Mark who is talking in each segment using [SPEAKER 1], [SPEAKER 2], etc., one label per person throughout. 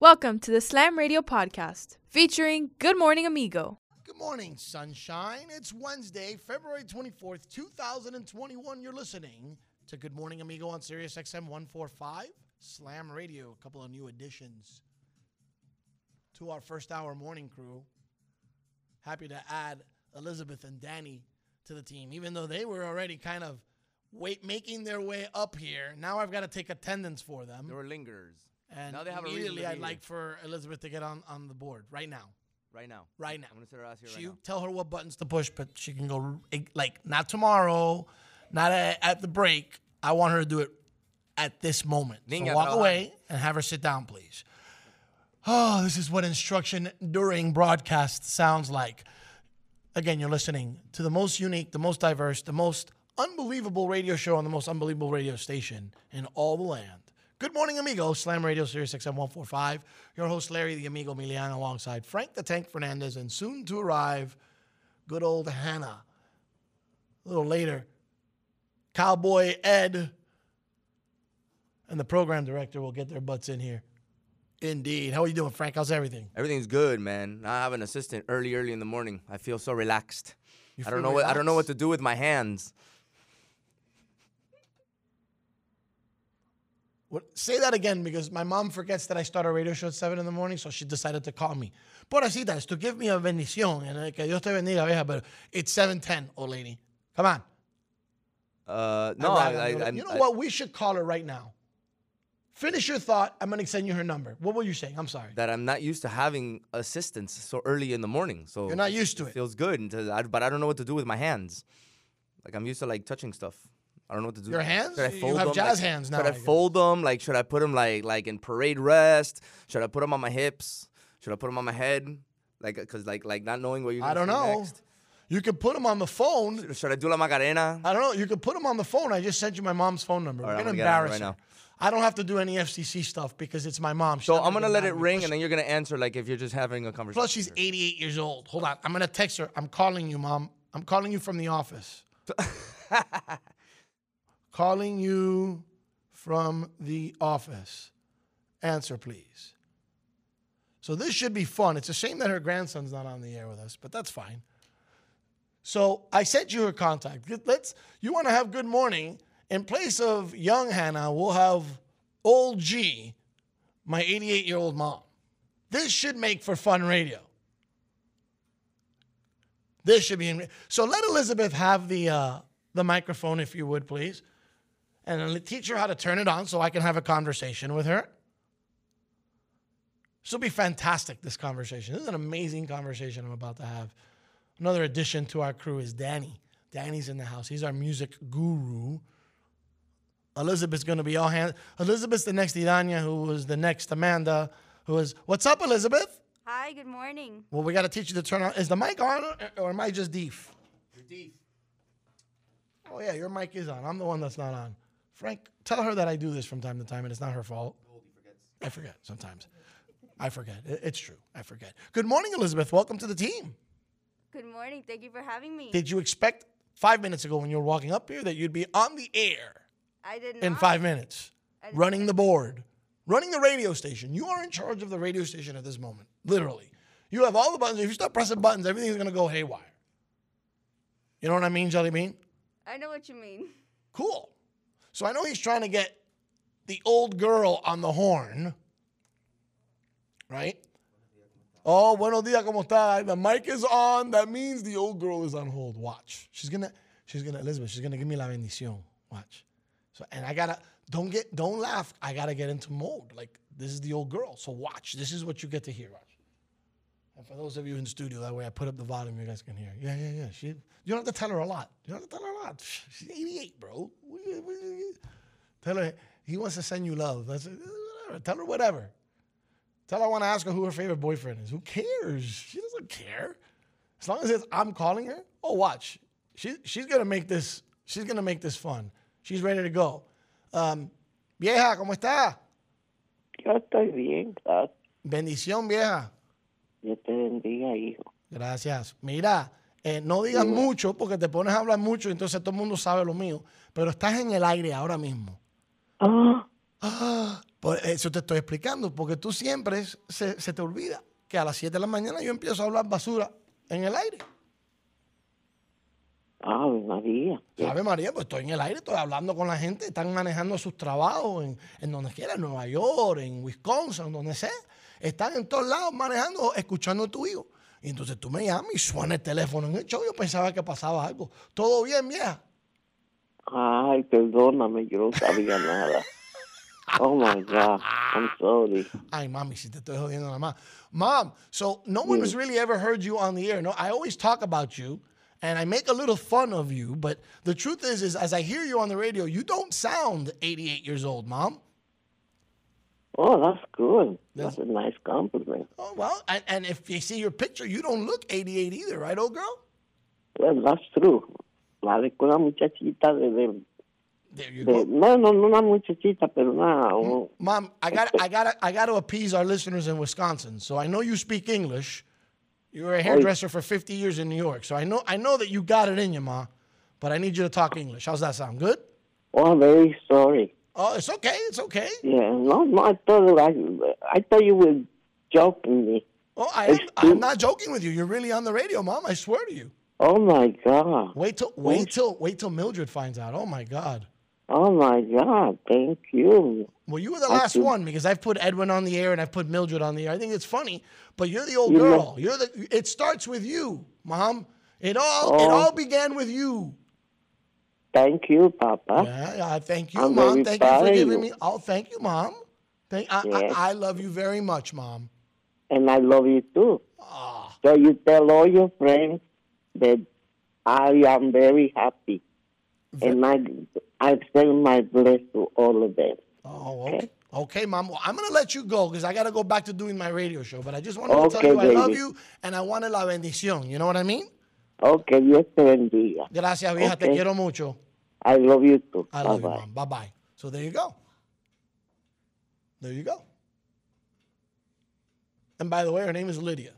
[SPEAKER 1] Welcome to the Slam Radio Podcast, featuring Good Morning Amigo.
[SPEAKER 2] Good morning, sunshine. It's Wednesday, February 24th, 2021. You're listening to Good Morning Amigo on Sirius XM 145, Slam Radio. A couple of new additions to our first hour morning crew. Happy to add Elizabeth and Danny to the team, even though they were already kind of wait making their way up here. Now I've got to take attendance for them.
[SPEAKER 3] There were lingers.
[SPEAKER 2] And
[SPEAKER 3] now they have a reason to
[SPEAKER 2] immediately
[SPEAKER 3] be
[SPEAKER 2] I'd
[SPEAKER 3] here.
[SPEAKER 2] like for Elizabeth to get on, on the board right now.
[SPEAKER 3] Right now.
[SPEAKER 2] Right now.
[SPEAKER 3] I'm gonna sit her ass here
[SPEAKER 2] She
[SPEAKER 3] right now.
[SPEAKER 2] tell her what buttons to push, but she can go r- like not tomorrow, not at, at the break. I want her to do it at this moment. So
[SPEAKER 3] Venga,
[SPEAKER 2] walk
[SPEAKER 3] trabajar.
[SPEAKER 2] away and have her sit down, please. Oh, this is what instruction during broadcast sounds like. Again, you're listening to the most unique, the most diverse, the most unbelievable radio show on the most unbelievable radio station in all the land. Good morning, amigo. Slam Radio Series XM 145. Your host, Larry the Amigo Milian, alongside Frank the Tank Fernandez, and soon to arrive, good old Hannah. A little later, Cowboy Ed and the program director will get their butts in here. Indeed. How are you doing, Frank? How's everything?
[SPEAKER 3] Everything's good, man. I have an assistant early, early in the morning. I feel so relaxed. I
[SPEAKER 2] feel
[SPEAKER 3] don't know what I don't know what to do with my hands.
[SPEAKER 2] What, say that again because my mom forgets that I start a radio show at 7 in the morning, so she decided to call me. Pobrecitas, to give me a bendición. And uh, que Dios te bendiga, vieja, but it's 7.10, old lady. Come on.
[SPEAKER 3] Uh, no,
[SPEAKER 2] Right on,
[SPEAKER 3] I, I,
[SPEAKER 2] you know-
[SPEAKER 3] I,
[SPEAKER 2] you know
[SPEAKER 3] I-
[SPEAKER 2] what? We should call her right now. Finish your thought. I'm going to send you her number. What were you saying? I'm sorry.
[SPEAKER 3] That I'm not used to having assistants so early in the morning. So
[SPEAKER 2] You're not used to it.
[SPEAKER 3] feels good, and to- I- but I don't know what to do with my hands. Like I'm used to like touching stuff. I don't know what to do.
[SPEAKER 2] Your hands?
[SPEAKER 3] Should I
[SPEAKER 2] You
[SPEAKER 3] fold
[SPEAKER 2] have
[SPEAKER 3] them?
[SPEAKER 2] jazz
[SPEAKER 3] Like,
[SPEAKER 2] hands now,
[SPEAKER 3] Should
[SPEAKER 2] I
[SPEAKER 3] I
[SPEAKER 2] guess.
[SPEAKER 3] fold them? Like should I put them like like in parade rest? Should I put them on my hips? Should I put them on my head? Like because like like not knowing what you're. Gonna
[SPEAKER 2] I don't
[SPEAKER 3] say
[SPEAKER 2] know.
[SPEAKER 3] next.
[SPEAKER 2] You could put them on the phone.
[SPEAKER 3] Should I do la Macarena?
[SPEAKER 2] I don't know. You could put them on the phone. I just sent you my mom's phone number. We're
[SPEAKER 3] right,
[SPEAKER 2] going to
[SPEAKER 3] I'm gonna get on it
[SPEAKER 2] embarrass
[SPEAKER 3] right
[SPEAKER 2] her.
[SPEAKER 3] now.
[SPEAKER 2] I don't have to do any FCC stuff because it's my mom. She's
[SPEAKER 3] So
[SPEAKER 2] not
[SPEAKER 3] I'm gonna
[SPEAKER 2] get
[SPEAKER 3] let
[SPEAKER 2] mad
[SPEAKER 3] it
[SPEAKER 2] at me.
[SPEAKER 3] ring,
[SPEAKER 2] Plus,
[SPEAKER 3] and then you're gonna answer like if you're just having a conversation.
[SPEAKER 2] Plus, she's 88 years old. Hold on. I'm going to text her. I'm calling you, Mom. I'm calling you from the office. calling you from the office. Answer, please. So, this should be fun. It's a shame that her grandson's not on the air with us, but that's fine. So, I sent you her contact. Good- Let's, you want to have good morning. In place of young Hannah, we'll have old G, my 88 year old mom. This should make for fun radio. This should be in. So let Elizabeth have the uh, the microphone, if you would, please, and I'll teach her how to turn it on so I can have a conversation with her. This will be fantastic. This conversation. This is an amazing conversation I'm about to have. Another addition to our crew is Danny. Danny's in the house. He's our music guru. Elizabeth's going to be all hands. Elizabeth's the next Idania, who was the next Amanda, who is. What's up, Elizabeth?
[SPEAKER 4] Hi, good morning.
[SPEAKER 2] Well, we got to teach you to turn on. Is the mic on or, or am I just deaf? Oh, yeah, your mic is on. I'm the one that's not on. Frank, tell her that I do this from time to time and it's not her fault. I forget sometimes. I forget. I- It's true. I forget. Good morning, Elizabeth. Welcome to the team.
[SPEAKER 4] Good morning. Thank you for having me.
[SPEAKER 2] Did you expect five minutes ago when you were walking up here that you'd be on the air
[SPEAKER 4] I did not.
[SPEAKER 2] in five minutes, running the board, running the radio station? You are in charge of the radio station at this moment, literally. You have all the buttons. If you start pressing buttons, everything's going to go haywire. You know what I mean, Jelly Bean?
[SPEAKER 4] I know what you mean.
[SPEAKER 2] Cool. So I know he's trying to get the old girl on the horn, right? Oh, buenos dias, como está? The mic is on. That means the old girl is on hold. Watch. She's gonna, she's gonna, Elizabeth. She's gonna give me la bendición. Watch. So and I gotta don't get don't laugh. I gotta get into mode. Like this is the old girl. So watch. This is what you get to hear. Watch. And for those of you in studio, that way I put up the volume, you guys can hear. Yeah, yeah, yeah. She, you don't have to tell her a lot. You don't have to tell her a lot. She's 88, bro. What do you- what do you- Tell her he wants to send you love. That's whatever. Tell her whatever. Tell her I want to ask her who her favorite boyfriend is. Who cares? She doesn't care. As long as it's I'm calling her. Oh, watch. She, she's gonna make this. She's gonna make this fun. She's ready to go. Um, vieja, cómo está?
[SPEAKER 5] Yo estoy bien, gracias.
[SPEAKER 2] Bendición, vieja.
[SPEAKER 5] Dios te bendiga, hijo.
[SPEAKER 2] Gracias. Mira, eh, no digas mucho porque te pones a hablar mucho, entonces todo el mundo sabe lo mío, pero estás en el aire ahora mismo.
[SPEAKER 5] Ah,
[SPEAKER 2] Por eh, eso te estoy explicando, porque tú siempre es- se, se te olvida que a las 7 de la mañana yo empiezo a hablar basura en el aire.
[SPEAKER 5] Ave María.
[SPEAKER 2] ¿Sabe María? Pues estoy en el aire, estoy hablando con la gente, están manejando sus trabajos en, en donde quiera, en Nueva York, en Wisconsin, donde sea. Están en todos lados manejando, escuchando tu hijo. Y entonces tú me llamas y suena el teléfono en el show. Yo pensaba que pasaba algo. ¿Todo bien, vieja?
[SPEAKER 5] Ay, perdóname, yo no sabía nada. Oh my God, I'm sorry.
[SPEAKER 2] Ay, mami, si te estoy jodiendo nada más. Mom, so no one has really ever heard you on the air. No, I always talk about you and I make a little fun of you, but the truth is, is as I hear you on the radio, you don't sound 88 years old, mom.
[SPEAKER 5] Oh, that's good. That's a nice compliment.
[SPEAKER 2] Oh, well, and, and if you see your picture, you don't look 88 either, right, old girl?
[SPEAKER 5] Well, that's true. Parezco una muchachita de, de,
[SPEAKER 2] There you
[SPEAKER 5] de-
[SPEAKER 2] go.
[SPEAKER 5] no, no, no una muchachita, pero una, un-
[SPEAKER 2] Mom, I got I got I got to appease our listeners in Wisconsin. So I know you speak English. You were a hairdresser for 50 years in New York. So I know I know that you got it in you, ma, but I need you to talk English. How's that sound? Good?
[SPEAKER 5] oh, very sorry.
[SPEAKER 2] Oh, it's okay. It's okay.
[SPEAKER 5] Yeah, no, no, I thought I, I thought you were joking me.
[SPEAKER 2] Oh, I am, I'm not joking with you. You're really on the radio, mom. I swear to you.
[SPEAKER 5] Oh my God.
[SPEAKER 2] Wait till wait till wait till Mildred finds out. Oh my God.
[SPEAKER 5] Oh my God. Thank you.
[SPEAKER 2] Well, you were the last
[SPEAKER 5] you.
[SPEAKER 2] one because I've put Edwin on the air and I've put Mildred on the air. I think it's funny, but you're the old
[SPEAKER 5] You know-
[SPEAKER 2] girl. You're the. It starts with you, mom. It all it
[SPEAKER 5] Oh.
[SPEAKER 2] all began with you.
[SPEAKER 5] Thank you, Papa.
[SPEAKER 2] Yeah, yeah, thank you,
[SPEAKER 5] I'm
[SPEAKER 2] mom.
[SPEAKER 5] very
[SPEAKER 2] Thank you for
[SPEAKER 5] proud of
[SPEAKER 2] giving
[SPEAKER 5] you.
[SPEAKER 2] me. Oh, thank you, mom. Thank. I,
[SPEAKER 5] Yes.
[SPEAKER 2] I, I love you very much, mom.
[SPEAKER 5] And I love you too.
[SPEAKER 2] Ah,
[SPEAKER 5] So you tell all your friends that I am very happy. And I, I send my bless to all of them.
[SPEAKER 2] oh, okay. Okay, mom. Well, I'm gonna let you go because I gotta go back to doing my radio show. But I just wanted to
[SPEAKER 5] Okay,
[SPEAKER 2] tell you I love
[SPEAKER 5] baby.
[SPEAKER 2] you and I wanted la bendición. You know what I mean?
[SPEAKER 5] Okay, Dios te bendiga.
[SPEAKER 2] Gracias, vieja. Te
[SPEAKER 5] Okay.
[SPEAKER 2] quiero mucho.
[SPEAKER 5] I love you too.
[SPEAKER 2] I
[SPEAKER 5] bye
[SPEAKER 2] love you,
[SPEAKER 5] bye.
[SPEAKER 2] mom. Bye bye. So there you go. There you go. And by the way, her name is Lydia.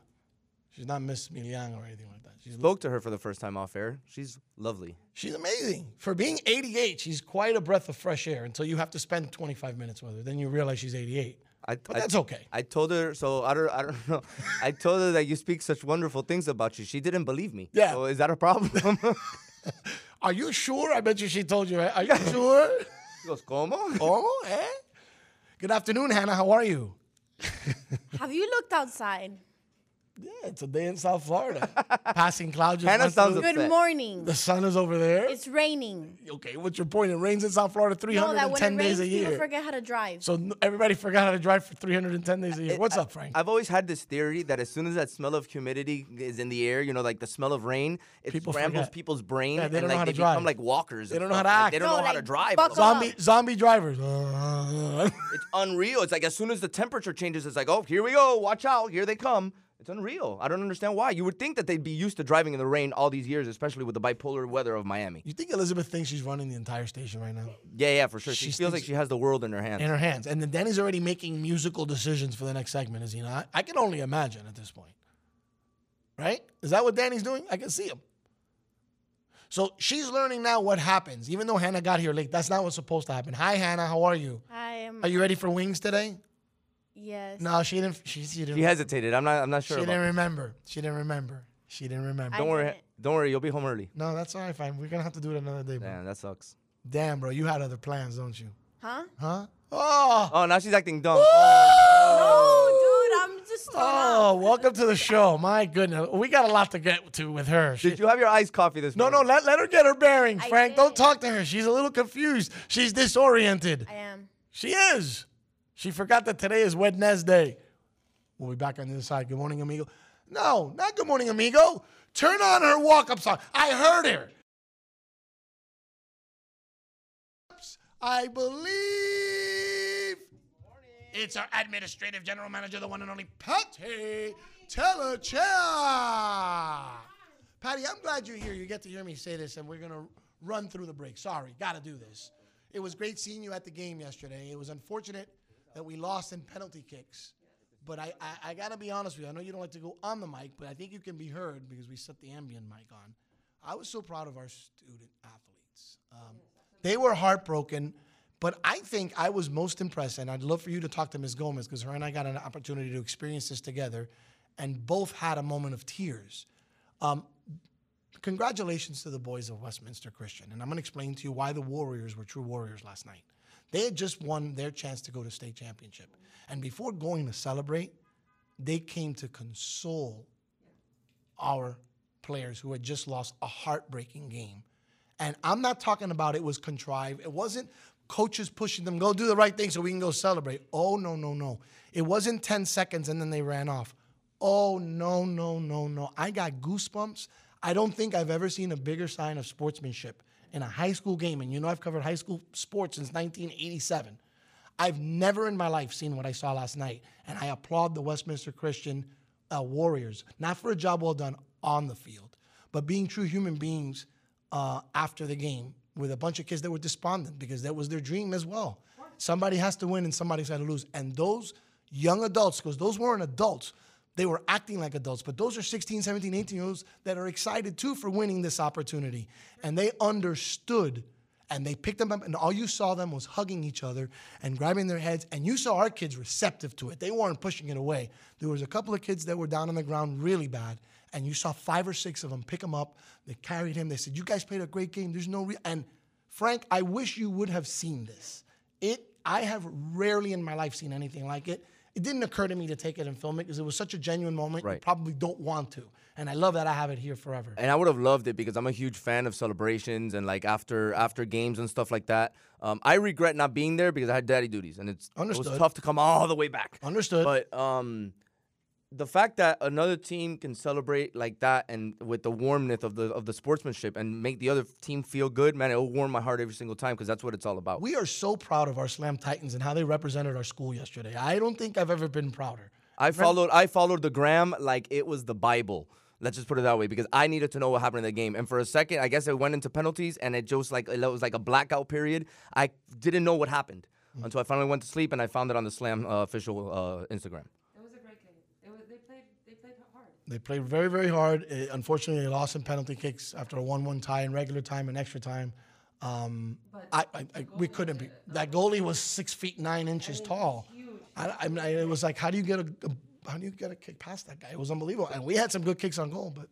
[SPEAKER 2] She's not Miss Milian or anything like that. She's
[SPEAKER 3] Spoke to her for the first time off air. She's lovely.
[SPEAKER 2] she's amazing. For being 88, she's quite a breath of fresh air until you have to spend 25 minutes with her. Then you realize she's 88.
[SPEAKER 3] I,
[SPEAKER 2] But
[SPEAKER 3] I-
[SPEAKER 2] that's okay.
[SPEAKER 3] I told her so. I don't. I don't know. I told her that you speak such wonderful things about you. She didn't believe me.
[SPEAKER 2] Yeah.
[SPEAKER 3] So is that a problem?
[SPEAKER 2] Are you sure? I bet you she told you. right? Are you sure?
[SPEAKER 3] She goes, ¿Cómo?
[SPEAKER 2] oh, eh? Good afternoon, Hannah. How are you?
[SPEAKER 6] Have you looked outside?
[SPEAKER 2] Yeah, it's a day in South Florida. Passing clouds. just
[SPEAKER 3] Hannah
[SPEAKER 2] went
[SPEAKER 3] sounds
[SPEAKER 2] through.
[SPEAKER 3] upset.
[SPEAKER 6] Good morning.
[SPEAKER 2] The sun is over there.
[SPEAKER 6] It's raining.
[SPEAKER 2] Okay, what's your point? It rains in South Florida
[SPEAKER 6] No, that when
[SPEAKER 2] 310
[SPEAKER 6] it
[SPEAKER 2] days
[SPEAKER 6] rains,
[SPEAKER 2] a
[SPEAKER 6] people
[SPEAKER 2] year.
[SPEAKER 6] forget how to drive.
[SPEAKER 2] So n- everybody forgot how to drive for 310 days a year. What's up, Frank?
[SPEAKER 3] I've always had this theory that as soon as that smell of humidity is in the air, you know, like the smell of rain, it
[SPEAKER 2] People
[SPEAKER 3] scrambles
[SPEAKER 2] forget.
[SPEAKER 3] people's brain
[SPEAKER 2] Yeah, they don't
[SPEAKER 3] and
[SPEAKER 2] know
[SPEAKER 3] like
[SPEAKER 2] how
[SPEAKER 3] they
[SPEAKER 2] to
[SPEAKER 3] become
[SPEAKER 2] drive.
[SPEAKER 3] like walkers.
[SPEAKER 2] They
[SPEAKER 3] and
[SPEAKER 2] don't know how
[SPEAKER 3] stuff.
[SPEAKER 2] to
[SPEAKER 3] Like,
[SPEAKER 2] act.
[SPEAKER 3] They don't
[SPEAKER 6] No,
[SPEAKER 3] know how to
[SPEAKER 6] like,
[SPEAKER 3] drive.
[SPEAKER 6] buckle
[SPEAKER 3] alone.
[SPEAKER 6] up.
[SPEAKER 2] zombie zombie drivers.
[SPEAKER 3] It's unreal. It's like as soon as the temperature changes, it's like, oh, here we go. Watch out. Here they come. It's unreal. I don't understand why. You would think that they'd be used to driving in the rain all these years, especially with the bipolar weather of Miami.
[SPEAKER 2] you think Elizabeth thinks she's running the entire station right now
[SPEAKER 3] Yeah, yeah, for sure. She,
[SPEAKER 2] She
[SPEAKER 3] feels like
[SPEAKER 2] thinks-
[SPEAKER 3] she has the world in her hands.
[SPEAKER 2] in her hands? And then Danny's already making musical decisions for the next segment, is he not? I can only imagine at this point. Right? Is that what Danny's doing? I can see him. So she's learning now what happens. Even though Hannah got here late, that's not what's supposed to happen. Hi, Hannah. How are you?
[SPEAKER 6] I am.
[SPEAKER 2] Are you ready for wings today?
[SPEAKER 6] Yes.
[SPEAKER 2] No, she didn't. She, she didn't.
[SPEAKER 3] She hesitated. I'm not. I'm not sure.
[SPEAKER 2] She
[SPEAKER 3] About
[SPEAKER 2] didn't remember. She didn't remember. She didn't remember.
[SPEAKER 3] Don't worry.
[SPEAKER 6] didn't.
[SPEAKER 3] Don't worry. You'll be home early.
[SPEAKER 2] no, that's all right, fine. We're gonna have to do it another day, bro.
[SPEAKER 3] Man, that sucks.
[SPEAKER 2] Damn, bro, you had other plans, don't you?
[SPEAKER 6] Huh?
[SPEAKER 2] Huh? Oh,
[SPEAKER 3] Oh, now she's acting dumb.
[SPEAKER 6] Oh, dude, I'm just.
[SPEAKER 2] oh, welcome to the show. My goodness, we got a lot to get to with her. She-
[SPEAKER 3] Did you have your iced coffee this
[SPEAKER 2] no, no,
[SPEAKER 3] morning?
[SPEAKER 2] let, let her get her bearings,
[SPEAKER 6] I
[SPEAKER 2] Frank. Don't
[SPEAKER 6] did.
[SPEAKER 2] talk to her. She's a little confused. She's disoriented.
[SPEAKER 6] I am.
[SPEAKER 2] She is. She forgot that today is Wednesday. We'll be back on the other side. Good morning, amigo. No, not good morning, amigo. Turn on her walk up song. I heard her. I believe it's our administrative general manager, the one and only Patty Telechea. Patty, I'm glad you're here. You get to hear me say this, and we're going to run through the break. Sorry, got to do this. It was great seeing you at the game yesterday. It was unfortunate that we lost in penalty kicks. But I, I, I got to be honest with you. I know you don't like to go on the mic, but I think you can be heard because we set the ambient mic on. I was so proud of our student athletes. Um, they were heartbroken But I think I was most impressed, and I'd love for you to talk to Ms. Gomez because her and I got an opportunity to experience this together, and both had a moment of tears. Um, congratulations to the boys of Westminster Christian, and I'm going to explain to you why the Warriors were true Warriors last night. They had just won their chance to go to state championship, and before going to celebrate, they came to console our players who had just lost a heartbreaking game. And I'm not talking about it was contrived. It wasn't coaches pushing them, go do the right thing so we can go celebrate. Oh, no, no, no. It wasn't 10 seconds and then they ran off. Oh, no, no, no, no. I got goosebumps. I don't think I've ever seen a bigger sign of sportsmanship in a high school game. And you know, I've covered high school sports since 1987. I've never in my life seen what I saw last night. And I applaud the Westminster Christian uh, Warriors, not for a job well done on the field, but being true human beings uh, after the game with a bunch of kids that were despondent because that was their dream as well. Somebody has to win and somebody's got to lose. And those young adults, because those weren't adults, they were acting like adults, but those are 16, 17, 18 year olds that are excited too for winning this opportunity. And they understood and they picked them up, and all you saw them was hugging each other and grabbing their heads. And you saw our kids receptive to it. They weren't pushing it away. There was a couple of kids that were down on the ground really bad, and you saw five or six of them pick him up. They carried him. They said, "You guys played a great game. There's no re-. and Frank, I wish you would have seen this. It I have rarely in my life seen anything like it. It didn't occur to me to take it and film it because it was such a genuine moment. You
[SPEAKER 3] Right.
[SPEAKER 2] probably don't want to, and I love that I have it here forever.
[SPEAKER 3] and I would have loved it because I'm a huge fan of celebrations and like after after games and stuff like that. Um, I regret not being there because I had daddy duties and it's it
[SPEAKER 2] Understood.
[SPEAKER 3] was tough to come all the way back.
[SPEAKER 2] Understood.
[SPEAKER 3] But um, the fact that another team can celebrate like that and with the warmth of the of the sportsmanship and make the other team feel good, man, it'll warm my heart every single time because that's what it's all about.
[SPEAKER 2] We are so proud of our Slam Titans and how they represented our school yesterday. I don't think I've ever been prouder.
[SPEAKER 3] I followed I followed the gram like it was the Bible. Let's just put it that way because I needed to know what happened in the game. And for a second, I guess it went into penalties and it just like it was like a blackout period. I didn't know what happened
[SPEAKER 2] Mm.
[SPEAKER 3] until I finally went to sleep and I found it on the Slam uh, official uh, Instagram.
[SPEAKER 7] It was a great game. It was, they played they played hard.
[SPEAKER 2] They played very, very hard. Eh, unfortunately, they lost in penalty kicks after a 1 1 tie in regular time and extra time. Um, I, I, I, we couldn't be. That goalie was six feet nine inches tall. I, I mean, I- it was like, how do you get a, a- how do you get a kick past that guy? It was unbelievable. And we had some good kicks on goal, but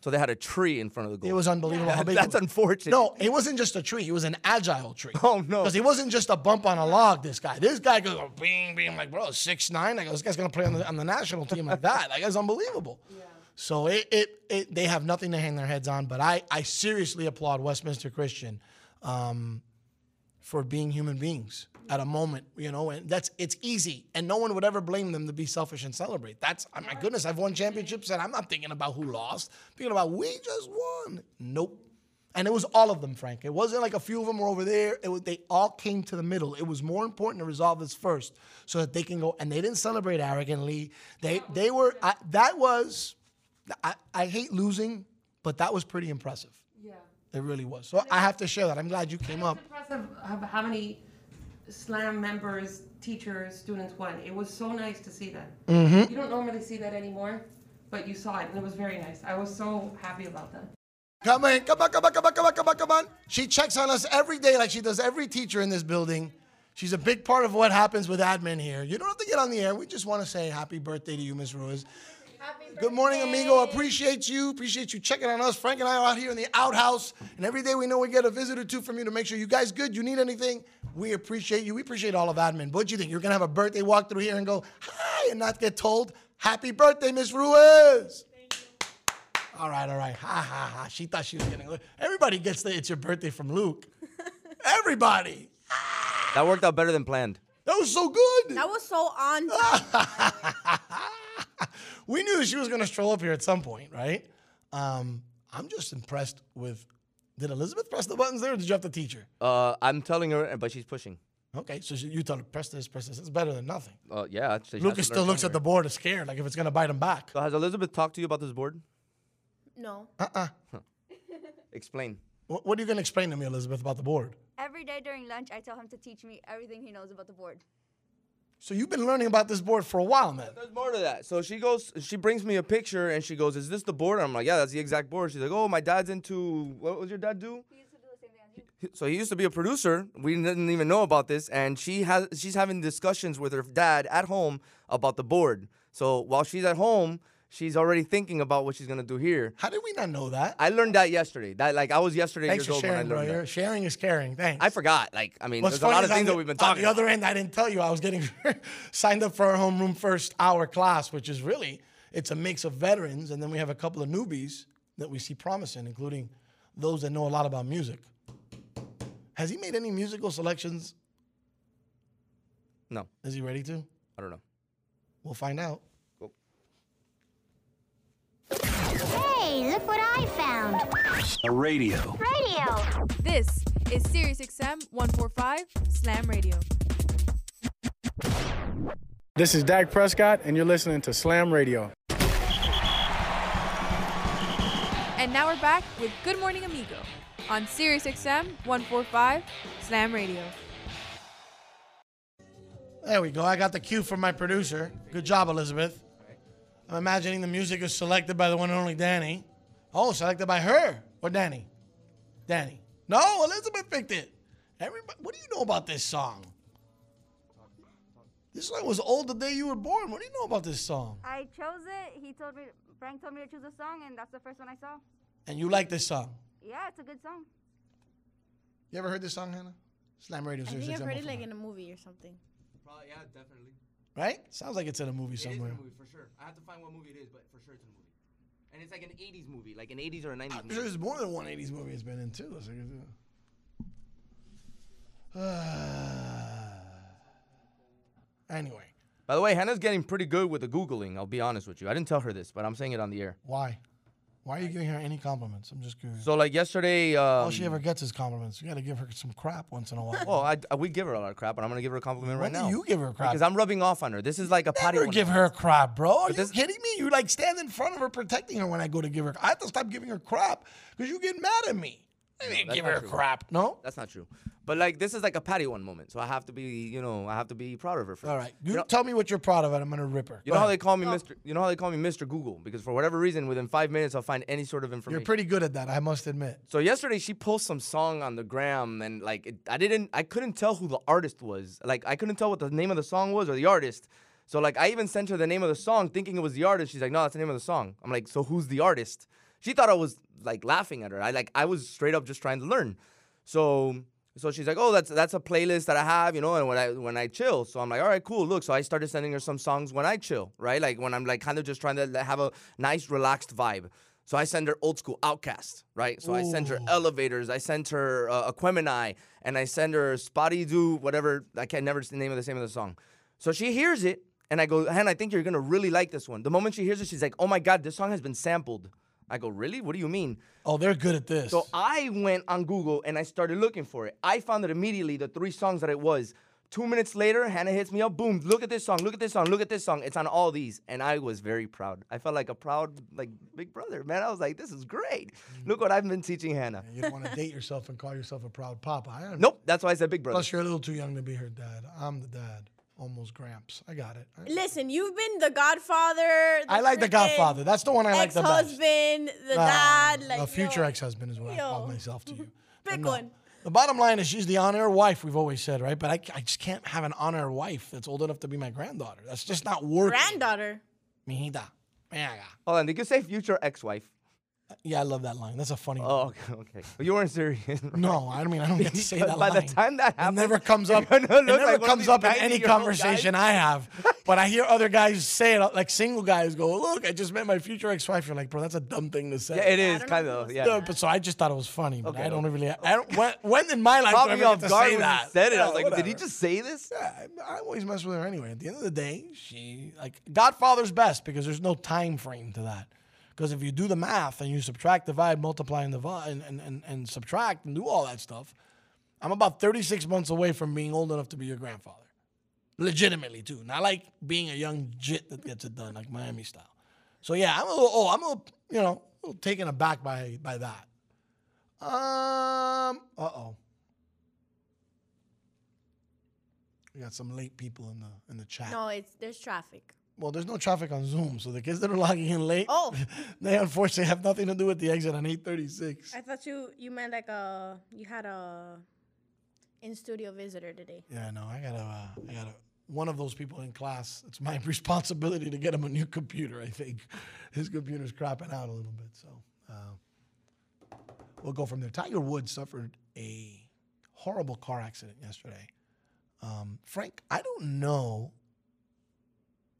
[SPEAKER 3] So they had a tree in front of the goal.
[SPEAKER 2] it was unbelievable. how big it
[SPEAKER 3] That's
[SPEAKER 2] was.
[SPEAKER 3] unfortunate.
[SPEAKER 2] No, it wasn't just a tree. It was an agile tree.
[SPEAKER 3] Oh, no.
[SPEAKER 2] Because it wasn't just a bump on a log. This guy, this guy goes "Oh, bing, bing, like bro, six nine. Like this guy's gonna play on the on the national team like that. Like that's unbelievable. So it, it it they have nothing to hang their heads on. But I I seriously applaud Westminster Christian, um, for being human beings at a moment. You know, and that's it's easy, and no one would ever blame them to be selfish and celebrate. That's oh my goodness, I've won championships, and I'm not thinking about who lost. Thinking about we just won. Nope. And it was all of them, Frank. It wasn't like a few of them were over there. It was, they all came to the middle. It was more important to resolve this first so that they can go. And they didn't celebrate arrogantly. They they were I, that was. I, I hate losing, but that was pretty impressive.
[SPEAKER 7] Yeah.
[SPEAKER 2] It really was. So I have to share that. I'm glad you came up.
[SPEAKER 7] It's impressive of how many slam members, teachers, students won. It was so nice to see that.
[SPEAKER 2] Mm-hmm.
[SPEAKER 7] You don't normally see that anymore, but you saw it and it was very nice. I was so happy about that.
[SPEAKER 2] Come on, come on, come on, come on, come on, come on, come on. She checks on us every day like she does every teacher in this building. She's a big part of what happens with admin here. You don't have to get on the air. We just want to say happy birthday to you, Miss Ruiz. Good morning, amigo. Appreciate you. Appreciate you checking on us. Frank and I are out here in the outhouse, and every day we know we get a visit or two from you to make sure you guys good. You need anything, we appreciate you. We appreciate all of admin. But what do you think? You're gonna have a birthday walk through here and go hi and not get told happy birthday, Miss Ruiz. All right, all right. Ha ha ha. She thought she was getting. Everybody gets the it's your birthday from Luke. Everybody.
[SPEAKER 3] That worked out better than planned.
[SPEAKER 2] That was so good.
[SPEAKER 6] That was so on. time.
[SPEAKER 2] we knew she was going to stroll up here at some point, right? Um, I'm just impressed with. Did Elizabeth press the buttons there or did you have to teach her?
[SPEAKER 3] Uh, I'm telling her, but she's pushing.
[SPEAKER 2] Okay, so she, you tell her, press this, press this. It's better than nothing.
[SPEAKER 3] Uh, yeah. she has to
[SPEAKER 2] Lucas still
[SPEAKER 3] learn
[SPEAKER 2] looks at the
[SPEAKER 3] somewhere.
[SPEAKER 2] board scared, like if it's going to bite him back.
[SPEAKER 3] So has Elizabeth talked to you about this board?
[SPEAKER 6] No.
[SPEAKER 2] Uh-uh.
[SPEAKER 3] Explain.
[SPEAKER 2] What, what are you going to explain to me, Elizabeth, about the board?
[SPEAKER 4] Every day during lunch, I tell him to teach me everything he knows about the board.
[SPEAKER 2] So you've been learning about this board for a while then.
[SPEAKER 3] There's more to that. So she goes, she brings me a picture and she goes, "Is this the board?" I'm like, "Yeah, that's the exact board." She's like, "Oh, my dad's into what was your dad do?"
[SPEAKER 4] He used to do the same thing as you.
[SPEAKER 3] So he used to be a producer. We didn't even know about this, and she has she's having discussions with her dad at home about the board. So while she's at home, she's already thinking about what she's gonna do here.
[SPEAKER 2] How did we not know that?
[SPEAKER 3] I learned that yesterday. That like I was yesterday
[SPEAKER 2] Thanks
[SPEAKER 3] years
[SPEAKER 2] for
[SPEAKER 3] old when I
[SPEAKER 2] sharing,
[SPEAKER 3] learned
[SPEAKER 2] bro.
[SPEAKER 3] that.
[SPEAKER 2] You're- Sharing is caring. Thanks.
[SPEAKER 3] I forgot. Like I mean,
[SPEAKER 2] What's
[SPEAKER 3] there's a lot
[SPEAKER 2] funny
[SPEAKER 3] of
[SPEAKER 2] is on
[SPEAKER 3] things that
[SPEAKER 2] the-
[SPEAKER 3] we've been talking.
[SPEAKER 2] On the
[SPEAKER 3] about.
[SPEAKER 2] other end, I didn't tell you I was getting signed up for our homeroom first hour class, which is really it's a mix of veterans, and then we have a couple of newbies that we see promising, including those that know a lot about music. Has he made any musical selections?
[SPEAKER 3] No,
[SPEAKER 2] Is he ready to?
[SPEAKER 3] I don't know.
[SPEAKER 2] We'll find out.
[SPEAKER 8] Hey, look what I found.
[SPEAKER 9] A radio.
[SPEAKER 8] Radio.
[SPEAKER 1] This is SiriusXM 145 Slam Radio.
[SPEAKER 10] This is Dak Prescott, and you're listening to Slam Radio.
[SPEAKER 1] And now we're back with Good Morning Amigo on SiriusXM 145 Slam Radio.
[SPEAKER 2] There we go. I got the cue from my producer. Good job, Elizabeth. I'm imagining the music is selected by the one and only Danny. Oh, selected by her or Danny? Danny. No, Elizabeth picked it. Everybody, what do you know about this song? This song was old the day you were born. What do you know about this song?
[SPEAKER 4] I chose it. He told me, Frank told me to choose a song, and that's the first one I saw.
[SPEAKER 2] And you like this song?
[SPEAKER 4] Yeah, it's a good song.
[SPEAKER 2] You ever heard this song, Hannah? Slam Radio.
[SPEAKER 6] I
[SPEAKER 2] Series
[SPEAKER 6] think I've heard it
[SPEAKER 2] 6M145.
[SPEAKER 6] like in a movie or something.
[SPEAKER 3] Probably, yeah, definitely.
[SPEAKER 2] right? Sounds like it's in a movie
[SPEAKER 3] It is
[SPEAKER 2] somewhere.
[SPEAKER 3] in a movie for sure. I have to find what movie it is, but for sure it's in a movie. And it's like an 80s movie, like an 80s or a
[SPEAKER 2] I'm
[SPEAKER 3] 90s movie.
[SPEAKER 2] sure Uh, there's more than one 80s movie it's been in too. So you do- anyway,
[SPEAKER 3] By the way, Hannah's getting pretty good with the Googling, I'll be honest with you. I didn't tell her this, but I'm saying it on the air.
[SPEAKER 2] why? Why are you giving her any compliments? I'm just curious.
[SPEAKER 3] So, like yesterday. Um,
[SPEAKER 2] All Oh, she ever gets is compliments. You got to give her some crap once in a while.
[SPEAKER 3] well, I, I- we give her a lot of crap, but I'm going to give her a compliment
[SPEAKER 2] When
[SPEAKER 3] right now.
[SPEAKER 2] do you give her crap?
[SPEAKER 3] Because I'm rubbing off on her. This is like a potty.
[SPEAKER 2] Never
[SPEAKER 3] one-
[SPEAKER 2] give her crap, bro. Are you
[SPEAKER 3] this-
[SPEAKER 2] kidding me? You like stand in front of her, protecting her when I go to give her. I have to stop giving her crap because you get mad at me. I didn't
[SPEAKER 3] that's
[SPEAKER 2] give
[SPEAKER 3] not
[SPEAKER 2] her
[SPEAKER 3] true.
[SPEAKER 2] crap. No.
[SPEAKER 3] That's not true. But, like, this is like a patty one moment. So I have to be, you know, I have to be proud of her. For
[SPEAKER 2] All right. You,
[SPEAKER 3] know-
[SPEAKER 2] tell me what you're proud of, and I'm gonna rip her.
[SPEAKER 3] You
[SPEAKER 2] Go
[SPEAKER 3] know how they
[SPEAKER 2] ahead.
[SPEAKER 3] call me Mr. You know how they call me Mr. Google because for whatever reason, within five minutes, I'll find any sort of information.
[SPEAKER 2] You're pretty good at that, I must admit.
[SPEAKER 3] So yesterday she posted some song on the gram and like it, I didn't I couldn't tell who the artist was. Like I couldn't tell what the name of the song was or the artist. So like I even sent her the name of the song thinking it was the artist. She's like, "No, that's the name of the song." I'm like, "So who's the artist?" She thought I was like laughing at her. I like I was straight up just trying to learn. So so she's like, "Oh, that's that's a playlist that I have, you know, and when I when I chill." So I'm like, "All right, cool. Look." So I started sending her some songs when I chill, right? Like when I'm like kind of just trying to have a nice relaxed vibe. So I send her old school Outcast, right? So I send her Elevators, I sent her uh, Aquemini, and I send her Spotty Doo, whatever. I can never s- name of the name of the song. So she hears it, and I go, Hannah, I think you're gonna really like this one. The moment she hears it, she's like, Oh my God, this song has been sampled. I go, Really? What do you mean?
[SPEAKER 2] Oh, they're good at this.
[SPEAKER 3] So I went on Google and I started looking for it. I found it immediately, the three songs that it was. Two minutes later, Hannah hits me up. Boom! Look at this song. Look at this song. Look at this song. It's on all these, and I was very proud. I felt like a proud, like big brother, man. I was like, this is great. Look what I've been teaching Hannah.
[SPEAKER 2] You don't want to date yourself and call yourself a proud papa. I don't-
[SPEAKER 3] Nope, that's why I said big brother.
[SPEAKER 2] Plus, you're a little too young to be her dad. I'm the dad. Almost Gramps. I got it. I-
[SPEAKER 6] Listen, you've been the Godfather.
[SPEAKER 2] I like the
[SPEAKER 6] freaking
[SPEAKER 2] Godfather. That's the one I like the best.
[SPEAKER 6] Ex-husband, the
[SPEAKER 2] Ah,
[SPEAKER 6] dad, like
[SPEAKER 2] a future
[SPEAKER 6] yo,
[SPEAKER 2] ex-husband is what I called
[SPEAKER 6] yo.
[SPEAKER 2] myself to you. But
[SPEAKER 6] Pick
[SPEAKER 2] no.
[SPEAKER 6] one.
[SPEAKER 2] The bottom line is she's the on-air wife we've always said, right? But I, I just can't have an on-air wife that's old enough to be my granddaughter. That's just not working.
[SPEAKER 6] granddaughter.
[SPEAKER 2] Mijita. Venga.
[SPEAKER 3] Hold on, did you say future ex-wife?
[SPEAKER 2] Yeah, I love that line. That's a funny one.
[SPEAKER 3] Oh, okay. okay. You weren't serious.
[SPEAKER 2] No, I don't mean I don't get to say that
[SPEAKER 3] By the
[SPEAKER 2] line.
[SPEAKER 3] time that happens,
[SPEAKER 2] it never comes up.
[SPEAKER 3] you're
[SPEAKER 2] It
[SPEAKER 3] gonna look
[SPEAKER 2] never
[SPEAKER 3] like one of
[SPEAKER 2] comes
[SPEAKER 3] these
[SPEAKER 2] up in any
[SPEAKER 3] 90-year-old
[SPEAKER 2] conversation
[SPEAKER 3] guys.
[SPEAKER 2] I have. But I hear other guys say it, like single guys go, "Look, I just met my future ex-wife." You're like, "Bro, that's a dumb thing to say."
[SPEAKER 3] Yeah, it
[SPEAKER 6] I
[SPEAKER 3] is
[SPEAKER 6] don't
[SPEAKER 3] kind
[SPEAKER 6] know who
[SPEAKER 3] of.
[SPEAKER 6] was
[SPEAKER 3] Yeah.
[SPEAKER 2] No, but so I just thought it was funny, but
[SPEAKER 3] Okay,
[SPEAKER 2] I don't
[SPEAKER 3] okay.
[SPEAKER 2] really. I don't. When, when in my life do I
[SPEAKER 3] Caught me
[SPEAKER 2] ever
[SPEAKER 3] off
[SPEAKER 2] get to
[SPEAKER 3] guard
[SPEAKER 2] say
[SPEAKER 3] when
[SPEAKER 2] that?
[SPEAKER 3] he said it. I
[SPEAKER 2] Yeah,
[SPEAKER 3] was like, did he
[SPEAKER 2] whatever.
[SPEAKER 3] just say this?
[SPEAKER 2] Yeah, I, I always mess with her anyway. At the end of the day, she like Godfather's best because there's no time frame to that. Because if you do the math and you subtract, divide, multiply, and divide, and, and, and, and subtract and do all that stuff, I'm about 36 months away from being old enough to be your grandfather. Legitimately, too. Not like being a young jit that gets it done, like Miami style. So yeah, I'm a little, oh, I'm a little, you know, a little taken aback by by that. Um, uh oh. We got some late people in the in the chat.
[SPEAKER 6] No, it's there's traffic.
[SPEAKER 2] Well, there's no traffic on Zoom, so the kids that are logging in late,
[SPEAKER 6] Oh.
[SPEAKER 2] they unfortunately have nothing to do with the exit on 836.
[SPEAKER 6] I thought you you meant like a you had a in studio visitor today.
[SPEAKER 2] Yeah, no, I gotta, uh, I gotta. One of those people in class. It's my responsibility to get him a new computer. I think his computer's crapping out a little bit, so uh, we'll go from there. Tiger Woods suffered a horrible car accident yesterday. Um, Frank, I don't know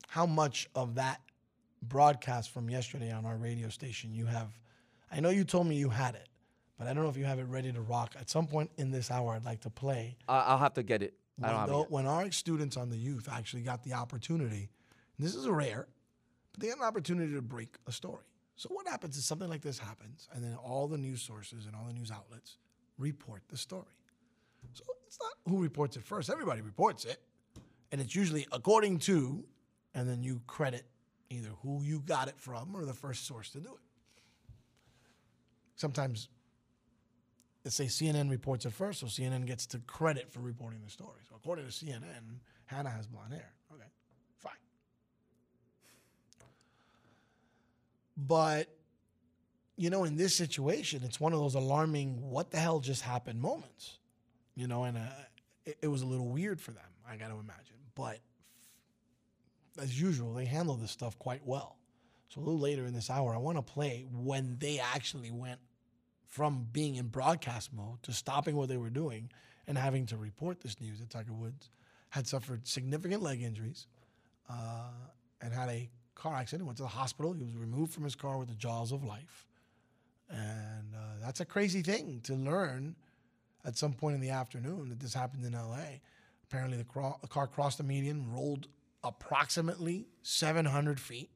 [SPEAKER 2] how much of that broadcast from yesterday on our radio station you have. I know you told me you had it, but I don't know if you have it ready to rock. At some point in this hour, I'd like to play
[SPEAKER 3] I- I'll have to get it. I
[SPEAKER 2] when,
[SPEAKER 3] don't have it.
[SPEAKER 2] tho-
[SPEAKER 3] yet.
[SPEAKER 2] when our students on the youth actually got the opportunity, and this is rare, but they had an opportunity to break a story. So what happens is something like this happens, and then all the news sources and all the news outlets report the story. So it's not who reports it first. Everybody reports it, and it's usually according to, and then you credit either who you got it from or the first source to do it. Sometimes let's say CNN reports it first, so CNN gets to credit for reporting the story. So according to CNN, Hannah has blonde hair. Okay, fine. But you know, in this situation, it's one of those alarming "what the hell just happened" moments. You know, and uh, it, it was a little weird for them. I got to imagine, but as usual, they handle this stuff quite well. So a little later in this hour, I want to play when they actually went from being in broadcast mode to stopping what they were doing and having to report this news that Tiger Woods had suffered significant leg injuries uh, and had a car accident. Went to the hospital. He was removed from his car with the jaws of life. And uh, that's a crazy thing to learn at some point in the afternoon that this happened in LA. Apparently, the, cro- the car crossed the median, rolled approximately 700 feet.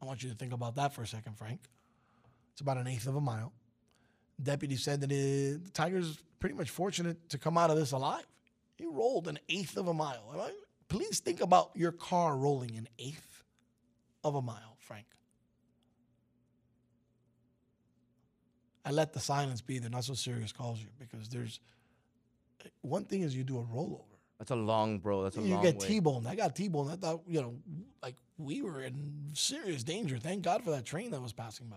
[SPEAKER 2] I want you to think about that for a second, Frank. It's about an eighth of a mile deputy said that it, the Tiger's pretty much fortunate to come out of this alive. He rolled an eighth of a mile. Am I- Please think about your car rolling an eighth of a mile, Frank. I let the silence be. They're not so serious calls you because there's one thing is you do a rollover.
[SPEAKER 3] That's a long, bro. That's a
[SPEAKER 2] You
[SPEAKER 3] long
[SPEAKER 2] get
[SPEAKER 3] way.
[SPEAKER 2] T-boned. I got T-boned. I thought, you know, like we were in serious danger. Thank God for that train that was passing by.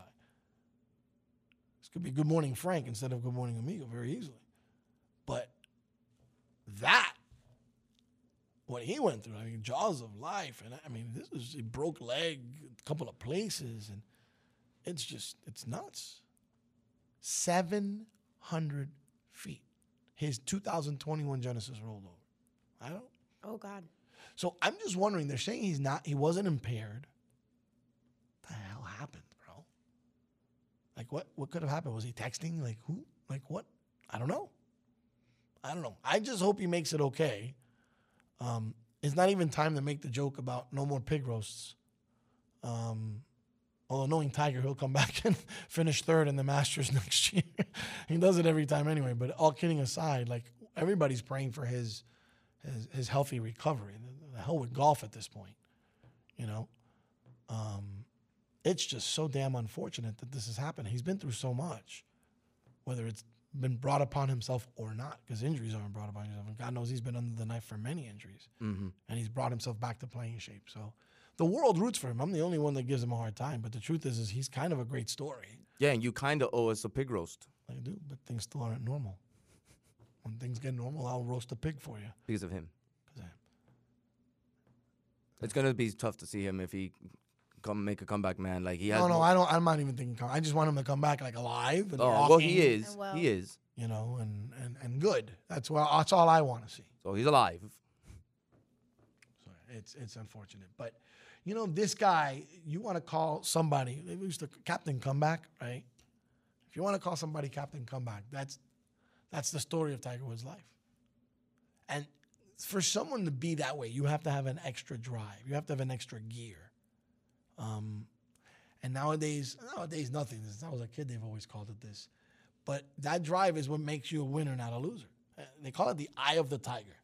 [SPEAKER 2] This could be Good Morning Frank instead of Good Morning Amigo very easily. But that, what he went through, I mean, jaws of life, and I- I mean, this is he broke leg, a couple of places, and it's just it's nuts. Seven hundred feet. His 2021 Genesis rolled over. I don't.
[SPEAKER 6] Oh God.
[SPEAKER 2] So I'm just wondering. They're saying he's not. He wasn't impaired. The hell happened, bro? Like what? What could have happened? Was he texting? Like who? Like what? I don't know. I don't know. I just hope he makes it okay. Um, it's not even time to make the joke about no more pig roasts. Um, although knowing Tiger, he'll come back and finish third in the Masters next year. he does it every time anyway. But all kidding aside, like everybody's praying for his his, his healthy recovery. The, the hell with golf at this point, you know. Um, it's just so damn unfortunate that this has happened. He's been through so much, whether it's been brought upon himself or not, because injuries aren't brought upon yourself. And God knows he's been under the knife for many injuries, and he's brought himself back to playing shape. So the world roots for him. I'm the only one that gives him a hard time, but the truth is, is he's kind of a great story.
[SPEAKER 3] Yeah, and you kind of owe us a pig roast
[SPEAKER 2] I do, but things still aren't normal. When things get normal, I'll roast a pig for you.
[SPEAKER 3] because of him.
[SPEAKER 2] 'Cause I-
[SPEAKER 3] It's gonna be tough to see him if he come make a comeback, man. Like he has. Oh,
[SPEAKER 2] No, no,
[SPEAKER 3] mo-
[SPEAKER 2] I don't. I'm not even thinking. Come, I just want him to come back like alive and
[SPEAKER 3] oh, well, he
[SPEAKER 2] walking,
[SPEAKER 3] is.
[SPEAKER 6] Well.
[SPEAKER 3] He is.
[SPEAKER 2] you know, and and and good. That's well. That's all I want to see.
[SPEAKER 3] So he's alive.
[SPEAKER 2] So it's it's unfortunate, but you know, this guy. You want to call somebody? It was the Captain Comeback, right? If you want to call somebody Captain Comeback, that's that's the story of Tiger Woods' life. And for someone to be that way, you have to have an extra drive. You have to have an extra gear. Um, and nowadays, nowadays nothing. Since I was a kid, they've always called it this. But that drive is what makes you a winner, not a loser. Uh, They call it the eye of the tiger.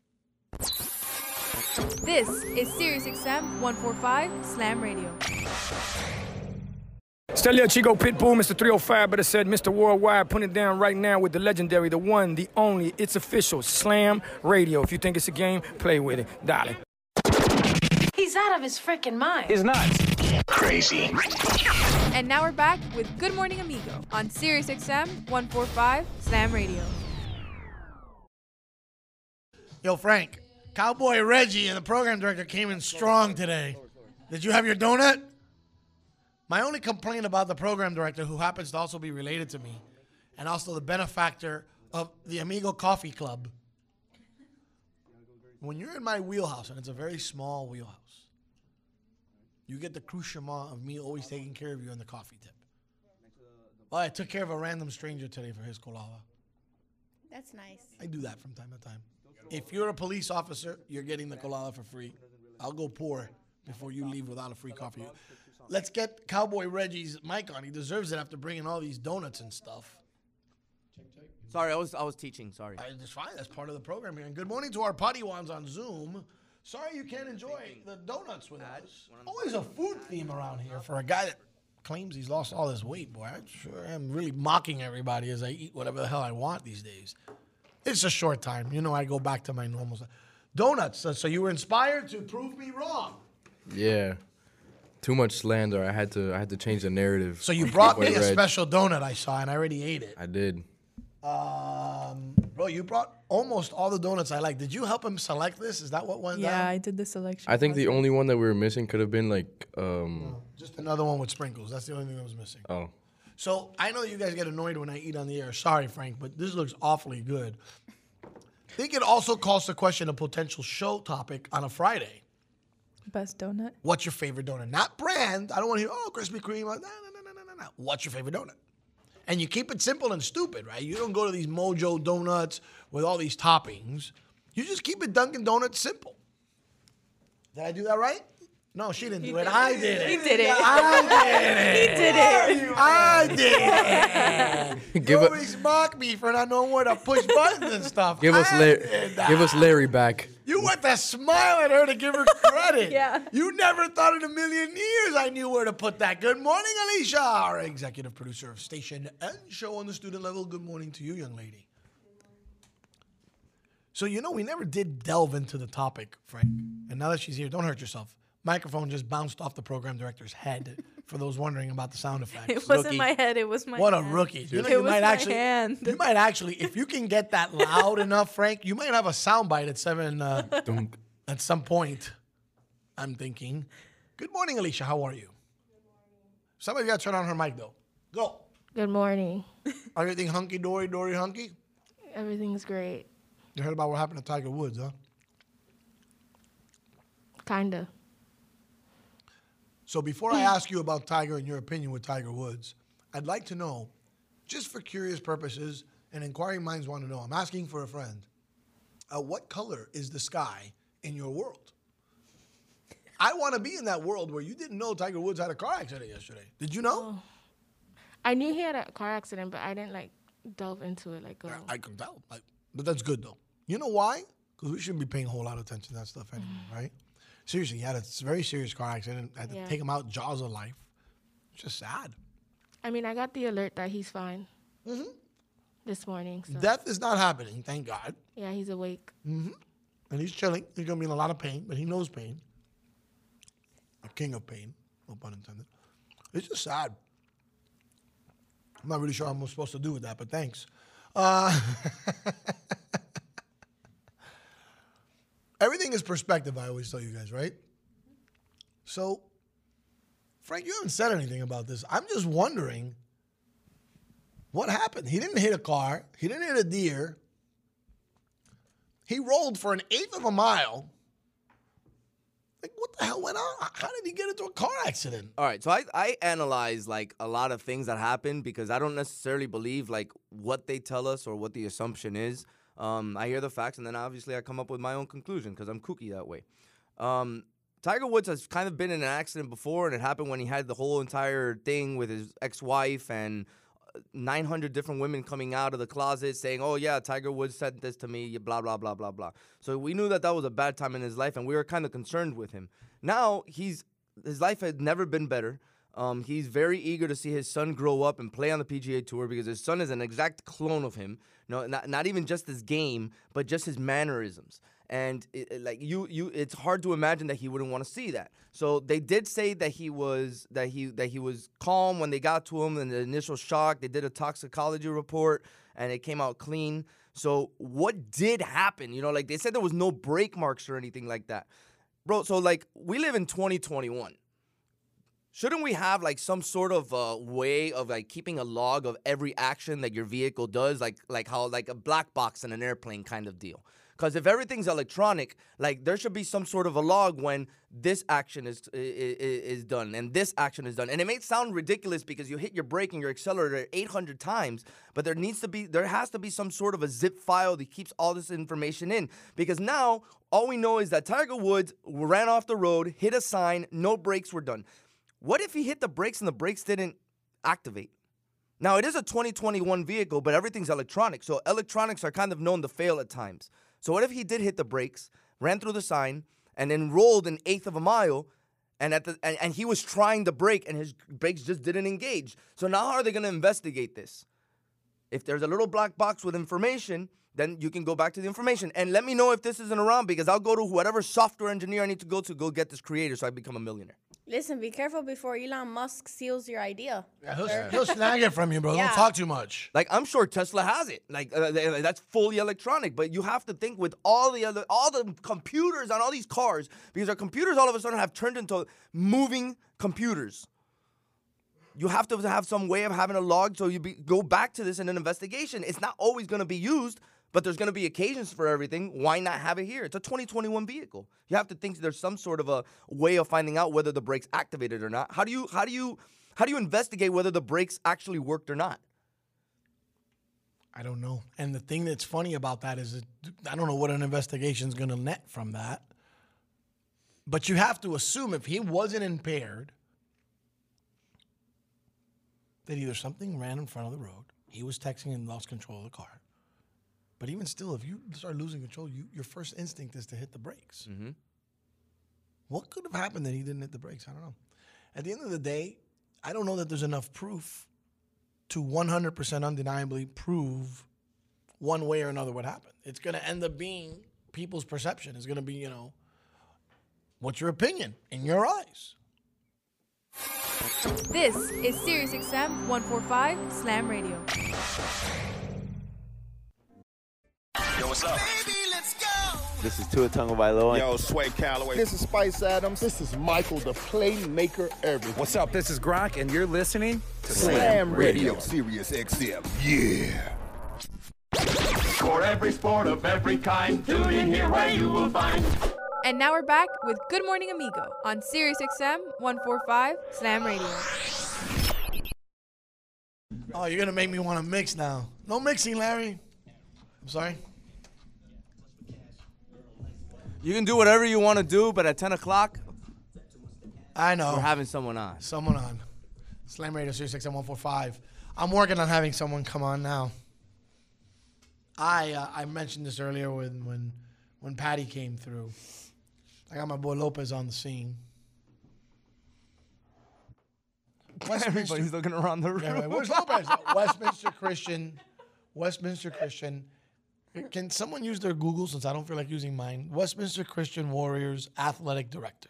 [SPEAKER 1] This is SiriusXM 145 Slam Radio.
[SPEAKER 9] Stelio Chico Pitbull, Mr. 305, but it said Mr. Worldwide, putting it down right now with the legendary, the one, the only, it's official, Slam Radio. If you think it's a game, play with it. Dolly.
[SPEAKER 6] He's out of his freaking mind.
[SPEAKER 1] He's
[SPEAKER 11] nuts. Crazy.
[SPEAKER 1] And now we're back with Good Morning Amigo on Sirius XM 145 Slam Radio.
[SPEAKER 2] Yo, Frank, Cowboy Reggie and the program director came in strong today. Did you have your donut? My only complaint about the program director, who happens to also be related to me, and also the benefactor of the Amigo Coffee Club. When you're in my wheelhouse, and it's a very small wheelhouse, you get the cruciament of me always taking care of you on the coffee tip. Well, I took care of a random stranger today for his kolava.
[SPEAKER 6] That's nice.
[SPEAKER 2] I do that from time to time. If you're a police officer, you're getting the kolala for free. I'll go poor before you leave without a free coffee. Let's get Cowboy Reggie's mic on. He deserves it after bringing all these donuts and stuff.
[SPEAKER 3] Sorry, I was I was teaching. Sorry.
[SPEAKER 2] I, that's fine. That's part of the program here. And good morning to our Padawans on Zoom. Sorry you can't enjoy the donuts with us. Always a food theme around here for a guy that claims he's lost all his weight. Boy, I sure am really mocking everybody as I eat whatever the hell I want these days. It's a short time. You know, I go back to my normal stuff. Donuts. So, so you were inspired to prove me wrong.
[SPEAKER 12] Yeah. Too much slander. I had to I had to change the narrative.
[SPEAKER 2] So you
[SPEAKER 12] on
[SPEAKER 2] brought
[SPEAKER 12] Cowboy
[SPEAKER 2] me a
[SPEAKER 12] Reg.
[SPEAKER 2] special donut I saw, and I already ate it.
[SPEAKER 12] I did.
[SPEAKER 2] Um, bro, you brought almost all the donuts I like. Did you help him select this? Is that what went
[SPEAKER 1] Yeah,
[SPEAKER 2] down?
[SPEAKER 1] I did the selection.
[SPEAKER 12] I think the
[SPEAKER 1] process.
[SPEAKER 12] only one that we were missing could have been like um
[SPEAKER 2] Just another one with sprinkles. That's the only thing that was missing.
[SPEAKER 12] oh.
[SPEAKER 2] So I know you guys get annoyed when I eat on the air. Sorry, Frank, but this looks awfully good. I think it also calls to question a potential show topic on a Friday.
[SPEAKER 1] Best donut.
[SPEAKER 2] What's your favorite donut? Not brand. I don't want to hear, oh, Krispy Kreme. No, no, no, no, no, no. What's your favorite donut? And you keep it simple and stupid, right? You don't go to these mojo donuts with all these toppings. You just keep it Dunkin' Donuts simple. Did I do that right? No, she didn't do it. I did it.
[SPEAKER 1] He did it.
[SPEAKER 2] I did
[SPEAKER 1] He
[SPEAKER 2] it.
[SPEAKER 1] did it.
[SPEAKER 2] I did it. you
[SPEAKER 12] Give a-
[SPEAKER 2] always mock me for not knowing where to push buttons and stuff.
[SPEAKER 12] Give us
[SPEAKER 2] I
[SPEAKER 12] Larry
[SPEAKER 2] did that.
[SPEAKER 12] give us Larry back.
[SPEAKER 2] You went to smile at her to give her credit. yeah. You never thought in a million years I knew where to put that. Good morning, Alicia, our executive producer of station and show on the student level. Good morning to you, young lady. So you know we never did delve into the topic, Frank. And now that she's here, don't hurt yourself. Microphone just bounced off the program director's head. for those wondering about the sound effects,
[SPEAKER 6] It wasn't my head. It was my.
[SPEAKER 2] what a
[SPEAKER 6] hand.
[SPEAKER 2] rookie! You know,
[SPEAKER 6] it
[SPEAKER 2] you
[SPEAKER 6] was
[SPEAKER 2] might
[SPEAKER 6] my
[SPEAKER 2] actually,
[SPEAKER 6] hand.
[SPEAKER 2] you might actually, if you can get that loud enough, Frank, you might have a soundbite at seven uh,
[SPEAKER 12] Dunk.
[SPEAKER 2] at some point. I'm thinking. Good morning, Alicia. How are you? Somebody got to turn on her mic though. Go.
[SPEAKER 13] Good morning.
[SPEAKER 2] Everything hunky dory, dory hunky.
[SPEAKER 13] Everything's great.
[SPEAKER 2] You heard about what happened to Tiger Woods, huh?
[SPEAKER 13] Kinda.
[SPEAKER 2] So before I ask you about Tiger and your opinion with Tiger Woods, I'd like to know, just for curious purposes and inquiring minds want to know, I'm asking for a friend, uh, what color is the sky in your world? I want to be in that world where you didn't know Tiger Woods had a car accident yesterday. Did you know?
[SPEAKER 13] I knew he had a car accident, but I didn't like delve into it like.
[SPEAKER 2] I can tell. Like, but that's good though. You know why? Because we shouldn't be paying a whole lot of attention to that stuff anymore, right? Seriously, he had a very serious car accident. Had to
[SPEAKER 13] Yeah.
[SPEAKER 2] take him out, jaws of life. It's just sad.
[SPEAKER 13] I mean, I got the alert that he's fine.
[SPEAKER 2] Mhm.
[SPEAKER 13] This morning. So.
[SPEAKER 2] Death is not happening, thank God.
[SPEAKER 13] Yeah, he's awake.
[SPEAKER 2] hmm And he's chilling. He's gonna be in a lot of pain, but he knows pain. A king of pain, no pun intended. It's just sad. I'm not really sure what I'm supposed to do with that, but thanks. Uh, everything is perspective. I always tell you guys, right? So, Frank, you haven't said anything about this. I'm just wondering what happened. He didn't hit a car. He didn't hit a deer. He rolled for an eighth of a mile. Like, what the hell went on? How did he get into a car accident?
[SPEAKER 3] All right, so I, I analyze like a lot of things that happen because I don't necessarily believe like what they tell us or what the assumption is. Um, I hear the facts and then obviously I come up with my own conclusion because I'm kooky that way. Um, Tiger Woods has kind of been in an accident before, and it happened when he had the whole entire thing with his ex-wife and 900 different women coming out of the closet saying, "Oh yeah, Tiger Woods said this to me," blah blah blah blah blah. So we knew that that was a bad time in his life, and we were kind of concerned with him. Now he's his life had never been better. Um, he's very eager to see his son grow up and play on the PGA Tour because his son is an exact clone of him. No, not, not even just his game, but just his mannerisms. and it, it- like you you it's hard to imagine that he wouldn't want to see that so they did say that he was that he that he was calm when they got to him in the initial shock they did a toxicology report and it came out clean so what did happen you know like they said there was no break marks or anything like that bro so like we live in 2021 Shouldn't we have like some sort of uh, way of like keeping a log of every action that your vehicle does, like like how like a black box in an airplane kind of deal? Because if everything's electronic, like there should be some sort of a log when this action is is, is done and this action is done. And it may sound ridiculous because you hit your brake and your accelerator 800 times, but there needs to be there has to be some sort of a zip file that keeps all this information in. Because now all we know is that Tiger Woods ran off the road, hit a sign, no brakes were done. What if he hit the brakes and the brakes didn't activate? Now, it is a 2021 vehicle, but everything's electronic. So, electronics are kind of known to fail at times. So, what if he did hit the brakes, ran through the sign, and then rolled an eighth of a mile? And, at the, and, and he was trying to brake, and his brakes just didn't engage. So, now how are they going to investigate this? If there's a little black box with information, then you can go back to the information. And let me know if this isn't around because I'll go to whatever software engineer I need to go to, go get this creator so I become a millionaire.
[SPEAKER 6] Listen, be careful before Elon Musk steals your idea.
[SPEAKER 2] Yeah, he'll,
[SPEAKER 6] sir.
[SPEAKER 2] he'll snag it from you, bro.
[SPEAKER 6] Yeah.
[SPEAKER 2] Don't talk too much.
[SPEAKER 3] Like I'm sure Tesla has it. Like uh, th- th- that's fully electronic. But you have to think with all the other, all the computers on all these cars because our computers all of a sudden have turned into moving computers. You have to have some way of having a log so you be, go back to this in an investigation. It's not always going to be used, but there's going to be occasions for everything. Why not have it here? It's a 2021 vehicle. You have to think there's some sort of a way of finding out whether the brakes activated or not. How do you how do you how do you investigate whether the brakes actually worked or not?
[SPEAKER 2] I don't know. And the thing that's funny about that is, it, I don't know what an investigation's going to net from that. But you have to assume if he wasn't impaired, that either something ran in front of the road, he was texting and lost control of the car. But even still, if you start losing control, you, your first instinct is to hit the brakes. What could have happened that he didn't hit the brakes? I don't know. At the end of the day, I don't know that there's enough proof to 100% undeniably prove one way or another what happened. It's going to end up being people's perception. It's going to be, you know, what's your opinion in your eyes?
[SPEAKER 1] This is SiriusXM 145 Slam Radio.
[SPEAKER 14] Yo, what's up?
[SPEAKER 15] This is Tua Tonga Vailoa.
[SPEAKER 14] Yo, Sway Calloway.
[SPEAKER 16] This is Spice Adams. This is Michael, the playmaker everything. What's up? This is Gronk, and you're listening to
[SPEAKER 14] Slam Radio, Sirius XM. Yeah.
[SPEAKER 11] For every sport of every kind,
[SPEAKER 1] tune in here where
[SPEAKER 11] you will find.
[SPEAKER 1] And now we're back with Good Morning Amigo on SiriusXM 145 Slam Radio.
[SPEAKER 2] Oh, you're going to make me want to mix now. No mixing, Larry. I'm sorry.
[SPEAKER 3] You can do whatever you want to do, but at 10 o'clock,
[SPEAKER 2] I know.
[SPEAKER 16] Oh.
[SPEAKER 3] We're having someone on.
[SPEAKER 2] Someone on. Slam Radio Series XM 145. I'm working on having someone come on now. I uh, I mentioned this earlier when when when Patty came through. I got my boy Lopez on the scene.
[SPEAKER 3] Everybody's looking around the room.
[SPEAKER 2] Yeah, right. Where's Lopez? Westminster Christian. Westminster Christian. Can someone use their Google since I don't feel like using mine? Westminster Christian Warriors athletic director.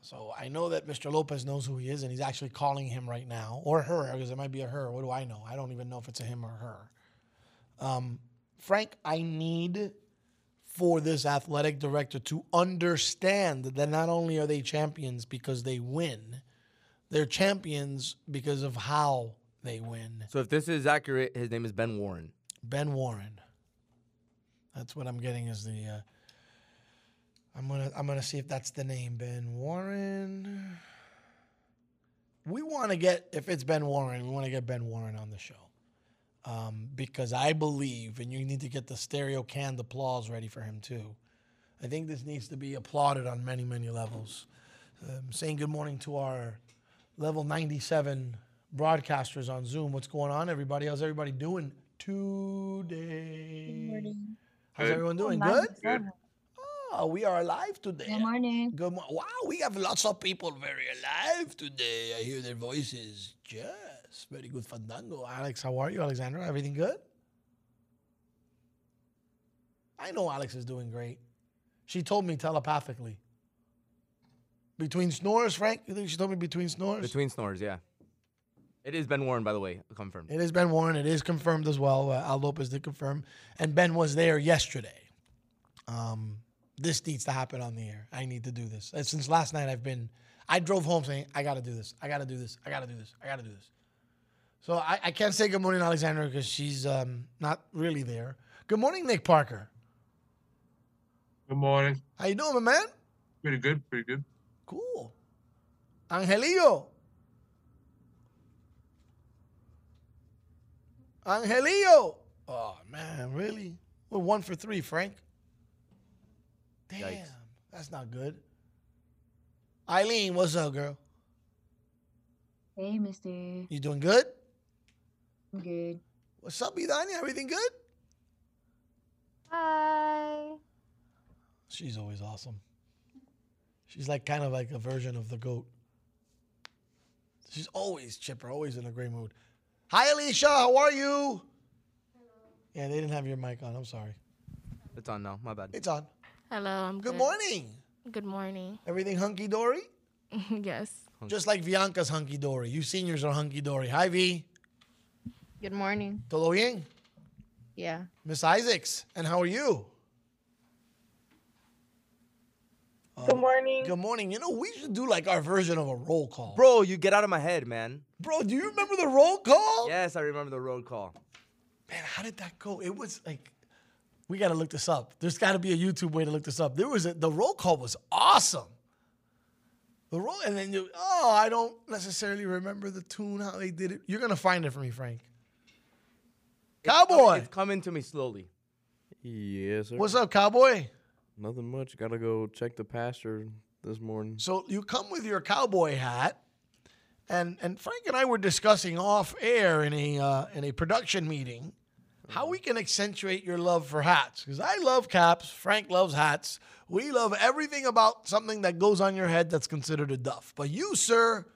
[SPEAKER 2] So I know that Mr. Lopez knows who he is, and he's actually calling him right now, or her, because it might be a her. What do I know? I don't even know if it's a him or her. Um, Frank, I need for this athletic director to understand that not only are they champions because they win, they're champions because of how they win.
[SPEAKER 3] So if this is accurate, his name is Ben Warren.
[SPEAKER 2] Ben Warren. That's what I'm getting is the. Uh, I'm gonna I'm gonna see if that's the name Ben Warren. We want to get if it's Ben Warren, we want to get Ben Warren on the show, um, because I believe, and you need to get the stereo canned applause ready for him too. I think this needs to be applauded on many many levels. Um, saying good morning to our level 97 broadcasters on Zoom. What's going on, everybody? How's everybody doing today? How's
[SPEAKER 17] Good.
[SPEAKER 2] everyone doing?
[SPEAKER 17] Good.
[SPEAKER 2] Good? Oh, we are alive today. Good morning. Good mo- Wow, we have lots of people very alive today. I hear their voices. Yes, very good fandango. Alex, how are you, Alexandra? Everything good? I know Alex is doing great. She told me telepathically. Between snores, Frank? You think she told me between snores?
[SPEAKER 3] Between snores, yeah. It is Ben Warren, by the way, confirmed.
[SPEAKER 2] It is Ben Warren. It is confirmed as well. Uh, Al Lopez did confirm. And Ben was there yesterday. Um, this needs to happen on the air. I need to do this. And since last night, I've been, I drove home saying, I got to do this. I got to do this. I got to do this. I got to do this. So I, I can't say good morning, Alexandra, because she's um, not really there. Good morning, Nick Parker.
[SPEAKER 17] Good morning.
[SPEAKER 2] How you doing, my man?
[SPEAKER 17] Pretty good. Pretty good.
[SPEAKER 2] Cool. Angelillo. Angelillo. Oh, man, really? We're one for three, Frank. Damn,
[SPEAKER 3] Yikes.
[SPEAKER 2] that's not good. Eileen, what's up, girl?
[SPEAKER 18] Hey, mister.
[SPEAKER 2] You doing good?
[SPEAKER 18] I'm good.
[SPEAKER 2] What's up, Idania? Everything good?
[SPEAKER 18] Hi.
[SPEAKER 2] She's always awesome. She's like kind of like a version of the goat. She's always chipper, always in a great mood. Hi, Alicia. How are you? Yeah, they didn't have your mic on. I'm sorry.
[SPEAKER 3] It's on now. My bad.
[SPEAKER 2] It's on.
[SPEAKER 13] Hello, I'm
[SPEAKER 2] Good
[SPEAKER 13] good.
[SPEAKER 2] morning.
[SPEAKER 13] Good morning.
[SPEAKER 2] Everything hunky dory?
[SPEAKER 13] yes.
[SPEAKER 2] Just like Bianca's hunky dory. You seniors are hunky dory. Hi, V.
[SPEAKER 19] Good morning.
[SPEAKER 2] Todo bien?
[SPEAKER 19] Yeah.
[SPEAKER 2] Miss Isaacs. And how are you?
[SPEAKER 20] Good morning.
[SPEAKER 2] Good morning. You know, we should do like our version of a roll call.
[SPEAKER 3] Bro, you get out of my head, man.
[SPEAKER 2] Bro, do you remember the roll call?
[SPEAKER 3] Yes, I remember the roll call.
[SPEAKER 2] Man, how did that go? It was like, we got to look this up. There's got to be a YouTube way to look this up. There was a, the roll call was awesome. The roll, and then you, oh, I don't necessarily remember the tune, how they did it. You're going to find it for me, Frank. Cowboy.
[SPEAKER 3] It's coming to me slowly.
[SPEAKER 12] Yes, sir.
[SPEAKER 2] What's up, cowboy?
[SPEAKER 12] Nothing much. Gotta go check the pasture this morning.
[SPEAKER 2] So you come with your cowboy hat, and and Frank and I were discussing off air in a uh, in a production meeting how we can accentuate your love for hats because I love caps. Frank loves hats. We love everything about something that goes on your head that's considered a duff. But you, sir,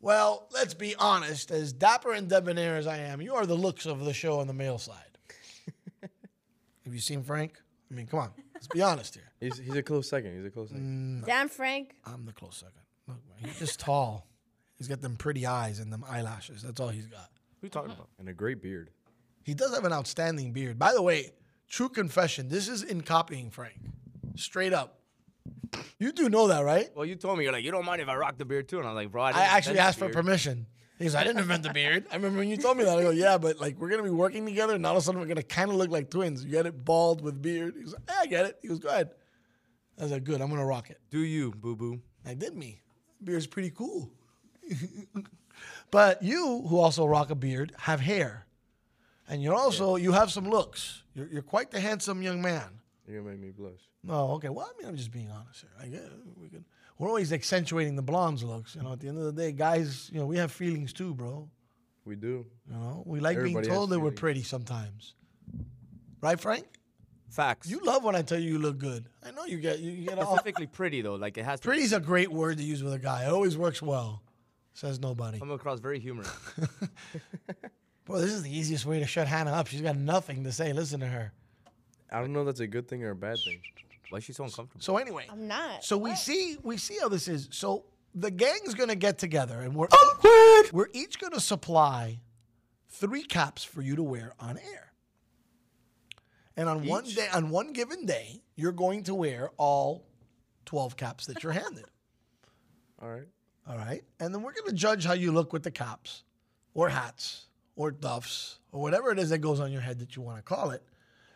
[SPEAKER 2] well, let's be honest. As dapper and debonair as I am, you are the looks of the show on the male side. Have you seen Frank? I mean, come on. Let's be honest here.
[SPEAKER 12] He's, he's a close second. He's a close second.
[SPEAKER 6] Damn, Frank.
[SPEAKER 2] I'm the close second. Look, man, he's just tall. He's got them pretty eyes and them eyelashes. That's all he's got.
[SPEAKER 12] Who you talking about?
[SPEAKER 16] Mm.
[SPEAKER 12] And a great beard.
[SPEAKER 2] He does have an outstanding beard. By the way, true confession. This is in copying Frank. Straight up. You do know that, right?
[SPEAKER 3] Well, you told me you're like you don't mind if I rock the beard too, and I was like, bro, I,
[SPEAKER 2] I
[SPEAKER 3] didn't
[SPEAKER 2] actually
[SPEAKER 3] invent
[SPEAKER 2] asked
[SPEAKER 3] the
[SPEAKER 2] for
[SPEAKER 3] beard.
[SPEAKER 2] permission. He goes, I didn't invent the beard. I remember when you told me that. I go, yeah, but like we're gonna be working together, and all of a sudden we're gonna kind of look like twins. You get it, bald with beard. He goes, "Yeah, I get it. He goes, go ahead. I was like, good. I'm gonna rock it.
[SPEAKER 3] Do you, boo boo?
[SPEAKER 2] I did me. Beard's pretty cool. but you, who also rock a beard, have hair. And you're also, you have some looks. You're, you're quite the handsome young man.
[SPEAKER 12] You're gonna make me blush.
[SPEAKER 2] No, okay. Well, I mean, I'm just being honest here. I guess we can, we're always accentuating the blonde's looks. You know, at the end of the day, guys, you know, we have feelings too, bro.
[SPEAKER 12] We do.
[SPEAKER 2] You know, we like
[SPEAKER 12] Everybody
[SPEAKER 2] being
[SPEAKER 12] has
[SPEAKER 2] told that we're
[SPEAKER 12] feelings.
[SPEAKER 2] pretty sometimes. Right, Frank?
[SPEAKER 3] Facts.
[SPEAKER 2] You love when I tell you you look good. I know you get you, you get all
[SPEAKER 3] Specifically pretty though, like it has. to be-
[SPEAKER 2] Pretty's a great word to use with a guy. It always works well. Says nobody.
[SPEAKER 3] Come across very humorous.
[SPEAKER 2] Boy, this is the easiest way to shut Hannah up. She's got nothing to say. Listen to her.
[SPEAKER 12] I don't know if that's a good thing or a bad thing.
[SPEAKER 3] Why is she so uncomfortable?
[SPEAKER 2] So anyway,
[SPEAKER 6] I'm not.
[SPEAKER 2] so we see we see how this is. So the gang's gonna get together and we're awkward. We're each gonna supply three caps for you to wear on air. And on one
[SPEAKER 21] Each?
[SPEAKER 2] day, on one given day, you're going to wear all twelve caps that you're handed.
[SPEAKER 12] All right.
[SPEAKER 2] All right. And then we're going to judge how you look with the caps or hats or duffs or whatever it is that goes on your head that you want to call it.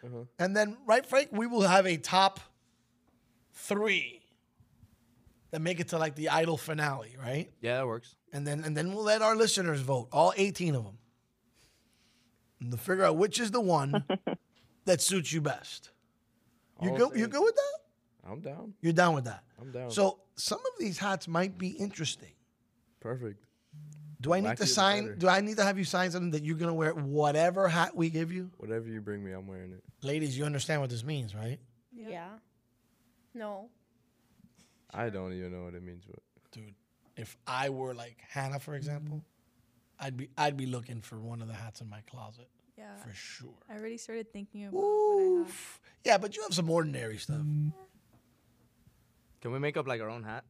[SPEAKER 12] Uh-huh.
[SPEAKER 2] And then, right, Frank, we will have a top three that make it to like the idol finale, right?
[SPEAKER 3] Yeah, that works.
[SPEAKER 2] And then, and then we'll let our listeners vote, all 18 of them, and to figure out which is the one that suits you best. You
[SPEAKER 12] All
[SPEAKER 2] go, you
[SPEAKER 12] three.
[SPEAKER 2] go with that?
[SPEAKER 12] I'm down.
[SPEAKER 2] You're down with that?
[SPEAKER 12] I'm down.
[SPEAKER 2] So some of these hats might be interesting.
[SPEAKER 12] Perfect.
[SPEAKER 2] Do I need
[SPEAKER 12] Wackier
[SPEAKER 2] to
[SPEAKER 12] the
[SPEAKER 2] sign?
[SPEAKER 12] better.
[SPEAKER 2] Do I need to have you sign something that you're gonna wear whatever hat we give you?
[SPEAKER 12] Whatever you bring me, I'm wearing it.
[SPEAKER 2] Ladies, you understand what this means, right?
[SPEAKER 6] Yeah. No.
[SPEAKER 12] I don't even know what it means, but
[SPEAKER 2] dude, if
[SPEAKER 1] Mm-hmm.
[SPEAKER 2] I were like Hannah, for example, I'd be I'd be looking for one of the hats in my closet.
[SPEAKER 1] Yeah.
[SPEAKER 2] For sure.
[SPEAKER 1] I already started thinking about
[SPEAKER 2] Oof. Yeah, but you have some ordinary stuff.
[SPEAKER 3] Mm. Can we make up like our own hat?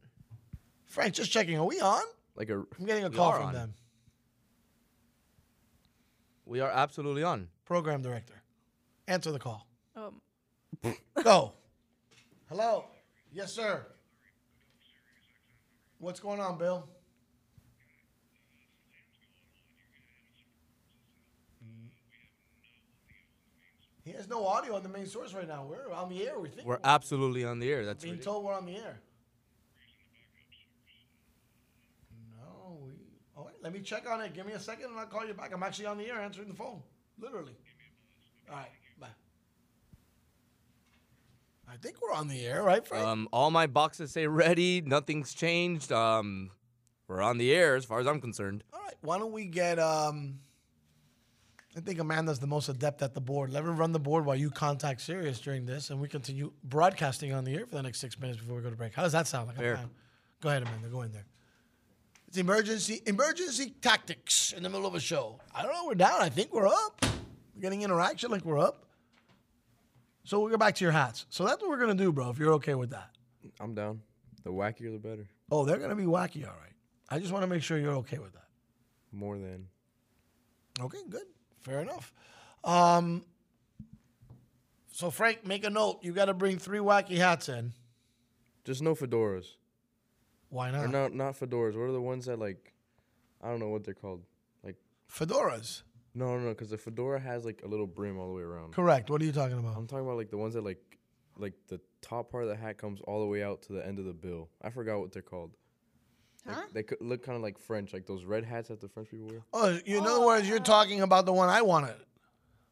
[SPEAKER 2] Frank, just checking. Are we on?
[SPEAKER 3] Like a.
[SPEAKER 2] I'm getting a
[SPEAKER 3] We
[SPEAKER 2] call
[SPEAKER 3] are
[SPEAKER 2] from
[SPEAKER 3] on.
[SPEAKER 2] them.
[SPEAKER 3] We are absolutely on.
[SPEAKER 2] Program director. Answer the call.
[SPEAKER 1] Um,
[SPEAKER 2] Go. Hello. Yes, sir. What's going on, Bill? He has no audio on the main source right now. We're on the air. We think
[SPEAKER 3] We're absolutely on the air. That's
[SPEAKER 2] being
[SPEAKER 3] ridiculous.
[SPEAKER 2] told we're on the air. No, we. All right, let me check on it. Give me a second, and I'll call you back. I'm actually on the air answering the phone, literally. All right, bye. I think we're on the air, right, Frank?
[SPEAKER 3] Um, all my boxes say ready. Nothing's changed. Um, we're on the air as far as I'm concerned.
[SPEAKER 2] All right, why don't we get? um I think Amanda's the most adept at the board. Let her run the board while you contact Sirius during this, and we continue broadcasting on the air for the next six minutes before we go to break. How does that sound? Like a
[SPEAKER 3] Fair.
[SPEAKER 2] plan? Go ahead, Amanda. Go in there. It's emergency emergency tactics in the middle of a show. I don't know. We're down. I think we're up. We're getting interaction like we're up. So we'll go back to your hats. So that's what we're gonna do, bro. If you're okay with that.
[SPEAKER 12] I'm down. The wackier, the better.
[SPEAKER 2] Oh, they're gonna be wacky, all right. I just want to make sure you're okay with that.
[SPEAKER 12] More than.
[SPEAKER 2] Okay, good. Fair enough. Um, so Frank, make a note. You got to bring three wacky hats in.
[SPEAKER 12] Just no fedoras.
[SPEAKER 2] Why
[SPEAKER 12] Or
[SPEAKER 2] not?
[SPEAKER 12] not not fedoras. What are the ones that like? I don't know what they're called. Like
[SPEAKER 2] fedoras.
[SPEAKER 12] No, no, because the fedora has like a little brim all the way around.
[SPEAKER 2] Correct. What are you talking about?
[SPEAKER 12] I'm talking about like the ones that like, like the top part of the hat comes all the way out to the end of the bill. I forgot what they're called. Like,
[SPEAKER 2] Huh?
[SPEAKER 12] they could look kind of like French, like those red hats that the French people wear.
[SPEAKER 2] Oh, you, in other words, you're talking about the one I wanted.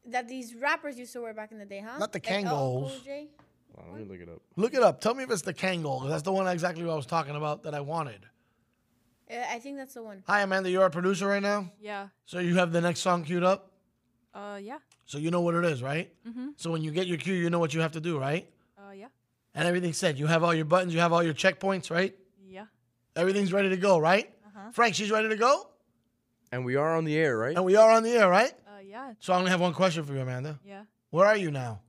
[SPEAKER 6] That these rappers used to wear back in the day, huh?
[SPEAKER 2] Not the
[SPEAKER 6] LL Cool
[SPEAKER 2] Kangol.
[SPEAKER 6] J?
[SPEAKER 12] Wow, let me look it up.
[SPEAKER 2] Look it up. Tell me if it's the Kangol. 'cause That's the one exactly what I was talking about that I wanted.
[SPEAKER 6] Uh, I think that's the one.
[SPEAKER 2] Hi, Amanda. You're our producer right now.
[SPEAKER 1] Yeah.
[SPEAKER 2] So you have the next song queued up.
[SPEAKER 1] Uh, yeah.
[SPEAKER 2] So you know what it is, right?
[SPEAKER 1] Mm-hmm.
[SPEAKER 2] So when you get your cue, you know what you have to do, right?
[SPEAKER 1] Uh, yeah.
[SPEAKER 2] And everything's said. You have all your buttons. You have all your checkpoints, right?
[SPEAKER 1] Yeah.
[SPEAKER 2] Everything's ready to go, right?
[SPEAKER 1] Uh-huh.
[SPEAKER 2] Frank, she's ready to go.
[SPEAKER 12] And we are on the air, right?
[SPEAKER 2] And we are on the air, right?
[SPEAKER 1] Uh, yeah.
[SPEAKER 2] So I only have one question for you, Amanda.
[SPEAKER 1] Yeah.
[SPEAKER 2] Where are you now?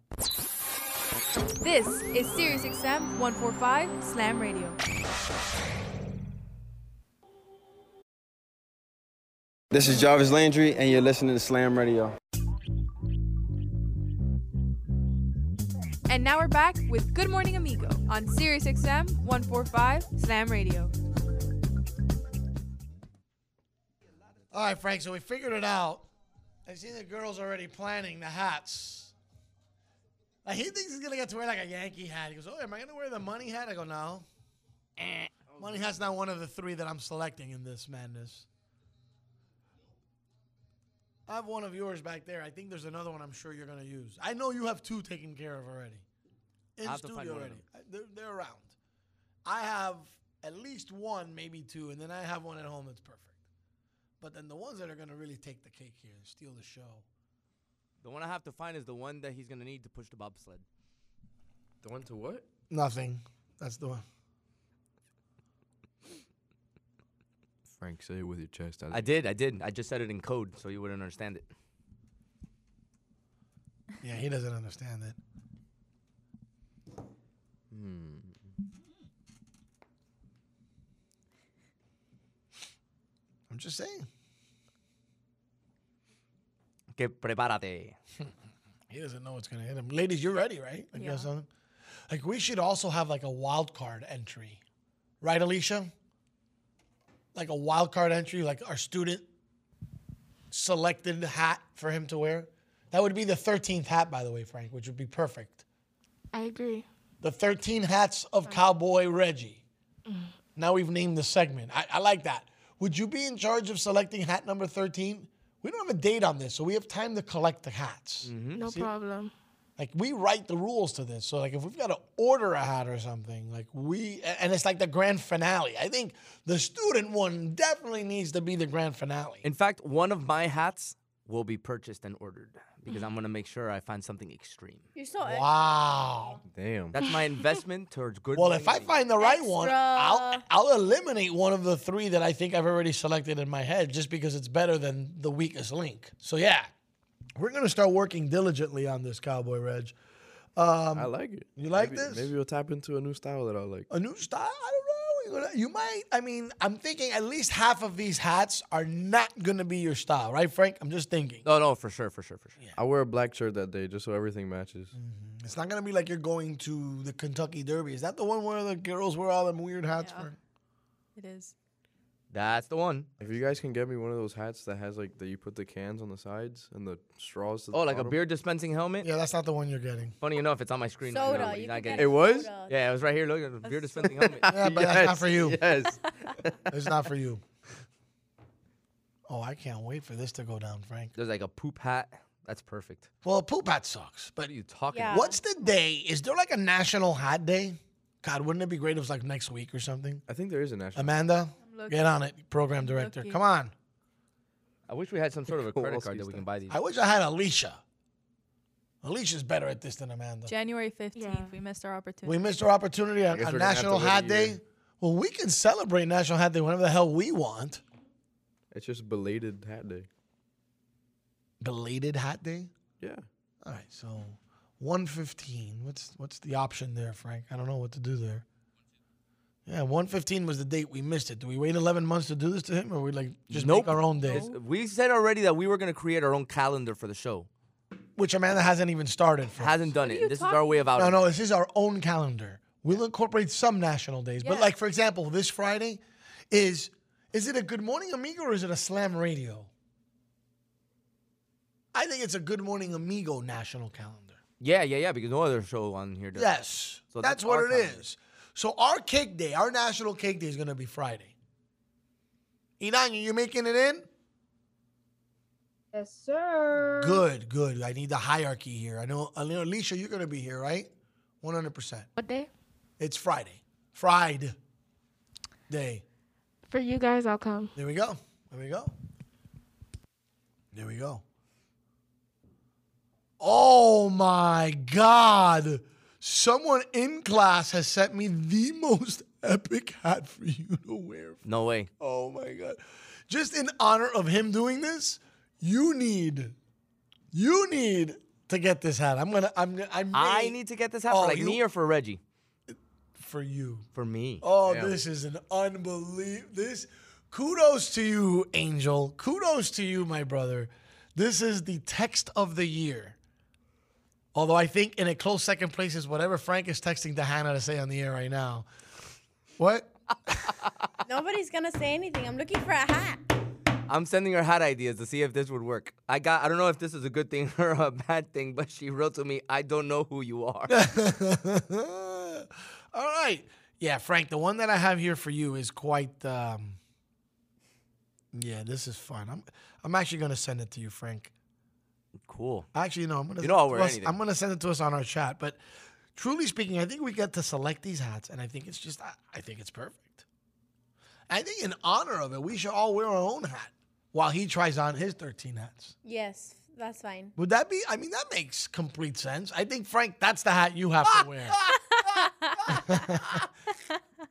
[SPEAKER 1] This is Sirius XM 145 Slam Radio.
[SPEAKER 21] This is Jarvis Landry, and you're listening to Slam Radio.
[SPEAKER 1] And now we're back with Good Morning Amigo on Sirius XM 145 Slam Radio.
[SPEAKER 2] All right, Frank. So we figured it out. I see the girls already planning the hats. Like he thinks he's gonna get to wear like a Yankee hat. He goes, "Oh, am I gonna wear the money hat?" I go, "No." Eh. Money hat's not one of the three that I'm selecting in this madness. I have one of yours back there. I think there's another one. I'm sure you're gonna use. I know you have two taken care of already. In
[SPEAKER 3] I have to
[SPEAKER 2] studio
[SPEAKER 3] find one of
[SPEAKER 2] already. I- They're, they're around. I have at least one, maybe two, and then I have one at home that's perfect. But then the ones that are gonna really take the cake here, steal the show.
[SPEAKER 3] The one I have to find is the one that he's gonna need to push the bobsled.
[SPEAKER 12] The one to what?
[SPEAKER 2] Nothing. That's the one.
[SPEAKER 12] Frank, say it with your chest.
[SPEAKER 3] I did, I did. I just said it in code so you wouldn't understand it.
[SPEAKER 2] Yeah, he doesn't understand it.
[SPEAKER 12] Hmm.
[SPEAKER 2] I'm just saying.
[SPEAKER 3] Que prepárate.
[SPEAKER 2] He doesn't know what's gonna hit him. Ladies, you're ready, right? Like, you have something? like we should also have like a wild card entry. Right, Alicia? Like a wild card entry, like our student selected hat for him to wear. That would be the 13th hat, by the way, Frank, which would be perfect.
[SPEAKER 13] I agree.
[SPEAKER 2] The 13 hats of Cowboy Reggie.
[SPEAKER 13] Mm.
[SPEAKER 2] Now we've named the segment. I, I like that. Would you be in charge of selecting hat number 13? We don't have a date on this, so we have time to collect the hats.
[SPEAKER 13] No
[SPEAKER 2] See?
[SPEAKER 13] problem.
[SPEAKER 2] Like we write the rules to this. So like if we've got to order a hat or something, like we a- and it's like the grand finale. I think the student one definitely needs to be the grand finale.
[SPEAKER 3] In fact, one of my hats will be purchased and ordered because I'm gonna make sure I find something extreme.
[SPEAKER 6] You're so ex-
[SPEAKER 2] Wow.
[SPEAKER 12] Damn.
[SPEAKER 3] That's my investment towards good.
[SPEAKER 2] Well, if I
[SPEAKER 3] morning.
[SPEAKER 2] find the right one, I'll
[SPEAKER 6] Extra.
[SPEAKER 2] I'll eliminate one of the three that I think I've already selected in my head just because it's better than the weakest link. So yeah. We're gonna start working diligently on this, Cowboy Reg. Um,
[SPEAKER 12] I like it.
[SPEAKER 2] You like
[SPEAKER 12] Maybe-
[SPEAKER 2] this?
[SPEAKER 12] Maybe we'll tap into a new style that I like.
[SPEAKER 2] A new style? I don't know. You gonna- You might. I mean, I'm thinking at least half of these hats are not gonna be your style, right, Frank? I'm just thinking.
[SPEAKER 3] No, Oh, no, for sure, for sure, for sure.
[SPEAKER 12] I wear a black shirt that day just so everything matches.
[SPEAKER 2] Mm. It's not gonna be like you're going to the Kentucky Derby. Is that the one where the girls wear all them weird hats for?
[SPEAKER 1] It is.
[SPEAKER 3] That's the one.
[SPEAKER 12] If you guys can get me one of those hats that has like that you put the cans on the sides and the straws. To the
[SPEAKER 3] Oh, like a
[SPEAKER 12] bottom.
[SPEAKER 3] beer dispensing helmet.
[SPEAKER 2] Yeah, that's not the one you're getting.
[SPEAKER 3] Funny enough, it's on my screen.
[SPEAKER 2] Soda,
[SPEAKER 3] Right now, but
[SPEAKER 2] you
[SPEAKER 3] you're not
[SPEAKER 2] can
[SPEAKER 3] getting
[SPEAKER 2] get
[SPEAKER 12] It was? soda.
[SPEAKER 3] Yeah, it was right here. Look at the beer dispensing helmet.
[SPEAKER 2] Yeah, but that's not for you.
[SPEAKER 3] Yes.
[SPEAKER 2] it's not for you. Oh, I can't wait for this to go down, Frank.
[SPEAKER 3] There's like a poop hat. That's perfect.
[SPEAKER 2] Well, poop hat sucks. But
[SPEAKER 3] What are you talking?
[SPEAKER 1] Yeah.
[SPEAKER 2] what's the day? Is there like a national hat day? God, wouldn't it be great if it was like next week or something?
[SPEAKER 12] I think there is a national.
[SPEAKER 2] Amanda, get on it, program director.
[SPEAKER 3] looking.
[SPEAKER 2] Come on.
[SPEAKER 3] I wish we had some sort of a credit card that we can buy these.
[SPEAKER 2] I wish I had Alicia. Alicia's better at this than Amanda.
[SPEAKER 1] January 15th, we missed our opportunity.
[SPEAKER 2] We missed our opportunity on,
[SPEAKER 12] guess
[SPEAKER 2] on
[SPEAKER 12] we're gonna have to
[SPEAKER 2] National
[SPEAKER 12] wait a
[SPEAKER 2] Hat
[SPEAKER 12] year.
[SPEAKER 2] Day. Well, we can celebrate National Hat Day whenever the hell we want.
[SPEAKER 12] It's just belated hat day.
[SPEAKER 2] Belated Hat Day.
[SPEAKER 12] Yeah.
[SPEAKER 2] All right, so 115. What's what's the option there, Frank? I don't know what to do there. Yeah, 115 was the date we missed it. Do we wait 11 months to do this to him, or we like just make our own day,
[SPEAKER 3] It's- uh, We said already that we were gonna create our own calendar for the show.
[SPEAKER 2] which Amanda hasn't even started. For.
[SPEAKER 3] Hasn't done it. This is our way of out.
[SPEAKER 2] No, no, this is our own calendar. We'll incorporate some national days, but like for example, this Friday is is it a Good Morning Amigo or is it a Slam Radio? I think it's a Good Morning Amigo national calendar.
[SPEAKER 3] Yeah, yeah, yeah. Because no other show on here does. that.
[SPEAKER 2] Yes.
[SPEAKER 3] So
[SPEAKER 2] that's,
[SPEAKER 3] our
[SPEAKER 2] what it is.
[SPEAKER 3] calendar.
[SPEAKER 2] So our cake day, our national cake day is going to be Friday. Inanya, you making it in?
[SPEAKER 18] Yes, sir.
[SPEAKER 2] Good, good. I need the hierarchy here. I know, I know, Alicia, you're going to be here, right? 100%.
[SPEAKER 13] What day?
[SPEAKER 2] It's Friday. Fried day.
[SPEAKER 13] For you guys, I'll come.
[SPEAKER 2] There we go. There we go. There we go. Oh my God. Someone in class has sent me the most epic hat for you to wear.
[SPEAKER 3] No way.
[SPEAKER 2] Oh my God. Just in honor of him doing this, you need, you need to get this hat. I'm gonna, I'm gonna, I, may,
[SPEAKER 3] I need to get this hat
[SPEAKER 2] Oh,
[SPEAKER 3] for like
[SPEAKER 2] you-
[SPEAKER 3] me or for Reggie.
[SPEAKER 2] for you.
[SPEAKER 3] For me.
[SPEAKER 2] Oh,
[SPEAKER 3] Damn.
[SPEAKER 2] this is an unbelievable. This kudos to you, Angel. Kudos to you, my brother. This is the text of the year. Although I think in a close second place is whatever Frank is texting to Hannah to say on the air right now. What?
[SPEAKER 6] Nobody's gonna say anything. I'm looking for a hat.
[SPEAKER 3] I'm sending her hat ideas to see if this would work. I got. I don't know if this is a good thing or a bad thing, but she wrote to me, "I don't know who you are."
[SPEAKER 2] All right. Yeah, Frank, the one that I have here for you is quite um Yeah, this is fun. I'm I'm actually gonna send it to you, Frank.
[SPEAKER 3] cool.
[SPEAKER 2] Actually, no, I'm gonna
[SPEAKER 3] You know I'll wear
[SPEAKER 2] well,
[SPEAKER 3] anything.
[SPEAKER 2] I'm gonna send it to us on our chat. But truly speaking, I think we get to select these hats, and I think it's just I, I think it's perfect. I think in honor of it, we should all wear our own hat while he tries on his 13 hats.
[SPEAKER 6] Yes, that's fine.
[SPEAKER 2] Would that be? I mean, that makes complete sense. I think Frank, that's the hat you have to wear.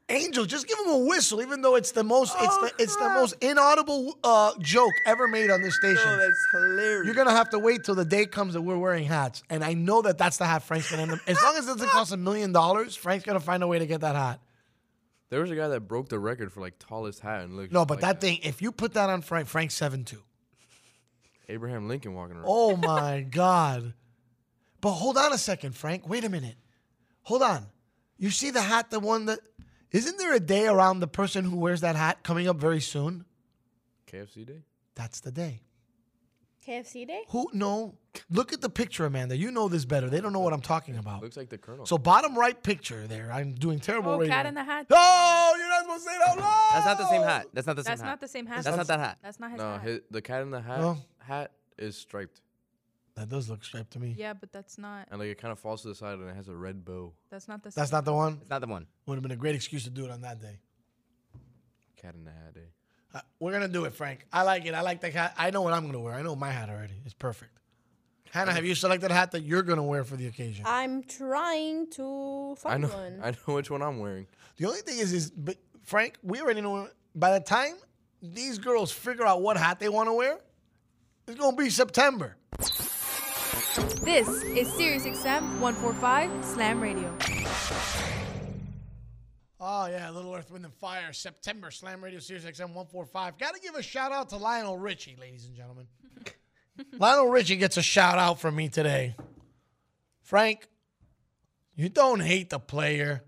[SPEAKER 2] Angel, just give him a whistle, even though it's the most it's the it's the most inaudible uh, joke ever made on this station.
[SPEAKER 3] that's hilarious.
[SPEAKER 2] You're gonna have to wait till the day comes that we're wearing hats, and I know that that's the hat Frank's gonna end up. As long as it doesn't cost a million dollars, Frank's gonna find a way to get that hat.
[SPEAKER 12] There was a guy that broke the record for like tallest hat and looked.
[SPEAKER 2] No, but
[SPEAKER 12] like
[SPEAKER 2] that thing, if you put that on Frank, Frank's seven two.
[SPEAKER 12] Abraham Lincoln walking around.
[SPEAKER 2] Oh my God. But hold on a second, Frank. Wait a minute. Hold on. You see the hat, the one that. Isn't there a day around the person who wears that hat coming up very soon?
[SPEAKER 12] KFC day.
[SPEAKER 2] That's the day.
[SPEAKER 6] KFC day?
[SPEAKER 2] Who? No. Look at the picture, Amanda. You know this better. They don't know what I'm talking about.
[SPEAKER 12] Looks like the Colonel.
[SPEAKER 2] So, bottom right picture there. I'm doing terrible
[SPEAKER 1] Oh,
[SPEAKER 2] radio.
[SPEAKER 1] cat in the hat.
[SPEAKER 3] Oh,
[SPEAKER 2] No, you're not supposed to say it out loud.
[SPEAKER 3] That's not the same hat. That's not the same
[SPEAKER 1] That's
[SPEAKER 3] hat.
[SPEAKER 1] not the same hat.
[SPEAKER 3] That's not that hat.
[SPEAKER 1] That's not his
[SPEAKER 12] no,
[SPEAKER 1] hat.
[SPEAKER 12] hi- the cat in the hat
[SPEAKER 2] No.
[SPEAKER 12] hat is striped
[SPEAKER 2] That does look striped to me.
[SPEAKER 1] Yeah, but that's not.
[SPEAKER 12] and like it kind of falls to the side and it has a red bow.
[SPEAKER 1] That's not the.
[SPEAKER 2] That's
[SPEAKER 1] same
[SPEAKER 2] not the one.
[SPEAKER 3] It's not the one.
[SPEAKER 2] Would have been a great excuse to do it on that day.
[SPEAKER 12] Cat in the hat day.
[SPEAKER 2] Uh, we're gonna do it, Frank. I like it. I like the hat. I know what I'm gonna wear. I know my hat already. It's perfect. Hannah, have you selected a hat that you're gonna wear for the occasion?
[SPEAKER 6] I'm trying to
[SPEAKER 12] I
[SPEAKER 6] find
[SPEAKER 12] know.
[SPEAKER 6] one.
[SPEAKER 12] I know which one I'm wearing.
[SPEAKER 2] The only thing is, is but Frank, we already know. By the time these girls figure out what hat they want to wear, it's gonna be September.
[SPEAKER 1] This is SiriusXM 145 Slam Radio.
[SPEAKER 2] Oh, yeah, Little Earth, Wind, and Fire, September, Slam Radio Series XM 145. Got to give a shout out to Lionel Richie, ladies and gentlemen. Lionel Richie gets a shout out from me today. Frank, you don't hate the player.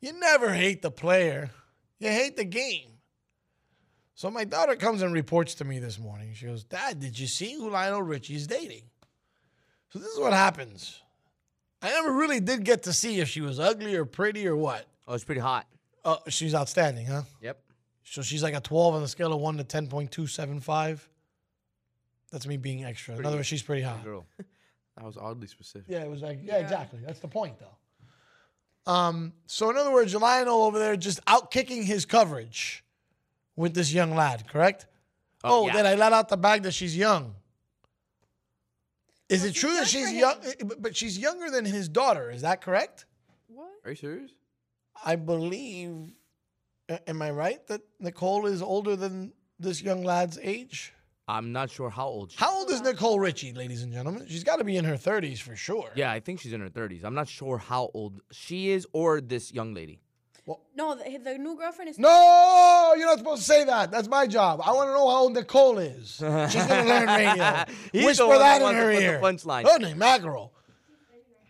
[SPEAKER 2] You never hate the player. You hate the game. So my daughter comes and reports to me this morning. She goes, Dad, did you see who Lionel Richie's dating? So this is what happens. I never really did get to see if she was ugly or pretty or what.
[SPEAKER 3] Oh, it's pretty hot.
[SPEAKER 2] Oh, she's outstanding, huh?
[SPEAKER 3] Yep.
[SPEAKER 2] So she's like a 12 on the scale of 1 to 10.275. That's me being extra. In
[SPEAKER 12] Pretty-
[SPEAKER 2] other words, she's pretty
[SPEAKER 12] pretty
[SPEAKER 2] hot.
[SPEAKER 12] Girl. That was oddly specific.
[SPEAKER 2] Yeah, it was like, yeah, exactly. That's the point, though. Um, so, in other words, Lionel over there just out kicking his coverage with this young lad, correct?
[SPEAKER 3] Oh,
[SPEAKER 2] Oh,
[SPEAKER 3] yeah.
[SPEAKER 2] then I let out the bag that she's young. Is it true that she's young? eh, but- But she's younger than his daughter. Is that correct?
[SPEAKER 12] Are you serious?
[SPEAKER 2] I believe. a- Am I right that Nicole is older than this young lad's age?
[SPEAKER 3] I'm not sure how old she
[SPEAKER 2] How old is Nicole Richie, ladies and gentlemen? She's got to be in her 30s for sure.
[SPEAKER 3] Yeah, I think she's in her 30s. I'm not sure how old she is or this young lady.
[SPEAKER 6] No, the, the new girlfriend is.
[SPEAKER 2] No, you're not supposed to say that. That's my job. I want to know how old Nicole is. She's gonna learn radio.
[SPEAKER 3] He's the
[SPEAKER 2] Whisper
[SPEAKER 3] one
[SPEAKER 2] that
[SPEAKER 3] that
[SPEAKER 2] in
[SPEAKER 3] wants to
[SPEAKER 2] her
[SPEAKER 3] put the
[SPEAKER 2] ear.
[SPEAKER 3] punchline.
[SPEAKER 2] Honey, mackerel.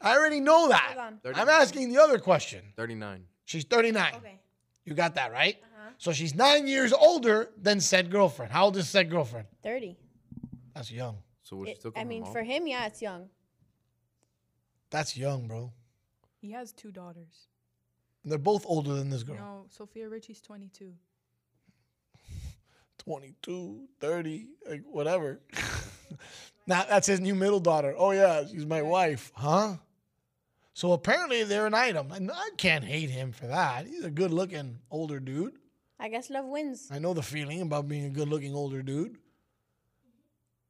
[SPEAKER 2] I already know that. I'm asking the other question.
[SPEAKER 12] 39.
[SPEAKER 2] She's 39. You got that right. So she's nine years older than said girlfriend. How old is said girlfriend?
[SPEAKER 6] 30.
[SPEAKER 2] That's young.
[SPEAKER 12] So was
[SPEAKER 6] It- I mean, for him, yeah, it's young.
[SPEAKER 2] That's young, bro.
[SPEAKER 5] He has two daughters.
[SPEAKER 2] They're both older than this girl.
[SPEAKER 5] No, Sophia Richie's 22.
[SPEAKER 2] 22, 30, like whatever. now that's his new middle daughter. Oh yeah, she's my wife, huh? So apparently they're an item. And I can't hate him for that. He's a good-looking older dude.
[SPEAKER 6] I guess love wins.
[SPEAKER 2] I know the feeling about being a good-looking older dude.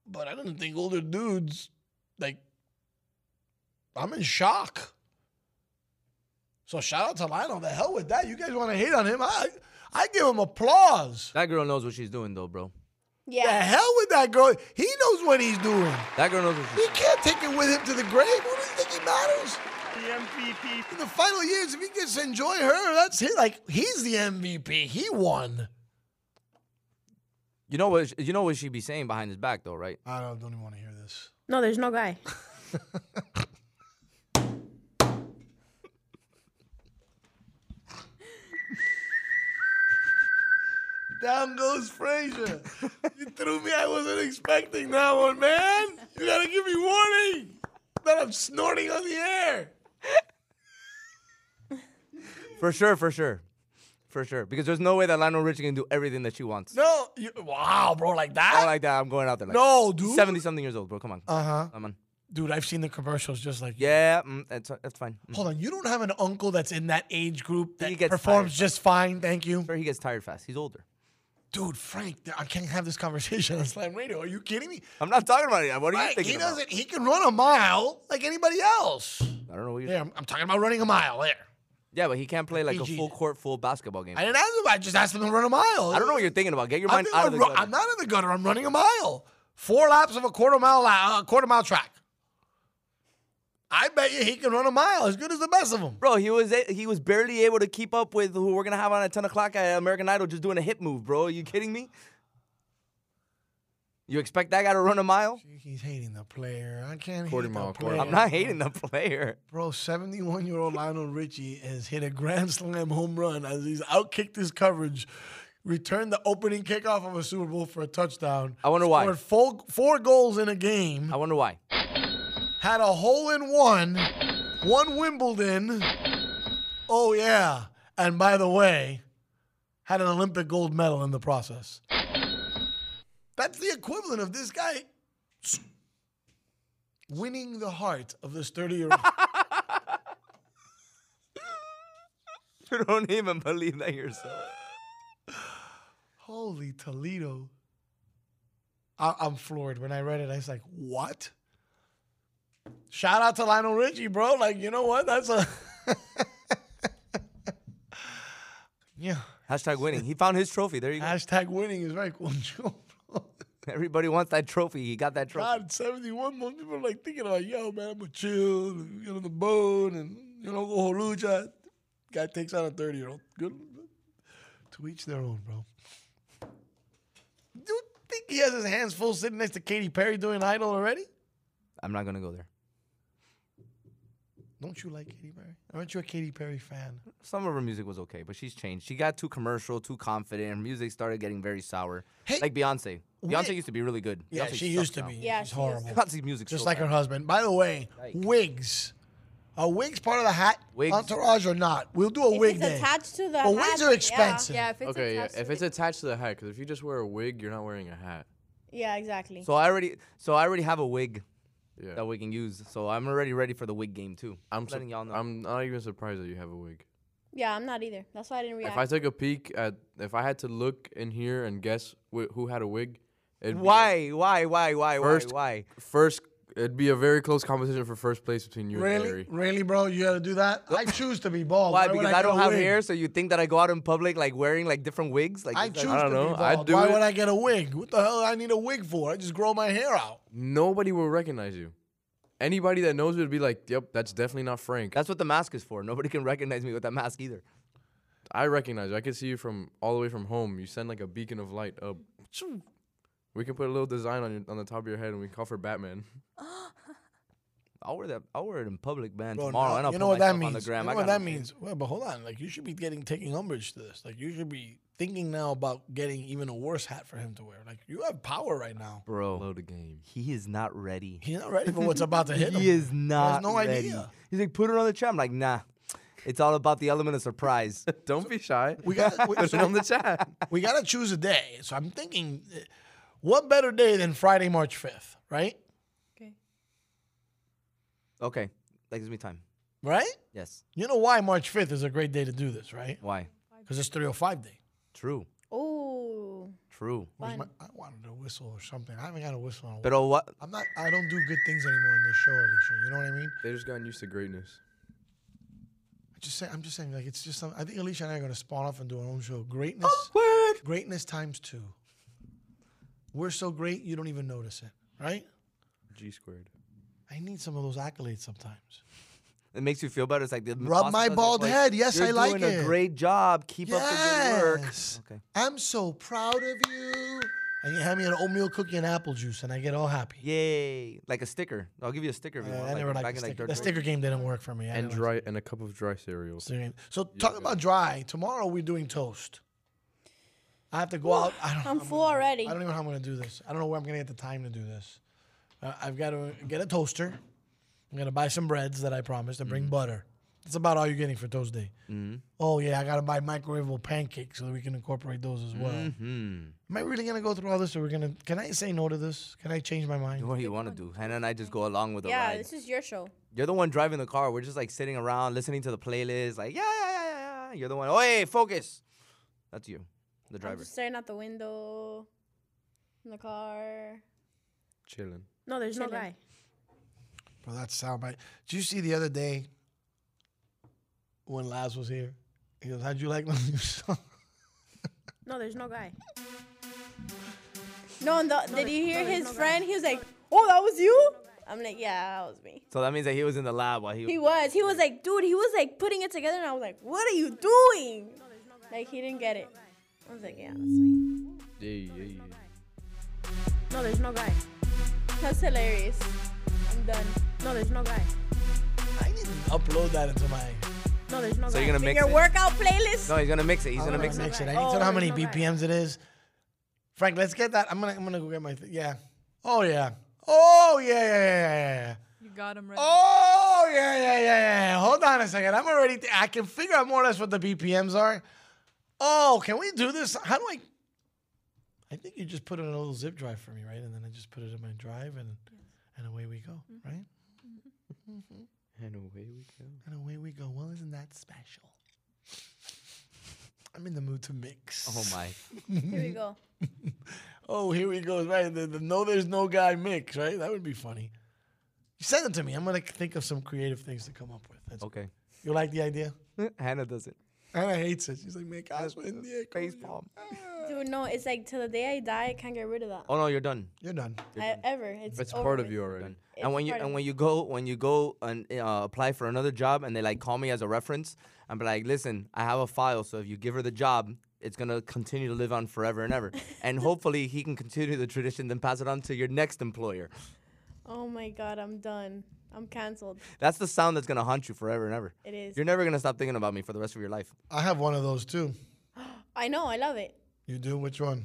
[SPEAKER 2] But I didn't think older dudes like I'm in shock. So shout out to Lionel. The hell with that. You guys want to hate on him? I I give him applause.
[SPEAKER 3] That girl knows what she's doing, though, bro.
[SPEAKER 6] Yeah.
[SPEAKER 2] The hell with that girl. He knows what he's doing.
[SPEAKER 3] That girl knows what she's
[SPEAKER 2] He can't take it with him to the grave. Who does he think he matters?
[SPEAKER 17] The MVP.
[SPEAKER 2] In the final years, if he gets to enjoy her, that's it. Like he's the MVP. He won.
[SPEAKER 3] You know what? You know what she'd be saying behind his back, though, right?
[SPEAKER 2] I don't, don't even want to hear this.
[SPEAKER 6] No, there's no guy.
[SPEAKER 2] Down goes Frazier. you threw me. I wasn't expecting that one, man. You gotta give me warning that I'm snorting on the air.
[SPEAKER 3] For sure, for sure, for sure. Because there's no way that Lionel Richie can do everything that she wants.
[SPEAKER 2] No, you, wow, bro, like that.
[SPEAKER 3] I like that. I'm going out there. Like
[SPEAKER 2] No, dude.
[SPEAKER 3] Seventy something years old, bro. Come on.
[SPEAKER 2] Uh-huh.
[SPEAKER 3] Come on.
[SPEAKER 2] Dude, I've seen the commercials just like
[SPEAKER 3] Yeah, mm, that's that's fine. Mm.
[SPEAKER 2] Hold on, you don't have an uncle that's in that age group that
[SPEAKER 3] He gets
[SPEAKER 2] performs
[SPEAKER 3] tired.
[SPEAKER 2] just fine. Thank you,
[SPEAKER 3] Sure, he gets tired fast. He's older.
[SPEAKER 2] dude. Frank, th- I can't have this conversation on Slam Radio. Are you kidding me?
[SPEAKER 3] I'm not talking about it. What are you
[SPEAKER 2] Frank,
[SPEAKER 3] thinking
[SPEAKER 2] he
[SPEAKER 3] about?
[SPEAKER 2] doesn't. He can run a mile like anybody else.
[SPEAKER 3] I don't know what you're.
[SPEAKER 2] Yeah, I'm, I'm talking about running a mile. There,
[SPEAKER 3] Yeah, but he can't play like
[SPEAKER 2] PG.
[SPEAKER 3] a full court, full basketball game.
[SPEAKER 2] I didn't ask him. I just asked him to run a mile.
[SPEAKER 3] I don't know what you're thinking about. Get your
[SPEAKER 2] I
[SPEAKER 3] mind
[SPEAKER 2] think I'm
[SPEAKER 3] out of the
[SPEAKER 2] ru-
[SPEAKER 3] gutter.
[SPEAKER 2] I'm not in the gutter. I'm running a mile. Four laps of a quarter mile, la- uh, quarter mile track. I bet you he can run a mile as good as the best of them.
[SPEAKER 3] Bro, he was a- he was barely able to keep up with who we're gonna have on at 10 o'clock at American Idol, just doing a hip move, bro. Are you kidding me? You expect that guy to run a mile?
[SPEAKER 2] He's hating the player. I can't
[SPEAKER 12] Quarter
[SPEAKER 2] hate
[SPEAKER 12] mile,
[SPEAKER 2] the
[SPEAKER 12] quarter
[SPEAKER 2] player.
[SPEAKER 12] mile.
[SPEAKER 3] I'm not hating the player.
[SPEAKER 2] Bro, 71 year old Lionel Richie has hit a grand slam home run as he's outkicked his coverage, returned the opening kickoff of a Super Bowl for a touchdown.
[SPEAKER 3] I wonder why.
[SPEAKER 2] Scored four, four goals in a game.
[SPEAKER 3] I wonder why.
[SPEAKER 2] Had a hole in one, one Wimbledon. Oh, yeah. And by the way, had an Olympic gold medal in the process. That's the equivalent of this guy s- winning the heart of this 30 year old.
[SPEAKER 3] You don't even believe that yourself.
[SPEAKER 2] Holy Toledo. I, I'm floored. When I read it, I was like, what? Shout out to Lionel Richie, bro. Like, you know what? That's a. yeah.
[SPEAKER 3] Hashtag winning. He found his trophy. There you go.
[SPEAKER 2] Hashtag winning is very cool.
[SPEAKER 3] Everybody wants that trophy. He got that trophy.
[SPEAKER 2] God, 71, most people are like thinking like, yo, man, I'm gonna chill and get on the boat and you know go holucha. Guy takes out a 30 year old. Good to each their own, bro. Do you think he has his hands full sitting next to Katy Perry doing Idol already?
[SPEAKER 3] I'm not gonna go there.
[SPEAKER 2] Don't you like Katy Perry? Aren't you a Katy Perry fan?
[SPEAKER 3] Some of her music was okay, but she's changed. She got too commercial, too confident. Her music started getting very sour.
[SPEAKER 2] Hey,
[SPEAKER 3] like Beyonce.
[SPEAKER 2] when-
[SPEAKER 3] Beyonce used to be really good.
[SPEAKER 2] Yeah,
[SPEAKER 3] Beyonce
[SPEAKER 2] she used
[SPEAKER 3] sucks
[SPEAKER 2] to
[SPEAKER 3] now.
[SPEAKER 2] be. Yeah, she's horrible.
[SPEAKER 3] Beyonce's music
[SPEAKER 2] Just
[SPEAKER 3] so
[SPEAKER 2] like her husband. By the way, wigs. Are wigs part of the hat? Entourage or not? We'll do a
[SPEAKER 6] If
[SPEAKER 2] wig
[SPEAKER 6] it's
[SPEAKER 2] day.
[SPEAKER 6] attached to the
[SPEAKER 2] But
[SPEAKER 6] hat,
[SPEAKER 2] wigs are
[SPEAKER 6] yeah.
[SPEAKER 2] expensive.
[SPEAKER 6] Yeah, if it's
[SPEAKER 12] okay,
[SPEAKER 6] attached
[SPEAKER 12] yeah. If it's attached to the hat, because if you just wear a wig, you're not wearing a hat.
[SPEAKER 6] Yeah, exactly.
[SPEAKER 3] So I already, so I already have a wig that we can use. So I'm already ready for the wig game too.
[SPEAKER 12] I'm
[SPEAKER 3] letting y'all know.
[SPEAKER 12] I'm not even surprised that you have a wig.
[SPEAKER 6] yeah, I'm not either. That's why I didn't react.
[SPEAKER 12] If I took a peek at, if I had to look in here and guess wh- who had a wig, it'd
[SPEAKER 3] Why? Why? Why? Why?
[SPEAKER 12] Be
[SPEAKER 3] why? Why?
[SPEAKER 12] First, it'd be a very close competition for first place between you and
[SPEAKER 2] Really,
[SPEAKER 12] Larry.
[SPEAKER 2] really, bro, you gotta do that. I choose to be bald.
[SPEAKER 3] Why?
[SPEAKER 2] would
[SPEAKER 3] Because I,
[SPEAKER 2] get
[SPEAKER 3] don't
[SPEAKER 2] a
[SPEAKER 3] have
[SPEAKER 2] wig?
[SPEAKER 3] hair, so you think that I go out in public like wearing like different wigs? Like
[SPEAKER 2] I
[SPEAKER 3] it's
[SPEAKER 2] choose
[SPEAKER 3] like,
[SPEAKER 2] to be bald.
[SPEAKER 12] I'd do
[SPEAKER 2] Why
[SPEAKER 12] it.
[SPEAKER 2] would I get a wig? What the hell? do I need a wig for? I just grow my hair out.
[SPEAKER 12] Nobody will recognize you. Anybody that knows you would be like, "Yep, that's definitely not Frank."
[SPEAKER 3] That's what the mask is for. Nobody can recognize me with that mask either.
[SPEAKER 12] I recognize you. I can see you from all the way from home. You send like a beacon of light up. We can put a little design on your, on the top of your head, and we call for Batman.
[SPEAKER 3] I'll wear that. I'll wear it in public, man.
[SPEAKER 2] Bro,
[SPEAKER 3] tomorrow,
[SPEAKER 2] now-
[SPEAKER 3] and I'll
[SPEAKER 2] you
[SPEAKER 3] put
[SPEAKER 2] know what that
[SPEAKER 3] myself
[SPEAKER 2] means.
[SPEAKER 3] on the
[SPEAKER 2] You
[SPEAKER 3] gram.
[SPEAKER 2] know
[SPEAKER 3] I
[SPEAKER 2] what
[SPEAKER 3] got
[SPEAKER 2] that means. Well, but hold on. Like you should be getting taking umbrage to this. Like you should be thinking now about getting even a worse hat for him to wear. Like you have power right now.
[SPEAKER 3] Bro,
[SPEAKER 12] load the game.
[SPEAKER 3] He is not ready.
[SPEAKER 2] He's not ready for what's about to hit him.
[SPEAKER 3] He is
[SPEAKER 2] He has
[SPEAKER 3] not.
[SPEAKER 2] no
[SPEAKER 3] ready.
[SPEAKER 2] idea.
[SPEAKER 3] He's like, put it on the chat. I'm like, nah. It's all about the element of surprise.
[SPEAKER 12] Don't be shy.
[SPEAKER 2] We got we,
[SPEAKER 3] Put it on the chat.
[SPEAKER 2] We got to choose a day. So I'm thinking, eh, what better day than Friday, March 5th, right?
[SPEAKER 3] Okay, that gives me time.
[SPEAKER 2] Right?
[SPEAKER 3] Yes.
[SPEAKER 2] You know why March 5th is a great day to do this, right?
[SPEAKER 3] Why?
[SPEAKER 2] Because it's 305 day.
[SPEAKER 3] True.
[SPEAKER 6] Oh,
[SPEAKER 3] True.
[SPEAKER 2] Where's my- I wanted a whistle or something. I haven't got a whistle on. a while.
[SPEAKER 3] Pero oh, what-
[SPEAKER 2] I'm not. I don't do good things anymore in this show, Alicia. You know what I mean?
[SPEAKER 12] They just gotten used to greatness.
[SPEAKER 2] I just say, I'm just saying, like it's just. Some, I think Alicia and I are gonna spawn off and do our own show. Greatness.
[SPEAKER 3] Oh.
[SPEAKER 2] Greatness times two. We're so great, you don't even notice it, right?
[SPEAKER 12] G squared.
[SPEAKER 2] I need some of those accolades sometimes.
[SPEAKER 3] It makes you feel better. It's like the
[SPEAKER 2] Rub
[SPEAKER 3] boss
[SPEAKER 2] my
[SPEAKER 3] does it,
[SPEAKER 2] bald
[SPEAKER 3] like,
[SPEAKER 2] head. Yes,
[SPEAKER 3] "You're
[SPEAKER 2] I like
[SPEAKER 3] doing
[SPEAKER 2] it."
[SPEAKER 3] A great job. Keep up the good work.
[SPEAKER 2] Yes.
[SPEAKER 3] Okay.
[SPEAKER 2] I'm so proud of you. And you hand me an oatmeal cookie and apple juice, and I get all happy.
[SPEAKER 3] Yay! Like a sticker. I'll give you a sticker. If you
[SPEAKER 2] Uh,
[SPEAKER 3] want,
[SPEAKER 2] I never
[SPEAKER 3] back
[SPEAKER 2] liked the
[SPEAKER 3] in,
[SPEAKER 2] sticker.
[SPEAKER 3] like, third
[SPEAKER 2] The
[SPEAKER 3] grade.
[SPEAKER 2] sticker game didn't work for me. I
[SPEAKER 12] and
[SPEAKER 2] didn't
[SPEAKER 12] dry and a cup of dry cereal.
[SPEAKER 2] like- So talking about dry, tomorrow we're doing toast. I have to go out. I don't,
[SPEAKER 6] I'm full already.
[SPEAKER 2] I don't even know how I'm going to do this. I don't know where I'm going to get the time to do this. Uh, I've got to get a toaster. I'm going to buy some breads that I promised and bring butter. That's about all you're getting for toast day.
[SPEAKER 3] Mhm.
[SPEAKER 2] Oh, yeah, I got to buy microwavable pancakes so that we can incorporate those as well.
[SPEAKER 3] Mhm.
[SPEAKER 2] Am I really gonna go through all this, or we're gonna? Can I say no to this? Can I change my mind?
[SPEAKER 3] What do you want to do? Hannah and I just go along with the
[SPEAKER 6] yeah,
[SPEAKER 3] ride.
[SPEAKER 6] this is your show.
[SPEAKER 3] You're the one driving the car. We're just like sitting around listening to the playlist. Like, yeah, yeah, yeah, yeah, yeah. You're the one. Oh, hey, focus. That's you, the
[SPEAKER 6] I'm
[SPEAKER 3] driver.
[SPEAKER 6] just staring out the window in the car.
[SPEAKER 12] Chilling.
[SPEAKER 6] No, there's no
[SPEAKER 12] Chilling.
[SPEAKER 6] guy.
[SPEAKER 2] Bro, that soundbite. Did you see the other day when Laz was here? He goes, "How'd you like my new song?"
[SPEAKER 6] No, there's no guy. No, and the, did
[SPEAKER 18] there-
[SPEAKER 6] you hear
[SPEAKER 18] no, there's
[SPEAKER 6] his
[SPEAKER 18] no guy.
[SPEAKER 6] friend? He was like, "Oh, that was you." I'm like, "Yeah, that was me."
[SPEAKER 3] So that means that he was in the lab while he.
[SPEAKER 6] He was. He was like, "Dude," he was like putting it together, and I was like, "What are you doing?" Like he didn't get it. I was like, "Yeah, that's me."
[SPEAKER 12] Yeah, yeah, yeah.
[SPEAKER 6] No, there's no guy. That's hilarious. I'm done. No, there's no guy.
[SPEAKER 2] Upload that into my.
[SPEAKER 6] No, there's no
[SPEAKER 3] So
[SPEAKER 6] guy.
[SPEAKER 3] you're gonna mix
[SPEAKER 6] your
[SPEAKER 3] it?
[SPEAKER 6] workout playlist.
[SPEAKER 3] No, he's gonna mix it. He's
[SPEAKER 2] I'm
[SPEAKER 3] gonna mix
[SPEAKER 2] mix
[SPEAKER 3] it.
[SPEAKER 2] it. I need to know how
[SPEAKER 6] Oh,
[SPEAKER 2] many
[SPEAKER 6] no, right.
[SPEAKER 2] BPMs it is. Frank, let's get that. I'm gonna, I'm gonna go get my. Th- yeah. Oh yeah. Oh yeah, yeah, yeah, yeah, yeah.
[SPEAKER 5] You got him right.
[SPEAKER 2] Oh yeah, yeah, yeah, yeah. Hold on a second. I'm already. Th- I can figure out more or less what the BPMs are. Oh, can we do this? How do I? I think you just put it in a little zip drive for me, right? And then I just put it in my drive, and and away we go, right?
[SPEAKER 12] And away we go.
[SPEAKER 2] And away we go. Well, isn't that special? I'm in the mood to mix.
[SPEAKER 3] Oh my.
[SPEAKER 6] Here we go.
[SPEAKER 2] Oh, here we go. Right, the, the no, there's no guy mix. Right, that would be funny. You send it to me. I'm gonna think of some creative things to come up with. That's
[SPEAKER 3] Okay.
[SPEAKER 2] You like the idea?
[SPEAKER 3] Hannah does it.
[SPEAKER 2] Hannah hates it. She's like, man, guys, when the
[SPEAKER 3] Face palm.
[SPEAKER 6] Dude, no, it's like till the day I die, I can't get rid of that.
[SPEAKER 3] Oh no, you're done.
[SPEAKER 2] You're done.
[SPEAKER 6] I, ever. It's,
[SPEAKER 3] It's
[SPEAKER 6] over
[SPEAKER 3] part of
[SPEAKER 6] with.
[SPEAKER 3] you already.
[SPEAKER 6] It's
[SPEAKER 3] and when you
[SPEAKER 6] part of
[SPEAKER 3] and
[SPEAKER 6] me.
[SPEAKER 3] when you go when you go and uh, apply for another job and they like call me as a reference, I'm like, listen, I have a file, so if you give her the job, it's gonna continue to live on forever and ever, and hopefully he can continue the tradition, then pass it on to your next employer.
[SPEAKER 6] Oh my god, I'm done. I'm canceled.
[SPEAKER 3] That's the sound that's gonna haunt you forever and ever.
[SPEAKER 6] It is.
[SPEAKER 3] You're never gonna stop thinking about me for the rest of your life.
[SPEAKER 2] I have one of those too.
[SPEAKER 6] I know. I love it.
[SPEAKER 2] You do? Which one?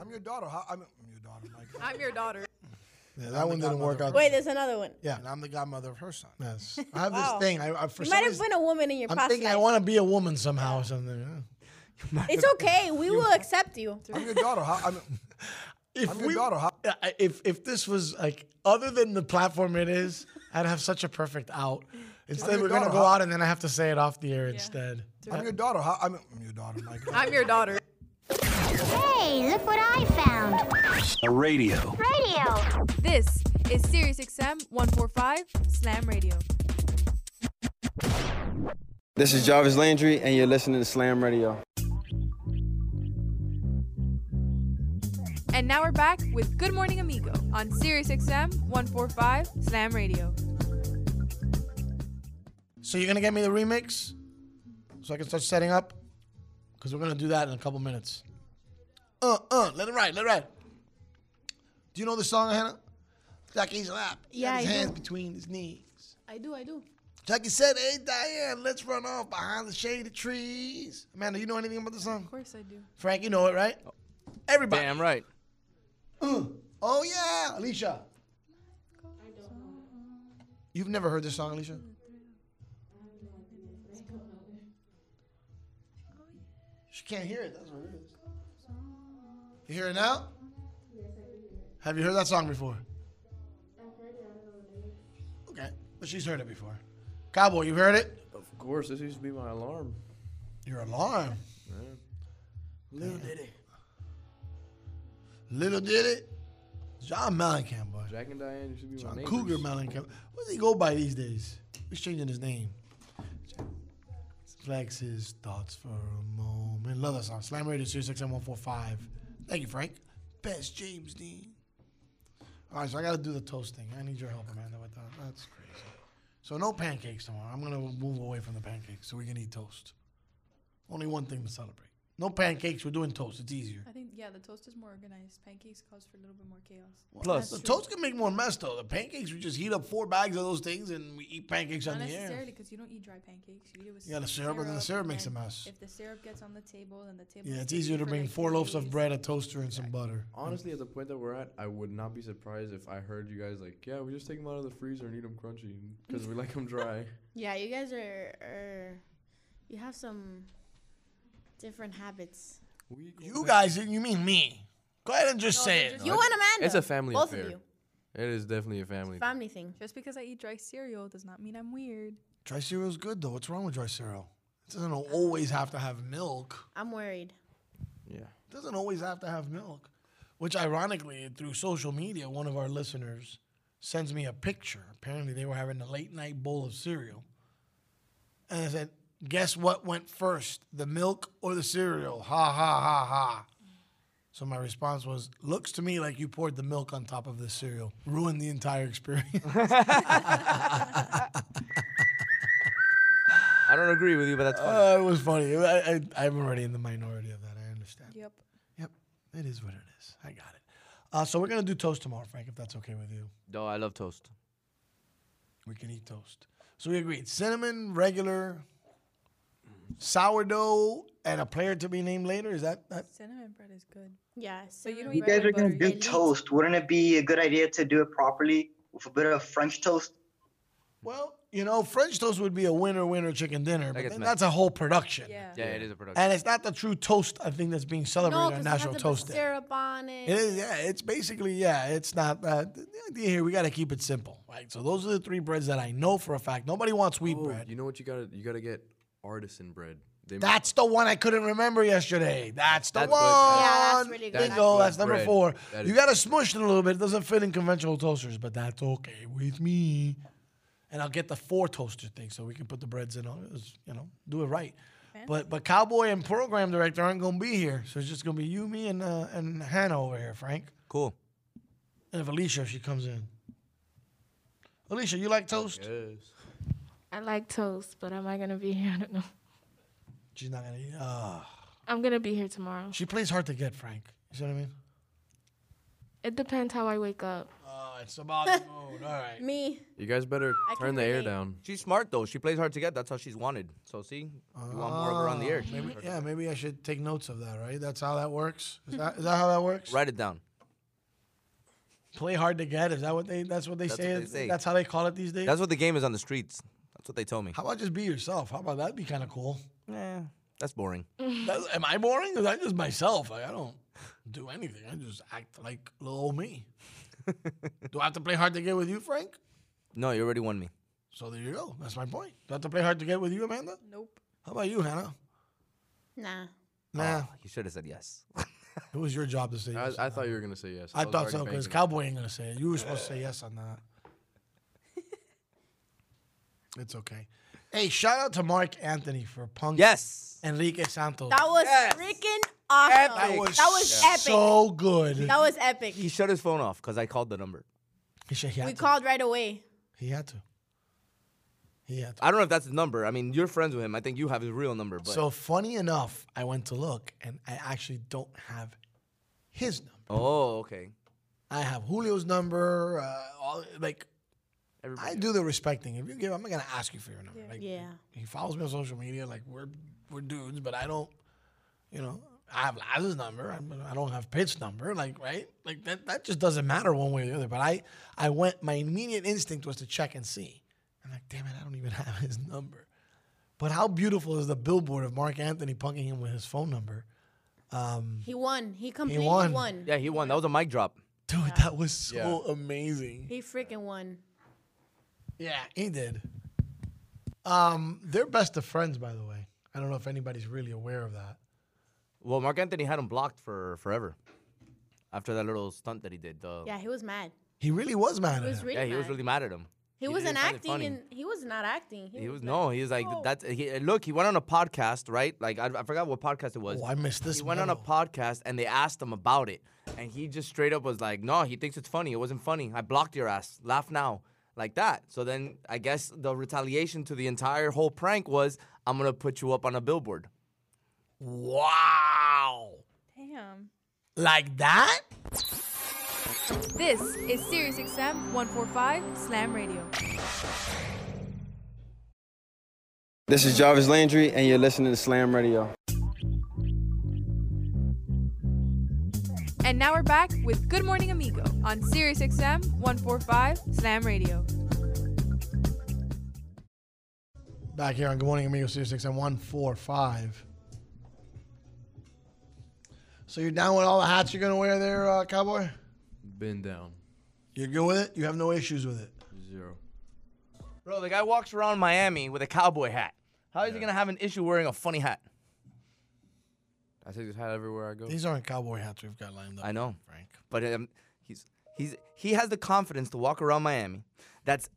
[SPEAKER 2] I'm your daughter. How, I'm,
[SPEAKER 1] I'm your daughter.
[SPEAKER 2] Yeah, that one didn't work out.
[SPEAKER 6] Wait, there's another one.
[SPEAKER 2] Yeah. And I'm the godmother of her son. Yes. I have
[SPEAKER 6] Wow.
[SPEAKER 2] this thing. I, I for
[SPEAKER 6] you
[SPEAKER 2] some
[SPEAKER 6] might have
[SPEAKER 2] reason-
[SPEAKER 6] been a woman in your
[SPEAKER 2] I'm
[SPEAKER 6] past
[SPEAKER 2] thinking I
[SPEAKER 6] life.
[SPEAKER 2] want to be a woman somehow or something. yeah.
[SPEAKER 6] It's okay. We will accept you.
[SPEAKER 2] I'm your daughter. How, I'm, if we, I- if if this was like other than the platform it is, I'd have such a perfect out. Instead,
[SPEAKER 6] your
[SPEAKER 2] we're gonna
[SPEAKER 6] daughter,
[SPEAKER 2] go
[SPEAKER 6] huh?
[SPEAKER 2] out and then I have to say it off the air instead.
[SPEAKER 1] I'm your
[SPEAKER 2] daughter. How, I'm, your daughter.
[SPEAKER 1] I'm your daughter.
[SPEAKER 8] Hey, look what I found.
[SPEAKER 16] A radio.
[SPEAKER 8] Radio.
[SPEAKER 1] This is SiriusXM 145 Slam Radio.
[SPEAKER 21] This is Jarvis Landry, and you're listening to Slam Radio.
[SPEAKER 1] And now we're back with Good Morning Amigo on SiriusXM 145 Slam Radio.
[SPEAKER 2] So you're gonna get me the remix, so I can start setting up, because we're gonna do that in a couple minutes. Uh, uh, let it ride, let it ride. Do you know the song, Hannah? Jackie's lap. He had
[SPEAKER 7] Yeah,
[SPEAKER 2] his
[SPEAKER 7] I do.
[SPEAKER 2] hands between his knees.
[SPEAKER 7] I do, I do.
[SPEAKER 2] Jackie said, "Hey Diane, let's run off behind the shaded trees." Amanda, you know anything about the song? Of
[SPEAKER 5] course I do.
[SPEAKER 2] Frank, you know it, right? Everybody.
[SPEAKER 3] Damn right.
[SPEAKER 2] Oh yeah, Alicia. You've never heard this song, Alicia? She can't hear it. That's what it is. You hear it now? Have you heard that song before? Okay, but she's heard it before. Cowboy, you've heard it?
[SPEAKER 12] Of course, this used to be my alarm.
[SPEAKER 2] Your alarm.
[SPEAKER 12] Little Diddy.
[SPEAKER 2] Little did it. John Mellencamp, boy.
[SPEAKER 12] Jack and Diane used to be my
[SPEAKER 2] John
[SPEAKER 12] neighbors.
[SPEAKER 2] Cougar Mellencamp. What does he go by these days? He's changing his name. Flex his thoughts for a moment. Love that song. Slam Radio Series XM 145. Thank you, Frank. Best James Dean. All right, so I got to do the toast thing. I need your help, Amanda, with that. That's crazy. So no pancakes tomorrow. I'm going to move away from the pancakes so we can eat toast. Only one thing to celebrate. No pancakes. We're doing toast. It's easier.
[SPEAKER 5] I think yeah, the toast is more organized. Pancakes cause for a little bit more chaos.
[SPEAKER 2] Plus, the toast can make more mess though. The pancakes, we just heat up four bags of those things and we eat pancakes
[SPEAKER 5] Not
[SPEAKER 2] on the air.
[SPEAKER 5] necessarily because you don't eat dry pancakes. You eat it with
[SPEAKER 2] You got a syrup, and then the syrup makes a mess.
[SPEAKER 5] If the syrup gets on the table, then the table.
[SPEAKER 2] Yeah,
[SPEAKER 5] is
[SPEAKER 2] it's
[SPEAKER 5] sticky
[SPEAKER 2] easier to
[SPEAKER 5] for,
[SPEAKER 2] bring
[SPEAKER 5] like,
[SPEAKER 2] four
[SPEAKER 5] three
[SPEAKER 2] loaves
[SPEAKER 5] days.
[SPEAKER 2] of bread, a toaster, and some butter.
[SPEAKER 12] Honestly, at the point that we're at, I would not be surprised if I heard you guys like, yeah, we just take them out of the freezer and eat them crunchy because we like them dry.
[SPEAKER 6] Yeah, you guys are, are you have some different habits.
[SPEAKER 2] you guys, you mean me? Go ahead and just
[SPEAKER 5] No,
[SPEAKER 2] say
[SPEAKER 5] they're
[SPEAKER 2] it.
[SPEAKER 5] just- You and Amanda.
[SPEAKER 12] It's a family
[SPEAKER 5] Both of
[SPEAKER 12] affair.
[SPEAKER 5] you.
[SPEAKER 12] It is definitely a family.
[SPEAKER 5] Family thing. Just because I eat dry cereal does not mean I'm weird.
[SPEAKER 2] Dry cereal's good though. What's wrong with dry cereal? It doesn't always have to have milk.
[SPEAKER 6] I'm worried.
[SPEAKER 12] Yeah.
[SPEAKER 2] It doesn't always have to have milk. Which, ironically, through social media, one of our listeners sends me a picture. Apparently, they were having a late night bowl of cereal. And I said, Guess what went first, the milk or the cereal? Ha ha ha ha. So my response was, Looks to me like you poured the milk on top of the cereal. Ruined the entire experience.
[SPEAKER 3] I don't agree with you, but that's fine.
[SPEAKER 2] Uh, it was funny. I, I, I'm already in the minority of that. I understand.
[SPEAKER 5] Yep.
[SPEAKER 2] Yep. It is what it is. I got it. Uh, so we're gonna do toast tomorrow, Frank, if that's okay with you.
[SPEAKER 3] No, I love toast.
[SPEAKER 2] We can eat toast. So we agreed: cinnamon, regular, sourdough, and a player to be named later. Is that that?
[SPEAKER 5] Cinnamon bread is good.
[SPEAKER 6] Yeah, so you
[SPEAKER 22] You guys are gonna do toast. Wouldn't it be a good idea to do it properly with a bit of French toast?
[SPEAKER 2] Well, you know, French toast would be a winner, winner chicken dinner, but
[SPEAKER 3] gets
[SPEAKER 2] then
[SPEAKER 3] messy.
[SPEAKER 2] that's a whole production.
[SPEAKER 6] Yeah.
[SPEAKER 3] Yeah, it is a production.
[SPEAKER 2] And it's not the true toast I think that's being
[SPEAKER 6] no,
[SPEAKER 2] celebrated on
[SPEAKER 6] because
[SPEAKER 2] National
[SPEAKER 6] have to
[SPEAKER 2] Toast
[SPEAKER 6] put
[SPEAKER 2] Day.
[SPEAKER 6] syrup on it.
[SPEAKER 2] It is, yeah. It's basically, yeah. It's not. Uh, the idea here, we got to keep it simple, right? So those are the three breads that I know for a fact. Nobody wants wheat
[SPEAKER 12] Oh,
[SPEAKER 2] bread.
[SPEAKER 12] You know what you gotta you gotta get artisan bread. They make-
[SPEAKER 2] That's the one I couldn't remember yesterday. That's the
[SPEAKER 12] That's
[SPEAKER 2] one.
[SPEAKER 12] good. Yeah,
[SPEAKER 6] that's really good.
[SPEAKER 2] Bingo.
[SPEAKER 12] That's
[SPEAKER 2] That's,
[SPEAKER 12] good
[SPEAKER 2] number
[SPEAKER 12] bread.
[SPEAKER 2] four.
[SPEAKER 12] That
[SPEAKER 2] you
[SPEAKER 12] is
[SPEAKER 2] got to smush it a little bit. It doesn't fit in conventional toasters, but that's okay with me. And I'll get the four toaster thing so we can put the breads in. on it. It's, You know, do it right. But but Cowboy and program director aren't gonna be here, so it's just gonna be you, me, and uh, and Hannah over here, Frank.
[SPEAKER 3] Cool.
[SPEAKER 2] And if Alicia, if she comes in. Alicia, you like toast?
[SPEAKER 12] Yes.
[SPEAKER 13] I like toast, but am I gonna be here? I don't know.
[SPEAKER 2] She's not gonna eat. Ah.
[SPEAKER 13] I'm gonna be here tomorrow.
[SPEAKER 2] she plays hard to get, Frank. You see what I mean?
[SPEAKER 13] It depends how I wake up.
[SPEAKER 2] Oh, it's about the mood. All right.
[SPEAKER 6] Me.
[SPEAKER 3] You guys better
[SPEAKER 6] I turn can the air relate.
[SPEAKER 3] down. She's smart though. She plays hard to get. That's how she's wanted. So see, you want more of her on the air.
[SPEAKER 2] Ah, Maybe, yeah, maybe I should take notes of that, right? That's how that works. Is that, is that how that works?
[SPEAKER 3] Write it down.
[SPEAKER 2] Play hard to get. Is that what they? That's what they,
[SPEAKER 3] That's
[SPEAKER 2] say,
[SPEAKER 3] what they say.
[SPEAKER 2] That's how they call it these days.
[SPEAKER 3] That's what the game is on the streets. That's what they tell me.
[SPEAKER 2] How about just be yourself? How about that? Be kind of cool.
[SPEAKER 3] Yeah. That's boring.
[SPEAKER 2] That's, am I boring? Is I just myself? Like, I don't do anything. I just act like little old me. do I have to play hard to get with you, Frank?
[SPEAKER 3] No, you already won me.
[SPEAKER 2] So there you go. That's my point. Do I have to play hard to get with you, Amanda?
[SPEAKER 5] Nope.
[SPEAKER 2] How about you, Hannah?
[SPEAKER 19] Nah.
[SPEAKER 2] Nah.
[SPEAKER 3] Oh, you should have said yes.
[SPEAKER 2] It was your job to say
[SPEAKER 12] I, I thought you were gonna say yes.
[SPEAKER 2] I,
[SPEAKER 12] was
[SPEAKER 2] thought
[SPEAKER 12] already
[SPEAKER 2] so because
[SPEAKER 12] banking.
[SPEAKER 2] Cowboy ain't gonna say it. You were supposed to say yes on that. it's okay. Hey, shout out to Mark Anthony for punk.
[SPEAKER 3] Yes,
[SPEAKER 2] Enrique Santos.
[SPEAKER 6] That was freaking awesome. That was, epic.
[SPEAKER 2] so good.
[SPEAKER 6] that was epic.
[SPEAKER 3] He shut his phone off because I called the number.
[SPEAKER 2] He should, he,
[SPEAKER 6] we
[SPEAKER 2] had to.
[SPEAKER 6] called right away.
[SPEAKER 2] he had to. He had to.
[SPEAKER 3] I don't know if that's his number. I mean, you're friends with him. I think you have his real number. But
[SPEAKER 2] So funny enough, I went to look and I actually don't have his number.
[SPEAKER 3] oh, okay.
[SPEAKER 2] I have Julio's number. Uh, all, like,
[SPEAKER 3] Everybody
[SPEAKER 2] I do the respecting. If you give, I'm not gonna ask you for your number. Like,
[SPEAKER 6] Yeah.
[SPEAKER 2] he follows me on social media. Like, we're we're dudes, but I don't, you know, I have Laz's number. I, I don't have Pitt's number. Like, right? Like that that just doesn't matter one way or the other. But I I went. My immediate instinct was to check and see. I'm like, damn it, I don't even have his number. But how beautiful is the billboard of Mark Anthony punking him with his phone number? Um,
[SPEAKER 6] He won. He completely
[SPEAKER 2] won.
[SPEAKER 6] won.
[SPEAKER 3] Yeah, he won. That was a mic drop.
[SPEAKER 2] dude, that was so amazing.
[SPEAKER 6] He freaking won.
[SPEAKER 2] Yeah, he did. Um, they're best of friends, by the way. I don't know if anybody's really aware of that.
[SPEAKER 3] Well, Mark Anthony had him blocked for forever after that little stunt that he did. The,
[SPEAKER 6] Yeah, he was mad.
[SPEAKER 2] He really was mad at
[SPEAKER 6] He was
[SPEAKER 2] him.
[SPEAKER 6] really
[SPEAKER 3] yeah, he was
[SPEAKER 6] mad.
[SPEAKER 3] really mad at him.
[SPEAKER 6] He,
[SPEAKER 3] He
[SPEAKER 6] wasn't
[SPEAKER 3] didn't find it
[SPEAKER 6] acting,
[SPEAKER 3] funny.
[SPEAKER 6] and he was not acting.
[SPEAKER 3] He was no. He was like
[SPEAKER 6] No.
[SPEAKER 3] that's he, look. He went on a podcast, right? Like I, I forgot what podcast it was.
[SPEAKER 2] Oh, I missed this
[SPEAKER 3] He went on a podcast and they asked him about it, and he just straight up was like, "No, he thinks it's funny. It wasn't funny. I blocked your ass. Laugh now." Like that. So then I guess the retaliation to the entire whole prank was, "I'm gonna put you up on a billboard."
[SPEAKER 2] Wow.
[SPEAKER 5] Damn.
[SPEAKER 2] Like that?
[SPEAKER 1] This is SiriusXM 145 Slam Radio.
[SPEAKER 21] This is Jarvis Landry, and you're listening to Slam Radio.
[SPEAKER 1] And now we're back with Good Morning Amigo on SiriusXM 145 Slam Radio.
[SPEAKER 2] Back here on Good Morning Amigo Studio 6 and 145. So you're down with all the hats you're going to wear there, uh, Cowboy?
[SPEAKER 12] Been down
[SPEAKER 2] You're good with it? You have no issues with it?
[SPEAKER 12] zero.
[SPEAKER 3] Bro, the guy walks around Miami with a cowboy hat. How is he gonna have an issue wearing a funny hat?
[SPEAKER 12] I take this hat everywhere I go.
[SPEAKER 2] These aren't cowboy hats we've got lined up.
[SPEAKER 3] I know,
[SPEAKER 2] Frank.
[SPEAKER 3] But um, he's he's he has the confidence to walk around Miami. That's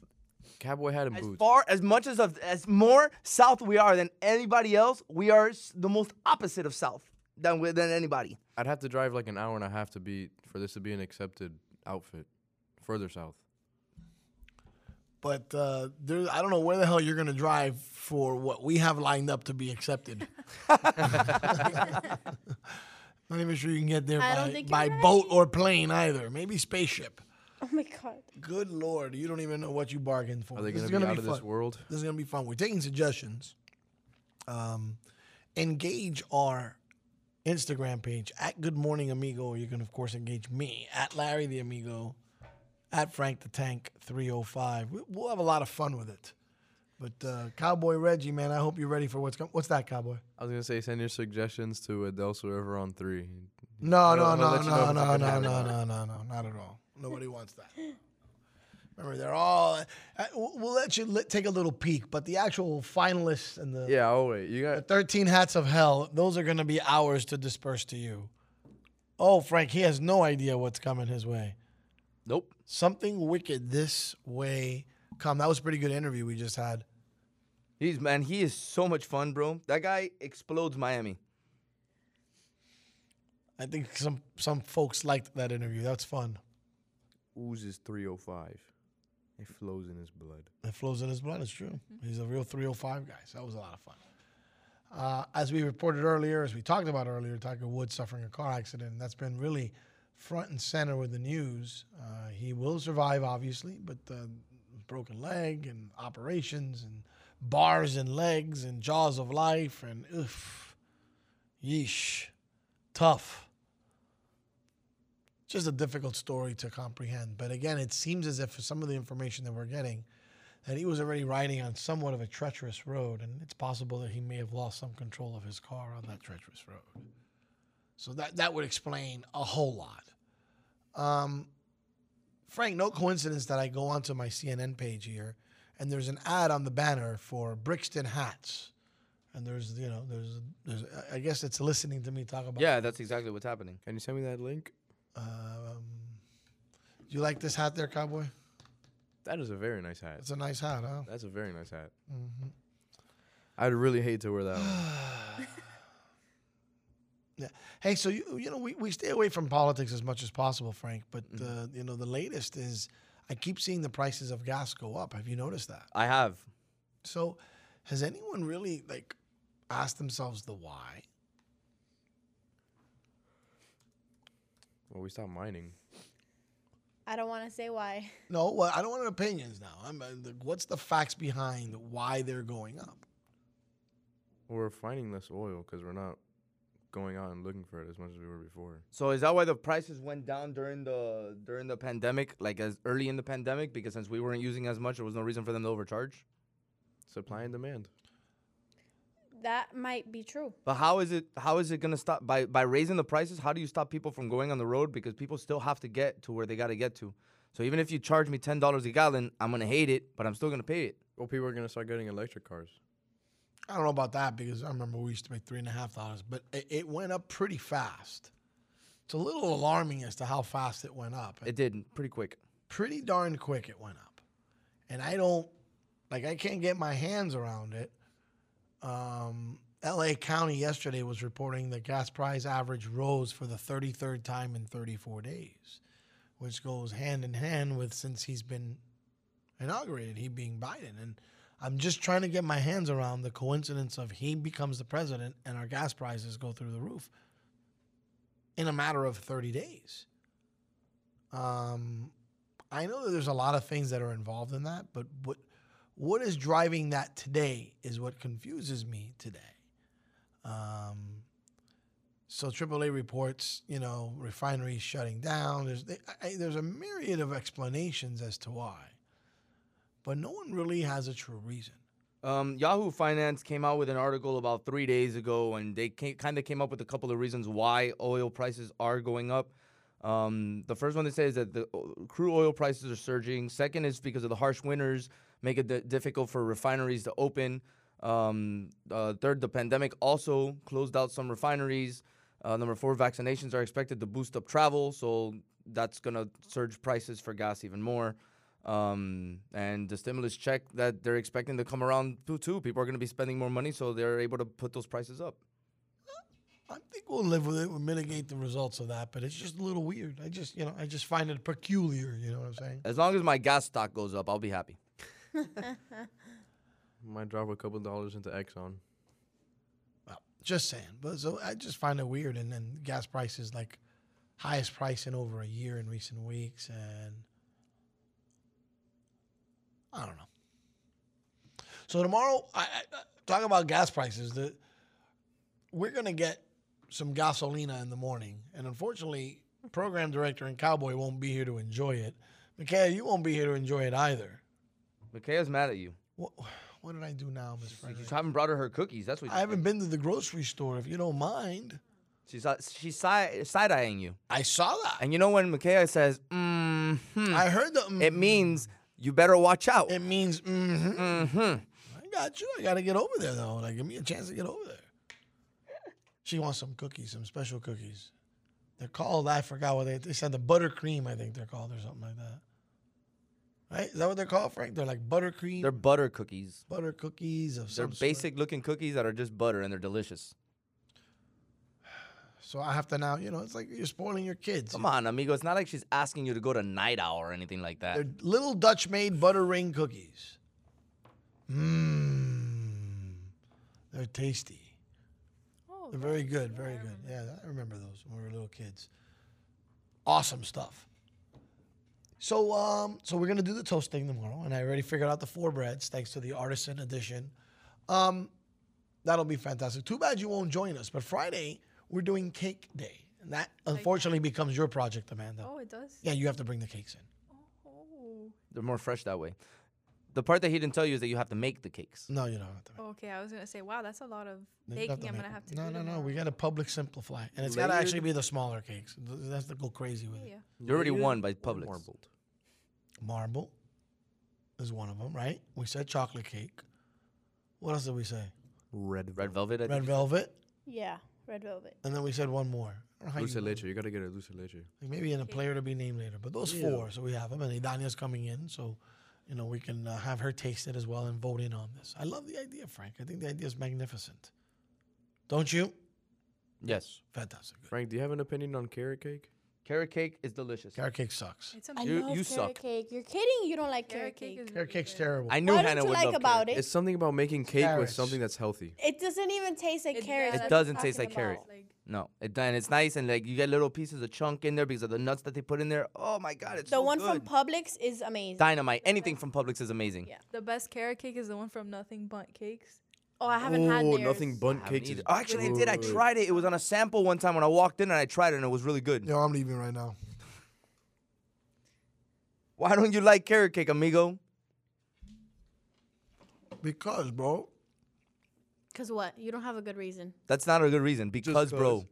[SPEAKER 12] cowboy hat and
[SPEAKER 3] as
[SPEAKER 12] boots.
[SPEAKER 3] far as much as of, as more south we are than anybody else. We are s- the most opposite of south than we- than anybody.
[SPEAKER 12] I'd have to drive like an hour and a half to be for this to be an accepted outfit. Further south.
[SPEAKER 2] But uh, there, I don't know where the hell you're going to drive for what we have lined up to be accepted. Not even sure you can get there
[SPEAKER 6] I don't
[SPEAKER 2] by,
[SPEAKER 6] think you're
[SPEAKER 2] by
[SPEAKER 6] right.
[SPEAKER 2] boat or plane either. Maybe spaceship.
[SPEAKER 6] Oh my god.
[SPEAKER 2] Good lord, you don't even know what you bargained for.
[SPEAKER 12] Are they
[SPEAKER 2] This is
[SPEAKER 12] gonna be
[SPEAKER 2] gonna
[SPEAKER 12] out of this world?
[SPEAKER 2] This is gonna be fun. We're taking suggestions. Um, engage our Instagram page at Good Morning Amigo. You can of course engage me at Larry the Amigo, at Frank the Tank 305. We- We'll have a lot of fun with it. But uh, Cowboy Reggie, man, I hope you're ready for what's coming. What's that, Cowboy?
[SPEAKER 12] I was gonna say send your suggestions to Adelso River on three.
[SPEAKER 2] No,
[SPEAKER 12] He'll-
[SPEAKER 2] no,
[SPEAKER 12] he'll
[SPEAKER 2] no,
[SPEAKER 12] let you know if it's
[SPEAKER 2] no,
[SPEAKER 12] a
[SPEAKER 2] no,
[SPEAKER 12] good
[SPEAKER 2] no,
[SPEAKER 12] hat or
[SPEAKER 2] no,
[SPEAKER 12] not.
[SPEAKER 2] no, no, no, not at all. Nobody wants that. Remember, they're all. uh, We'll we'll let you li- take a little peek, but the actual finalists and the
[SPEAKER 12] Yeah, I'll wait. You
[SPEAKER 2] the
[SPEAKER 12] got
[SPEAKER 2] 13 hats of hell, those are going to be ours to disperse to you. Oh, Frank, he has no idea what's coming his way.
[SPEAKER 3] Nope.
[SPEAKER 2] Something wicked this way come. That was a pretty good interview we just had.
[SPEAKER 3] He's man, he is so much fun, bro. That guy explodes Miami.
[SPEAKER 2] I think some some folks liked that interview. That's fun.
[SPEAKER 12] Oozes 305. It flows in his blood.
[SPEAKER 2] It flows in his blood. It's true. He's a real 305 guy. So that was a lot of fun. Uh, as we reported earlier, as we talked about earlier, Tiger Woods suffering a car accident. And that's been really front and center with the news. Uh, he will survive, obviously, but uh, broken leg and operations and bars and legs and jaws of life and oof, yeesh, tough. Just a difficult story to comprehend. But again, it seems as if for some of the information that we're getting, that he was already riding on somewhat of a treacherous road, and it's possible that he may have lost some control of his car on that treacherous road. So that that would explain a whole lot. Um, Frank, no coincidence that I go onto my CNN page here, and there's an ad on the banner for Brixton hats, and there's you know there's there's I guess it's listening to me talk about.
[SPEAKER 3] Yeah, that's exactly what's happening.
[SPEAKER 12] Can you send me that link?
[SPEAKER 2] Um, do you like this hat there, cowboy?
[SPEAKER 12] That is a very nice hat.
[SPEAKER 2] It's a nice hat, huh?
[SPEAKER 12] That's a very nice hat.
[SPEAKER 2] Mhm.
[SPEAKER 12] I'd really hate to wear that one.
[SPEAKER 2] Yeah. Hey, so you you know we, we stay away from politics as much as possible, Frank. But uh, you know the latest is I keep seeing the prices of gas go up. Have you noticed that?
[SPEAKER 3] I have.
[SPEAKER 2] So has anyone really like asked themselves the why?
[SPEAKER 12] Well, we stopped mining.
[SPEAKER 6] I don't want to say why.
[SPEAKER 2] No, well, I don't want opinions now. I'm, uh, the, what's the facts behind why they're going up?
[SPEAKER 12] We're finding less oil because we're not going out and looking for it as much as we were before.
[SPEAKER 3] So is that why the prices went down during the during the pandemic, like as early in the pandemic, because since we weren't using as much, there was no reason for them to overcharge.
[SPEAKER 12] Supply and demand.
[SPEAKER 6] That might be true.
[SPEAKER 3] But how is it? How is it gonna stop by by raising the prices? How do you stop people from going on the road? Because people still have to get to where they gotta get to. So even if you charge me ten dollars a gallon, I'm gonna hate it, but I'm still gonna pay it.
[SPEAKER 12] Well, people are gonna start getting electric cars.
[SPEAKER 2] I don't know about that because I remember we used to pay three and a half dollars, but it, it went up pretty fast. It's a little alarming as to how fast it went up.
[SPEAKER 3] It did pretty quick.
[SPEAKER 2] Pretty darn quick it went up, and I don't like I can't get my hands around it. Um, L.A. County yesterday was reporting that gas price average rose for the 33rd time in 34 days, which goes hand in hand with since he's been inaugurated, he being Biden. And I'm just trying to get my hands around the coincidence of he becomes the president and our gas prices go through the roof in a matter of 30 days. Um, I know that there's a lot of things that are involved in that, but what what is driving that today is what confuses me today. Um, so AAA reports, you know, refineries shutting down. There's they, I, there's a myriad of explanations as to why, but no one really has a true reason.
[SPEAKER 3] Um, Yahoo Finance came out with an article about three days ago, and they kind of came up with a couple of reasons why oil prices are going up. Um, the first one they say is that the o- crude oil prices are surging. Second is because of the harsh winters make it di- difficult for refineries to open. Um, uh, third, the pandemic also closed out some refineries. Uh, number four, vaccinations are expected to boost up travel, so that's gonna surge prices for gas even more. Um, and the stimulus check that they're expecting to come around too, too. People are gonna be spending more money, so they're able to put those prices up.
[SPEAKER 2] I think we'll live with it. We'll mitigate the results of that, but it's just a little weird. I just, you know, I just find it peculiar. You know what I'm saying?
[SPEAKER 3] As long as my gas stock goes up, I'll be happy.
[SPEAKER 12] Might drop a couple dollars into Exxon.
[SPEAKER 2] Just saying. But so I just find it weird. And then gas prices like highest price in over a year in recent weeks, and I don't know. So tomorrow, I, I I- talk about gas prices. The we're gonna get some gasolina in the morning, and unfortunately, program director and cowboy won't be here to enjoy it. Michaela, you won't be here to enjoy it either.
[SPEAKER 3] Michaela's mad at you.
[SPEAKER 2] What, what did I do now, Miss
[SPEAKER 3] You
[SPEAKER 2] Franklin?
[SPEAKER 3] just haven't brought her her cookies. That's what
[SPEAKER 2] I haven't been to the grocery store, if you don't mind.
[SPEAKER 3] She's uh, she's side side eyeing you.
[SPEAKER 2] I saw that.
[SPEAKER 3] And you know when Michaela says, mm,
[SPEAKER 2] I heard the.
[SPEAKER 3] it means you better watch out. It
[SPEAKER 2] means mm-hmm.
[SPEAKER 3] mm-hmm.
[SPEAKER 2] I got you. I got to get over there, though. Like, give me a chance to get over there. She wants some cookies, some special cookies. They're called, I forgot what they, they said, the buttercream, I think they're called, or something like that. Right? Is that what they're called, Frank? They're like buttercream,
[SPEAKER 3] They're butter cookies.
[SPEAKER 2] butter cookies of
[SPEAKER 3] They're
[SPEAKER 2] some sort.
[SPEAKER 3] basic looking cookies that are just butter and they're delicious.
[SPEAKER 2] So I have to now, you know, it's like you're spoiling your kids.
[SPEAKER 3] Come on, amigo. It's not like she's asking you to go to night owl or anything like that.
[SPEAKER 2] They're little Dutch made butter ring cookies. Mmm. They're tasty. They're very good, very good. Oh, Yeah, I remember those when we were little kids. Awesome stuff. So, um, so we're gonna do the toast thing tomorrow, and I already figured out the four breads thanks to the artisan edition. Um, that'll be fantastic. Too bad you won't join us, but Friday we're doing cake day, and that unfortunately becomes your project, Amanda.
[SPEAKER 5] Oh, it does?
[SPEAKER 2] Yeah, you have to bring the cakes in.
[SPEAKER 5] Oh.
[SPEAKER 3] They're more fresh that way. The part that he didn't tell you is that you have to make the cakes.
[SPEAKER 2] No, you don't.
[SPEAKER 5] Okay, I was gonna say, wow, that's a lot of
[SPEAKER 2] Then you
[SPEAKER 5] baking.
[SPEAKER 2] have
[SPEAKER 5] I'm
[SPEAKER 2] to make
[SPEAKER 5] gonna
[SPEAKER 2] it.
[SPEAKER 5] have to.
[SPEAKER 2] No,
[SPEAKER 5] do
[SPEAKER 2] no,
[SPEAKER 5] tomorrow.
[SPEAKER 2] no. We got to public simplify, and it's got to actually be
[SPEAKER 5] Layered.
[SPEAKER 2] the smaller cakes. Th- That's to go crazy with. it.
[SPEAKER 5] Yeah.
[SPEAKER 3] You already won by Publix.
[SPEAKER 2] Marble is one of them, right? We said chocolate cake. What else did we say?
[SPEAKER 3] Red red velvet. I
[SPEAKER 2] Red
[SPEAKER 3] think.
[SPEAKER 2] velvet,
[SPEAKER 6] Yeah, red velvet.
[SPEAKER 2] and then we said one more. I don't know how you
[SPEAKER 12] Luce
[SPEAKER 2] know.
[SPEAKER 12] leche. You gotta get a luce leche.
[SPEAKER 2] Like, maybe in a player to be named later, but those
[SPEAKER 12] Yeah.
[SPEAKER 2] four. So we have them, and Idania's coming in, so you know we can uh, have her taste it as well and vote in on this. I love the idea, Frank. I think the idea is magnificent. Don't you?
[SPEAKER 3] Yes.
[SPEAKER 2] Fantastic.
[SPEAKER 12] Frank, do you have an opinion on carrot cake?
[SPEAKER 3] Carrot cake is delicious.
[SPEAKER 2] Carrot cake sucks.
[SPEAKER 6] It's
[SPEAKER 12] You- you suck.
[SPEAKER 6] cake. You're kidding. You don't like carrot, cake.
[SPEAKER 2] Carrot cake's terrible.
[SPEAKER 12] I knew
[SPEAKER 6] What
[SPEAKER 12] Hannah
[SPEAKER 6] did you
[SPEAKER 12] would
[SPEAKER 6] like
[SPEAKER 12] love
[SPEAKER 6] about
[SPEAKER 12] carrot.
[SPEAKER 6] it?
[SPEAKER 12] It's something about making cake with
[SPEAKER 2] Carrots.
[SPEAKER 12] something that's healthy.
[SPEAKER 6] It doesn't even taste like carrot.
[SPEAKER 3] It doesn't taste like carrot. No, it doesn't. It's nice and like you get little pieces of chunk in there because of the nuts that they put in there. Oh my god, it's
[SPEAKER 6] The
[SPEAKER 3] so
[SPEAKER 6] one
[SPEAKER 3] good.
[SPEAKER 6] from Publix is amazing.
[SPEAKER 3] Dynamite. Anything from Publix is amazing.
[SPEAKER 6] Yeah.
[SPEAKER 5] The best carrot cake is the one from Nothing Bunt Cakes.
[SPEAKER 6] Oh, I haven't had
[SPEAKER 12] Oh,
[SPEAKER 6] theirs.
[SPEAKER 12] nothing bunt
[SPEAKER 3] I
[SPEAKER 12] cakes. is
[SPEAKER 3] haven't either. Oh, actually, I did. I
[SPEAKER 12] good.
[SPEAKER 3] tried it. It was on a sample one time when I walked in and I tried it and it was really good.
[SPEAKER 2] Yo, I'm leaving right now.
[SPEAKER 3] Why don't you like carrot cake, amigo?
[SPEAKER 2] Because, bro.
[SPEAKER 6] Cause what? You don't have a good reason.
[SPEAKER 3] That's not a good reason. Because, bro.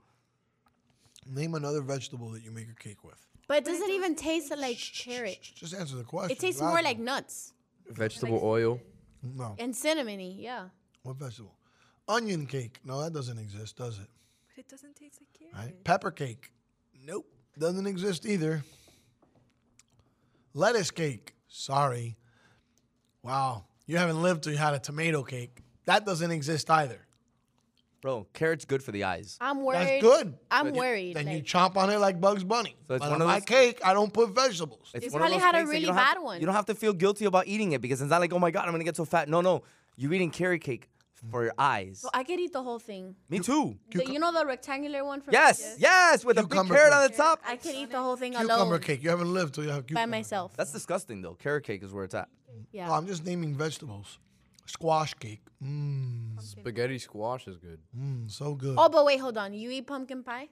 [SPEAKER 2] Name another vegetable that you make a cake with.
[SPEAKER 6] But it doesn't even taste like carrot.
[SPEAKER 2] Just answer the question.
[SPEAKER 6] It tastes
[SPEAKER 2] You
[SPEAKER 6] more
[SPEAKER 2] asked
[SPEAKER 6] like
[SPEAKER 2] me.
[SPEAKER 6] nuts
[SPEAKER 12] Vegetable oil.
[SPEAKER 2] No.
[SPEAKER 6] and cinnamony. Yeah.
[SPEAKER 2] What vegetable? Onion cake. No, that doesn't exist, does it?
[SPEAKER 5] But it doesn't taste like carrot.
[SPEAKER 2] Right? Pepper cake. Nope. Doesn't exist either. Lettuce cake. Sorry. Wow. You haven't lived till you had a tomato cake. That doesn't exist either.
[SPEAKER 3] Bro, carrot's good for the eyes.
[SPEAKER 6] I'm
[SPEAKER 2] That's
[SPEAKER 6] worried.
[SPEAKER 2] good.
[SPEAKER 6] I'm
[SPEAKER 2] But you-
[SPEAKER 6] worried.
[SPEAKER 2] Then you
[SPEAKER 6] like-
[SPEAKER 2] chomp on it like Bugs Bunny.
[SPEAKER 3] So it's
[SPEAKER 2] but
[SPEAKER 3] one
[SPEAKER 2] on
[SPEAKER 3] of
[SPEAKER 2] my
[SPEAKER 3] those-
[SPEAKER 2] cake, I don't put vegetables.
[SPEAKER 3] It's
[SPEAKER 6] He's
[SPEAKER 3] one of
[SPEAKER 6] probably
[SPEAKER 3] those
[SPEAKER 6] had a
[SPEAKER 3] cakes that you
[SPEAKER 6] really
[SPEAKER 3] don't have-
[SPEAKER 6] bad one.
[SPEAKER 3] You don't have to feel guilty about eating it because it's not like, oh my god, I'm gonna get so fat. No, no, you're eating carrot cake for your eyes.
[SPEAKER 6] So I could eat the whole thing.
[SPEAKER 3] Me too.
[SPEAKER 6] The, you know the rectangular one from
[SPEAKER 3] Yes, yes, with a big
[SPEAKER 2] Cucumber
[SPEAKER 3] carrot
[SPEAKER 2] cake.
[SPEAKER 3] on the top.
[SPEAKER 6] I could eat the whole thing
[SPEAKER 2] Cucumber
[SPEAKER 6] alone
[SPEAKER 2] cake. You haven't lived till you have
[SPEAKER 6] by
[SPEAKER 2] cucumber.
[SPEAKER 6] myself.
[SPEAKER 3] That's disgusting though. Carrot cake is where it's at.
[SPEAKER 6] Yeah.
[SPEAKER 2] No, Oh, I'm just naming vegetables. Squash cake. Mmm.
[SPEAKER 12] Spaghetti squash is good.
[SPEAKER 2] Mmm. So good.
[SPEAKER 6] Oh, but wait, hold on. You eat pumpkin pie?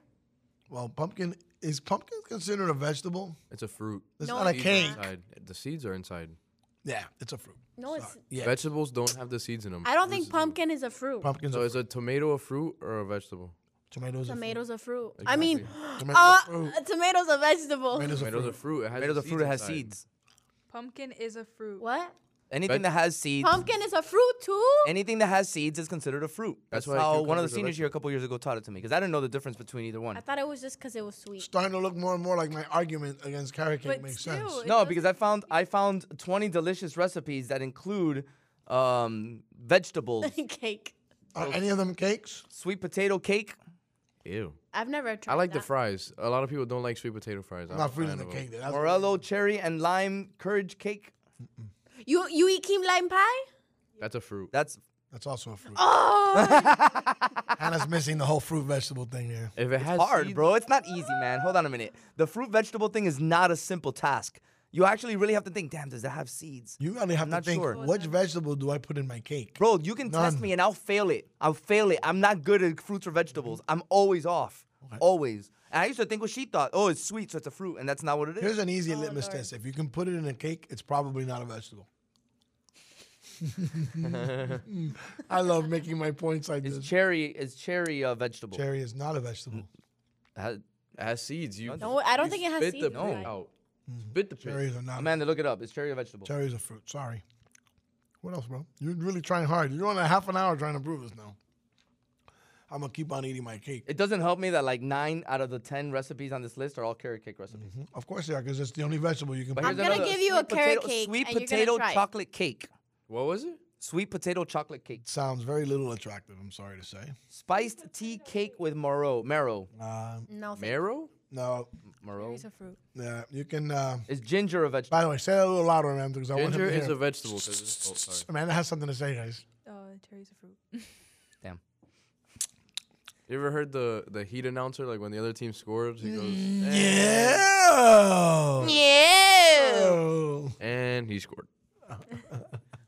[SPEAKER 2] Well, pumpkin is pumpkin considered a vegetable?
[SPEAKER 12] It's a fruit.
[SPEAKER 2] It's
[SPEAKER 6] No,
[SPEAKER 2] not a
[SPEAKER 6] it's
[SPEAKER 2] cake.
[SPEAKER 6] not.
[SPEAKER 12] Inside. The seeds are inside.
[SPEAKER 2] Yeah, it's a fruit.
[SPEAKER 6] No, it's.
[SPEAKER 2] Yeah.
[SPEAKER 12] Vegetables don't have the seeds in them.
[SPEAKER 6] I don't think pumpkin is a fruit.
[SPEAKER 2] Pumpkins
[SPEAKER 12] So
[SPEAKER 2] are
[SPEAKER 12] is a tomato a fruit or a vegetable?
[SPEAKER 2] tomatoes. are
[SPEAKER 6] Tomatoes a fruit. I mean,
[SPEAKER 2] Tomatoes
[SPEAKER 6] uh,
[SPEAKER 2] are fruit.
[SPEAKER 6] tomatoes a vegetable.
[SPEAKER 2] Tomatoes are
[SPEAKER 12] Tomatoes
[SPEAKER 2] fruit.
[SPEAKER 12] are fruit. It has
[SPEAKER 3] Tomatoes are
[SPEAKER 12] seeds
[SPEAKER 3] fruit. It has
[SPEAKER 12] inside.
[SPEAKER 3] seeds.
[SPEAKER 5] Pumpkin is a fruit.
[SPEAKER 6] What?
[SPEAKER 12] Veg-
[SPEAKER 3] Anything that has seeds.
[SPEAKER 6] Pumpkin is a fruit too?
[SPEAKER 3] Anything that has seeds is considered a fruit.
[SPEAKER 12] That's
[SPEAKER 3] That's,
[SPEAKER 12] why
[SPEAKER 3] how one of
[SPEAKER 12] cucumbers
[SPEAKER 3] the
[SPEAKER 12] are
[SPEAKER 3] seniors here a couple years ago taught it to me because I didn't know the difference between either one.
[SPEAKER 6] I thought it was just because it was sweet.
[SPEAKER 2] Starting to look more and more like my argument against carrot cake
[SPEAKER 5] But
[SPEAKER 2] makes
[SPEAKER 5] still,
[SPEAKER 2] sense.
[SPEAKER 5] it
[SPEAKER 3] No, because I found I found 20 delicious recipes that include um, vegetables,
[SPEAKER 6] Cake.
[SPEAKER 2] Are any of them cakes?
[SPEAKER 3] sweet potato cake.
[SPEAKER 12] Ew.
[SPEAKER 6] I've never tried
[SPEAKER 12] I like
[SPEAKER 6] that.
[SPEAKER 12] the fries. A lot of people don't like sweet potato fries.
[SPEAKER 2] I'm
[SPEAKER 12] a
[SPEAKER 2] not feeling
[SPEAKER 12] fan
[SPEAKER 2] the
[SPEAKER 12] of
[SPEAKER 2] cake.
[SPEAKER 12] them.
[SPEAKER 2] That's
[SPEAKER 3] Morello cherry and lime curd cake.
[SPEAKER 6] You you eat keem lime pie?
[SPEAKER 12] That's a fruit.
[SPEAKER 3] That's
[SPEAKER 2] That's also a fruit.
[SPEAKER 6] Oh,
[SPEAKER 2] Hannah's missing the whole fruit vegetable thing there.
[SPEAKER 12] If it has
[SPEAKER 3] hard,
[SPEAKER 12] seeds-
[SPEAKER 3] bro. It's not easy, man. Hold on a minute. The fruit vegetable thing is not a simple task. You actually really have to think, damn, does that have seeds?
[SPEAKER 2] You gotta have
[SPEAKER 3] I'm
[SPEAKER 2] to
[SPEAKER 3] not
[SPEAKER 2] think
[SPEAKER 3] sure.
[SPEAKER 2] which vegetable do I put in my cake?
[SPEAKER 3] Bro, you can test me and I'll fail it. I'll fail it. I'm not good at fruits or vegetables. I'm always off. Always. And I used to think what she thought. Oh, it's sweet, so it's a fruit, and that's not what it is.
[SPEAKER 2] Here's an easy litmus test. If you can put it in a cake, it's probably not a vegetable. I love making my points like
[SPEAKER 3] Is
[SPEAKER 2] this.
[SPEAKER 3] cherry is cherry a vegetable?
[SPEAKER 2] Cherry is not a
[SPEAKER 12] Mm.
[SPEAKER 2] vegetable.
[SPEAKER 3] Ha-
[SPEAKER 12] It has seeds. You
[SPEAKER 6] no, I don't
[SPEAKER 12] you
[SPEAKER 6] think it has
[SPEAKER 12] spit
[SPEAKER 6] seeds.
[SPEAKER 12] the pit
[SPEAKER 6] No.
[SPEAKER 12] out. Spit the pit.
[SPEAKER 2] Cherries are not.
[SPEAKER 3] Amanda, look it up. Is cherry a vegetable?
[SPEAKER 2] Cherries are fruit. Sorry. What else, bro? You're really trying hard. You're on a half an hour trying to prove this now. I'm gonna keep on eating my cake.
[SPEAKER 3] It doesn't help me that like nine out of the ten recipes on this list are all carrot cake recipes.
[SPEAKER 2] Of course they are, because it's the only vegetable you can.
[SPEAKER 3] But
[SPEAKER 2] put
[SPEAKER 3] here's
[SPEAKER 2] in.
[SPEAKER 3] another sweet potato- Sweet potato chocolate cake.
[SPEAKER 12] What was it?
[SPEAKER 3] Sweet potato chocolate cake.
[SPEAKER 2] Sounds very little attractive. I'm sorry to say.
[SPEAKER 3] Spiced tea cake with marrow. Marrow.
[SPEAKER 6] no.
[SPEAKER 3] Marrow?
[SPEAKER 2] No.
[SPEAKER 3] Marrow.
[SPEAKER 6] a fruit.
[SPEAKER 2] Yeah, you can. Uh,
[SPEAKER 3] is ginger a vegetable?
[SPEAKER 2] By the way, say that a little louder, man, because I want him
[SPEAKER 12] Ginger
[SPEAKER 2] to
[SPEAKER 12] is
[SPEAKER 2] hear.
[SPEAKER 12] a vegetable. 'cause it's- oh, sorry.
[SPEAKER 2] Amanda has something to say, guys.
[SPEAKER 5] Uh, cherries a fruit.
[SPEAKER 12] You ever heard the the heat announcer like when the other team scores? He goes,
[SPEAKER 2] Yeah.
[SPEAKER 12] yeah, and he scored.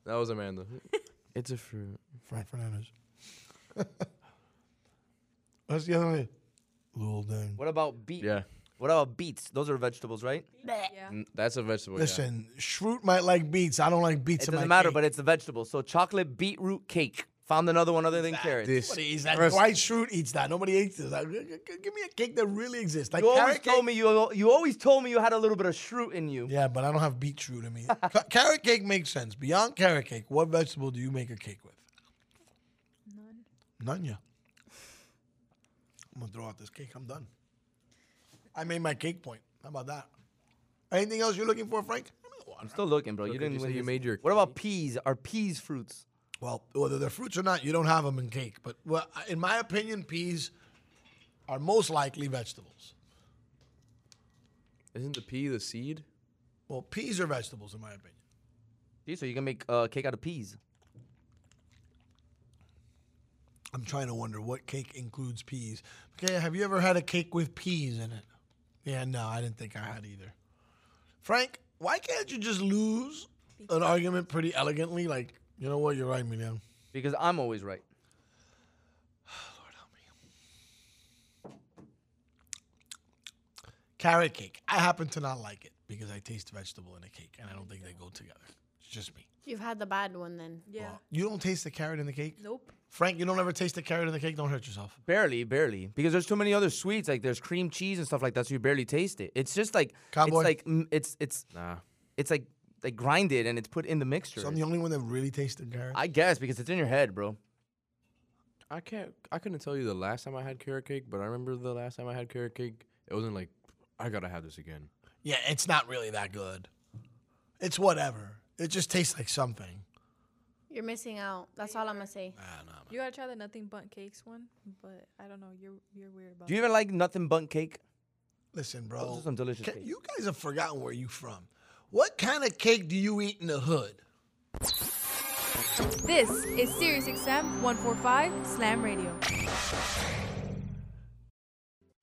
[SPEAKER 12] that was Amanda. It's a fruit.
[SPEAKER 2] Frank Fernandez. What's the other one? Lil Dane.
[SPEAKER 3] What about beet?
[SPEAKER 12] Yeah.
[SPEAKER 3] What about beets? Those are vegetables, right?
[SPEAKER 5] Yeah.
[SPEAKER 12] N- That's a vegetable.
[SPEAKER 2] Listen, Shroot might like beets. I don't like beets.
[SPEAKER 3] It
[SPEAKER 2] in my
[SPEAKER 3] doesn't matter,
[SPEAKER 2] cake.
[SPEAKER 3] but it's a vegetable. So chocolate beetroot cake. Found another one other than carrots.
[SPEAKER 2] Nobody eats that. Dwight Schrute eats that. Nobody eats this. Like, g- g- give me a cake that really exists. Like
[SPEAKER 3] you always
[SPEAKER 2] carrot cake.
[SPEAKER 3] told me you you always told me you had a little bit of shroot in you.
[SPEAKER 2] Yeah, but I don't have beetroot in me. Ca- carrot cake makes sense. Beyond carrot cake, what vegetable do you make a cake with? None. None, yeah. I'm gonna throw out this cake. I'm done. I made my cake point. How about that? Anything else you're looking for, Frank?
[SPEAKER 3] I'm still looking, bro.
[SPEAKER 12] So
[SPEAKER 3] you
[SPEAKER 12] could
[SPEAKER 3] didn't
[SPEAKER 12] you say
[SPEAKER 3] win.
[SPEAKER 12] you
[SPEAKER 3] this.
[SPEAKER 12] made your
[SPEAKER 3] What about peas? Are peas fruits?
[SPEAKER 2] Well, whether they're fruits or not, you don't have them in cake. But well, in my opinion, peas are most likely vegetables.
[SPEAKER 12] Isn't the pea the seed?
[SPEAKER 2] Well, peas are vegetables, in my opinion.
[SPEAKER 3] See, so you can make uh, cake out of peas.
[SPEAKER 2] I'm trying to wonder what cake includes peas. Okay, have you ever had a cake with peas in it? Yeah, no, I didn't think I had either. Frank, why can't you just lose an argument pretty elegantly? Like, you know what? You're right, Miriam.
[SPEAKER 3] Because I'm always right.
[SPEAKER 2] Carrot cake. I happen to not like it because I taste vegetable in a cake, and I don't think they go together. It's just me.
[SPEAKER 6] You've had the bad one then.
[SPEAKER 5] Yeah.
[SPEAKER 2] You don't taste the carrot in the cake?
[SPEAKER 5] Nope.
[SPEAKER 2] Frank, you don't ever taste the carrot in the cake? Don't hurt yourself.
[SPEAKER 3] Barely, barely. Because there's too many other sweets. Like there's cream cheese and stuff like that, so you barely taste it. It's just like
[SPEAKER 2] Cowboy.
[SPEAKER 3] it's like mm, it's it's
[SPEAKER 12] nah.
[SPEAKER 3] It's like they grind it and it's put in the mixture.
[SPEAKER 2] So I'm the only one that really tastes the carrot.
[SPEAKER 3] I guess because it's in your head, bro.
[SPEAKER 12] I can't. I couldn't tell you the last time I had carrot cake, but I remember the last time I had carrot cake. It wasn't like I gotta have this again.
[SPEAKER 2] Yeah, it's not really that good. It's whatever. It just tastes like something.
[SPEAKER 6] You're missing out. That's all I'm gonna say.
[SPEAKER 5] You gotta try the nothing but cakes one, but I don't know. You're you're weird about.
[SPEAKER 3] Do you even like nothing bun cake?
[SPEAKER 2] Listen, bro.
[SPEAKER 3] Those are some delicious
[SPEAKER 2] ca-
[SPEAKER 3] cakes.
[SPEAKER 2] You guys have forgotten where you from. What kind of cake do you eat in the hood?
[SPEAKER 1] This is Sirius XM 145 Slam Radio.